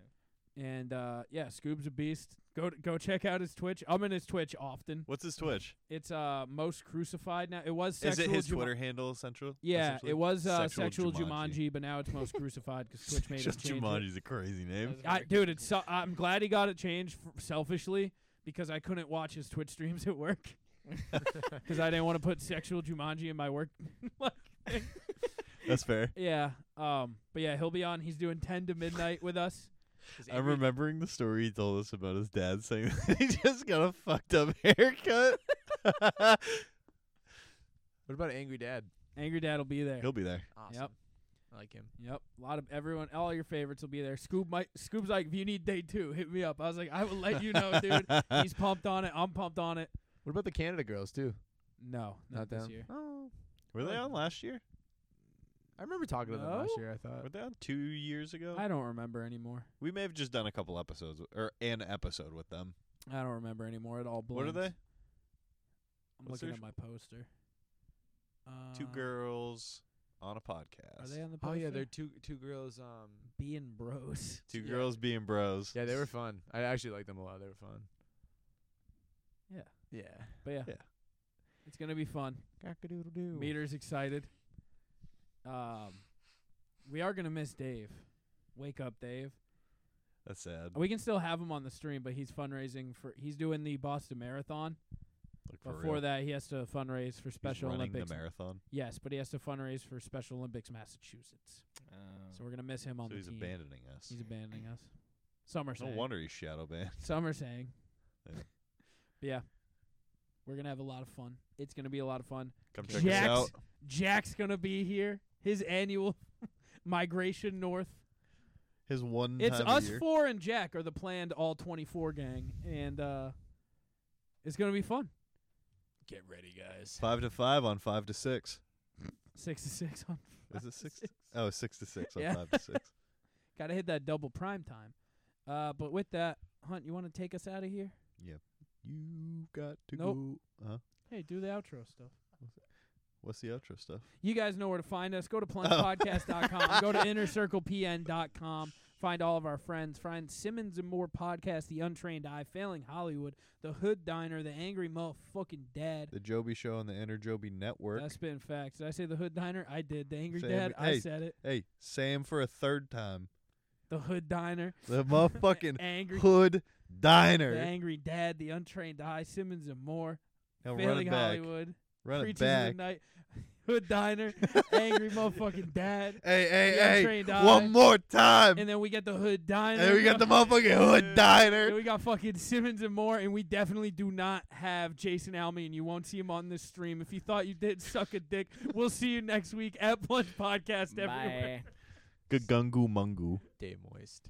Speaker 2: yeah.
Speaker 5: and uh, yeah, Scoob's a beast. Go to, go check out his Twitch. I'm in his Twitch often.
Speaker 1: what's his Twitch?
Speaker 5: It's uh most crucified now. It was
Speaker 1: Is
Speaker 5: sexual
Speaker 1: it his
Speaker 5: Juma-
Speaker 1: Twitter handle essential?
Speaker 5: Yeah,
Speaker 1: essentially?
Speaker 5: it was uh,
Speaker 1: Sexual
Speaker 5: sexual,
Speaker 1: Jumanji.
Speaker 5: Jumanji. but now it's most crucified 'cause Twitch made
Speaker 1: just
Speaker 5: him change it.
Speaker 1: Jumanji's a crazy name.
Speaker 2: That was
Speaker 5: I,
Speaker 2: very
Speaker 5: dude,
Speaker 2: good.
Speaker 5: it's so, I'm glad he got it changed f- selfishly because I couldn't watch his Twitch streams at work because I didn't want to put sexual Jumanji in my work. like,
Speaker 1: That's fair.
Speaker 5: yeah, um, but yeah, he'll be on. He's doing ten to midnight with us.
Speaker 1: I'm remembering the story he told us about his dad saying that he just got a fucked up haircut.
Speaker 6: What about Angry Dad?
Speaker 5: Angry Dad will be there.
Speaker 1: He'll be there.
Speaker 6: Awesome.
Speaker 5: Yep.
Speaker 6: I like him.
Speaker 5: Yep, a lot of everyone, all your favorites will be there. Scoob, Mike, Scoob's like, if you need day two, hit me up. I was like, I will let you know, dude. He's pumped on it. I'm pumped on it.
Speaker 6: What about the Canada girls too?
Speaker 5: No, not, this year.
Speaker 6: Oh,
Speaker 1: Were they on last year?
Speaker 6: I remember talking to them
Speaker 5: No?
Speaker 6: last year. I thought.
Speaker 1: Were they on two years ago?
Speaker 5: uh, I don't remember anymore.
Speaker 1: we may have just done a couple episodes w- or an episode with them.
Speaker 5: I don't remember anymore. It all
Speaker 1: What
Speaker 5: blends.
Speaker 1: are they?
Speaker 5: I'm
Speaker 1: What's
Speaker 5: looking
Speaker 1: their
Speaker 5: at my poster. Uh,
Speaker 1: two girls on a podcast.
Speaker 5: Are they on the
Speaker 6: Oh
Speaker 5: poster?
Speaker 6: yeah, they're two two girls. Um.
Speaker 5: being bros.
Speaker 1: two
Speaker 6: yeah.
Speaker 1: girls being bros.
Speaker 6: Yeah, they were fun. I actually liked them a lot. They were fun.
Speaker 5: Yeah.
Speaker 6: Yeah.
Speaker 5: But yeah,
Speaker 1: Yeah.
Speaker 5: it's gonna be fun.
Speaker 6: Cock-a-doodle doo.
Speaker 5: Meter's excited. Um, we are gonna miss Dave. Wake up, Dave.
Speaker 1: That's sad.
Speaker 5: We can still have him on the stream, but he's fundraising for. He's doing the Boston Marathon.
Speaker 1: Like, for
Speaker 5: Before
Speaker 1: real.
Speaker 5: that, he has to fundraise for
Speaker 1: He's
Speaker 5: Special
Speaker 1: running
Speaker 5: Olympics.
Speaker 1: the marathon.
Speaker 5: yes, but he has to fundraise for Special Olympics Massachusetts.
Speaker 2: Um,
Speaker 5: So we're gonna miss him on
Speaker 1: Oh. So
Speaker 5: the
Speaker 1: he's
Speaker 5: team.
Speaker 1: abandoning us.
Speaker 5: He's abandoning us. Some are
Speaker 1: No
Speaker 5: saying.
Speaker 1: wonder he's shadow banned.
Speaker 5: Some are saying.
Speaker 1: Yeah.
Speaker 5: but yeah, we're gonna have a lot of fun. It's gonna be a lot of fun.
Speaker 1: Come check
Speaker 5: Jax,
Speaker 1: us out.
Speaker 5: Jack's gonna be here. His annual migration north.
Speaker 1: His one.
Speaker 5: It's
Speaker 1: time a
Speaker 5: us
Speaker 1: year.
Speaker 5: four and Jack are the planned all twenty four gang, and uh it's gonna be fun.
Speaker 6: Get ready, guys.
Speaker 1: Five to five on five to six.
Speaker 5: Six to six on.
Speaker 1: Is it
Speaker 5: Friday.
Speaker 1: six? Oh, six to six on
Speaker 5: Yeah.
Speaker 1: five to six.
Speaker 5: Gotta hit that double prime time. Uh, but with that, Hunt, you want to take us out of here?
Speaker 1: You got to
Speaker 5: Nope.
Speaker 1: go. Huh?
Speaker 5: Hey, do the outro stuff.
Speaker 1: What's the outro stuff?
Speaker 5: You guys know where to find us.
Speaker 1: Oh.
Speaker 5: Go to plungepodcast.com. Go to innercirclepn.com. Find all of our friends. Find Simmons and More Podcast, The Untrained Eye, Failing Hollywood, The Hood Diner, The Angry Motherfucking Dad.
Speaker 1: The Joby Show on the Inner Joby Network.
Speaker 5: That's been facts. Did I say The Hood Diner? I did. The Angry
Speaker 1: Say
Speaker 5: Dad?
Speaker 1: it-
Speaker 5: I
Speaker 1: hey.
Speaker 5: said it.
Speaker 1: hey, Sam for a third time.
Speaker 5: The Hood Diner.
Speaker 1: The motherfucking
Speaker 5: Angry
Speaker 1: Hood
Speaker 5: The
Speaker 1: Diner.
Speaker 5: Angry Dad, The Untrained Eye, Simmons and More,
Speaker 1: Now run
Speaker 5: Failing
Speaker 1: it back.
Speaker 5: Hollywood,
Speaker 1: Run it
Speaker 5: Preachers of the
Speaker 1: back.
Speaker 5: Night, Hood Diner, angry motherfucking dad.
Speaker 1: Hey,
Speaker 5: We got
Speaker 1: hey, hey!
Speaker 5: Train Dog.
Speaker 1: One more time,
Speaker 5: And then we get the Hood Diner.
Speaker 1: and we got the motherfucking hood
Speaker 5: Then
Speaker 1: diner.
Speaker 5: we got fucking Simmons and more, and we definitely do not have Jason Alme, and you won't see him on this stream. If you thought you did, suck a dick. We'll see you next week at Plunge Podcast everywhere.
Speaker 2: Bye.
Speaker 1: Gagungu mungu.
Speaker 6: Day moist.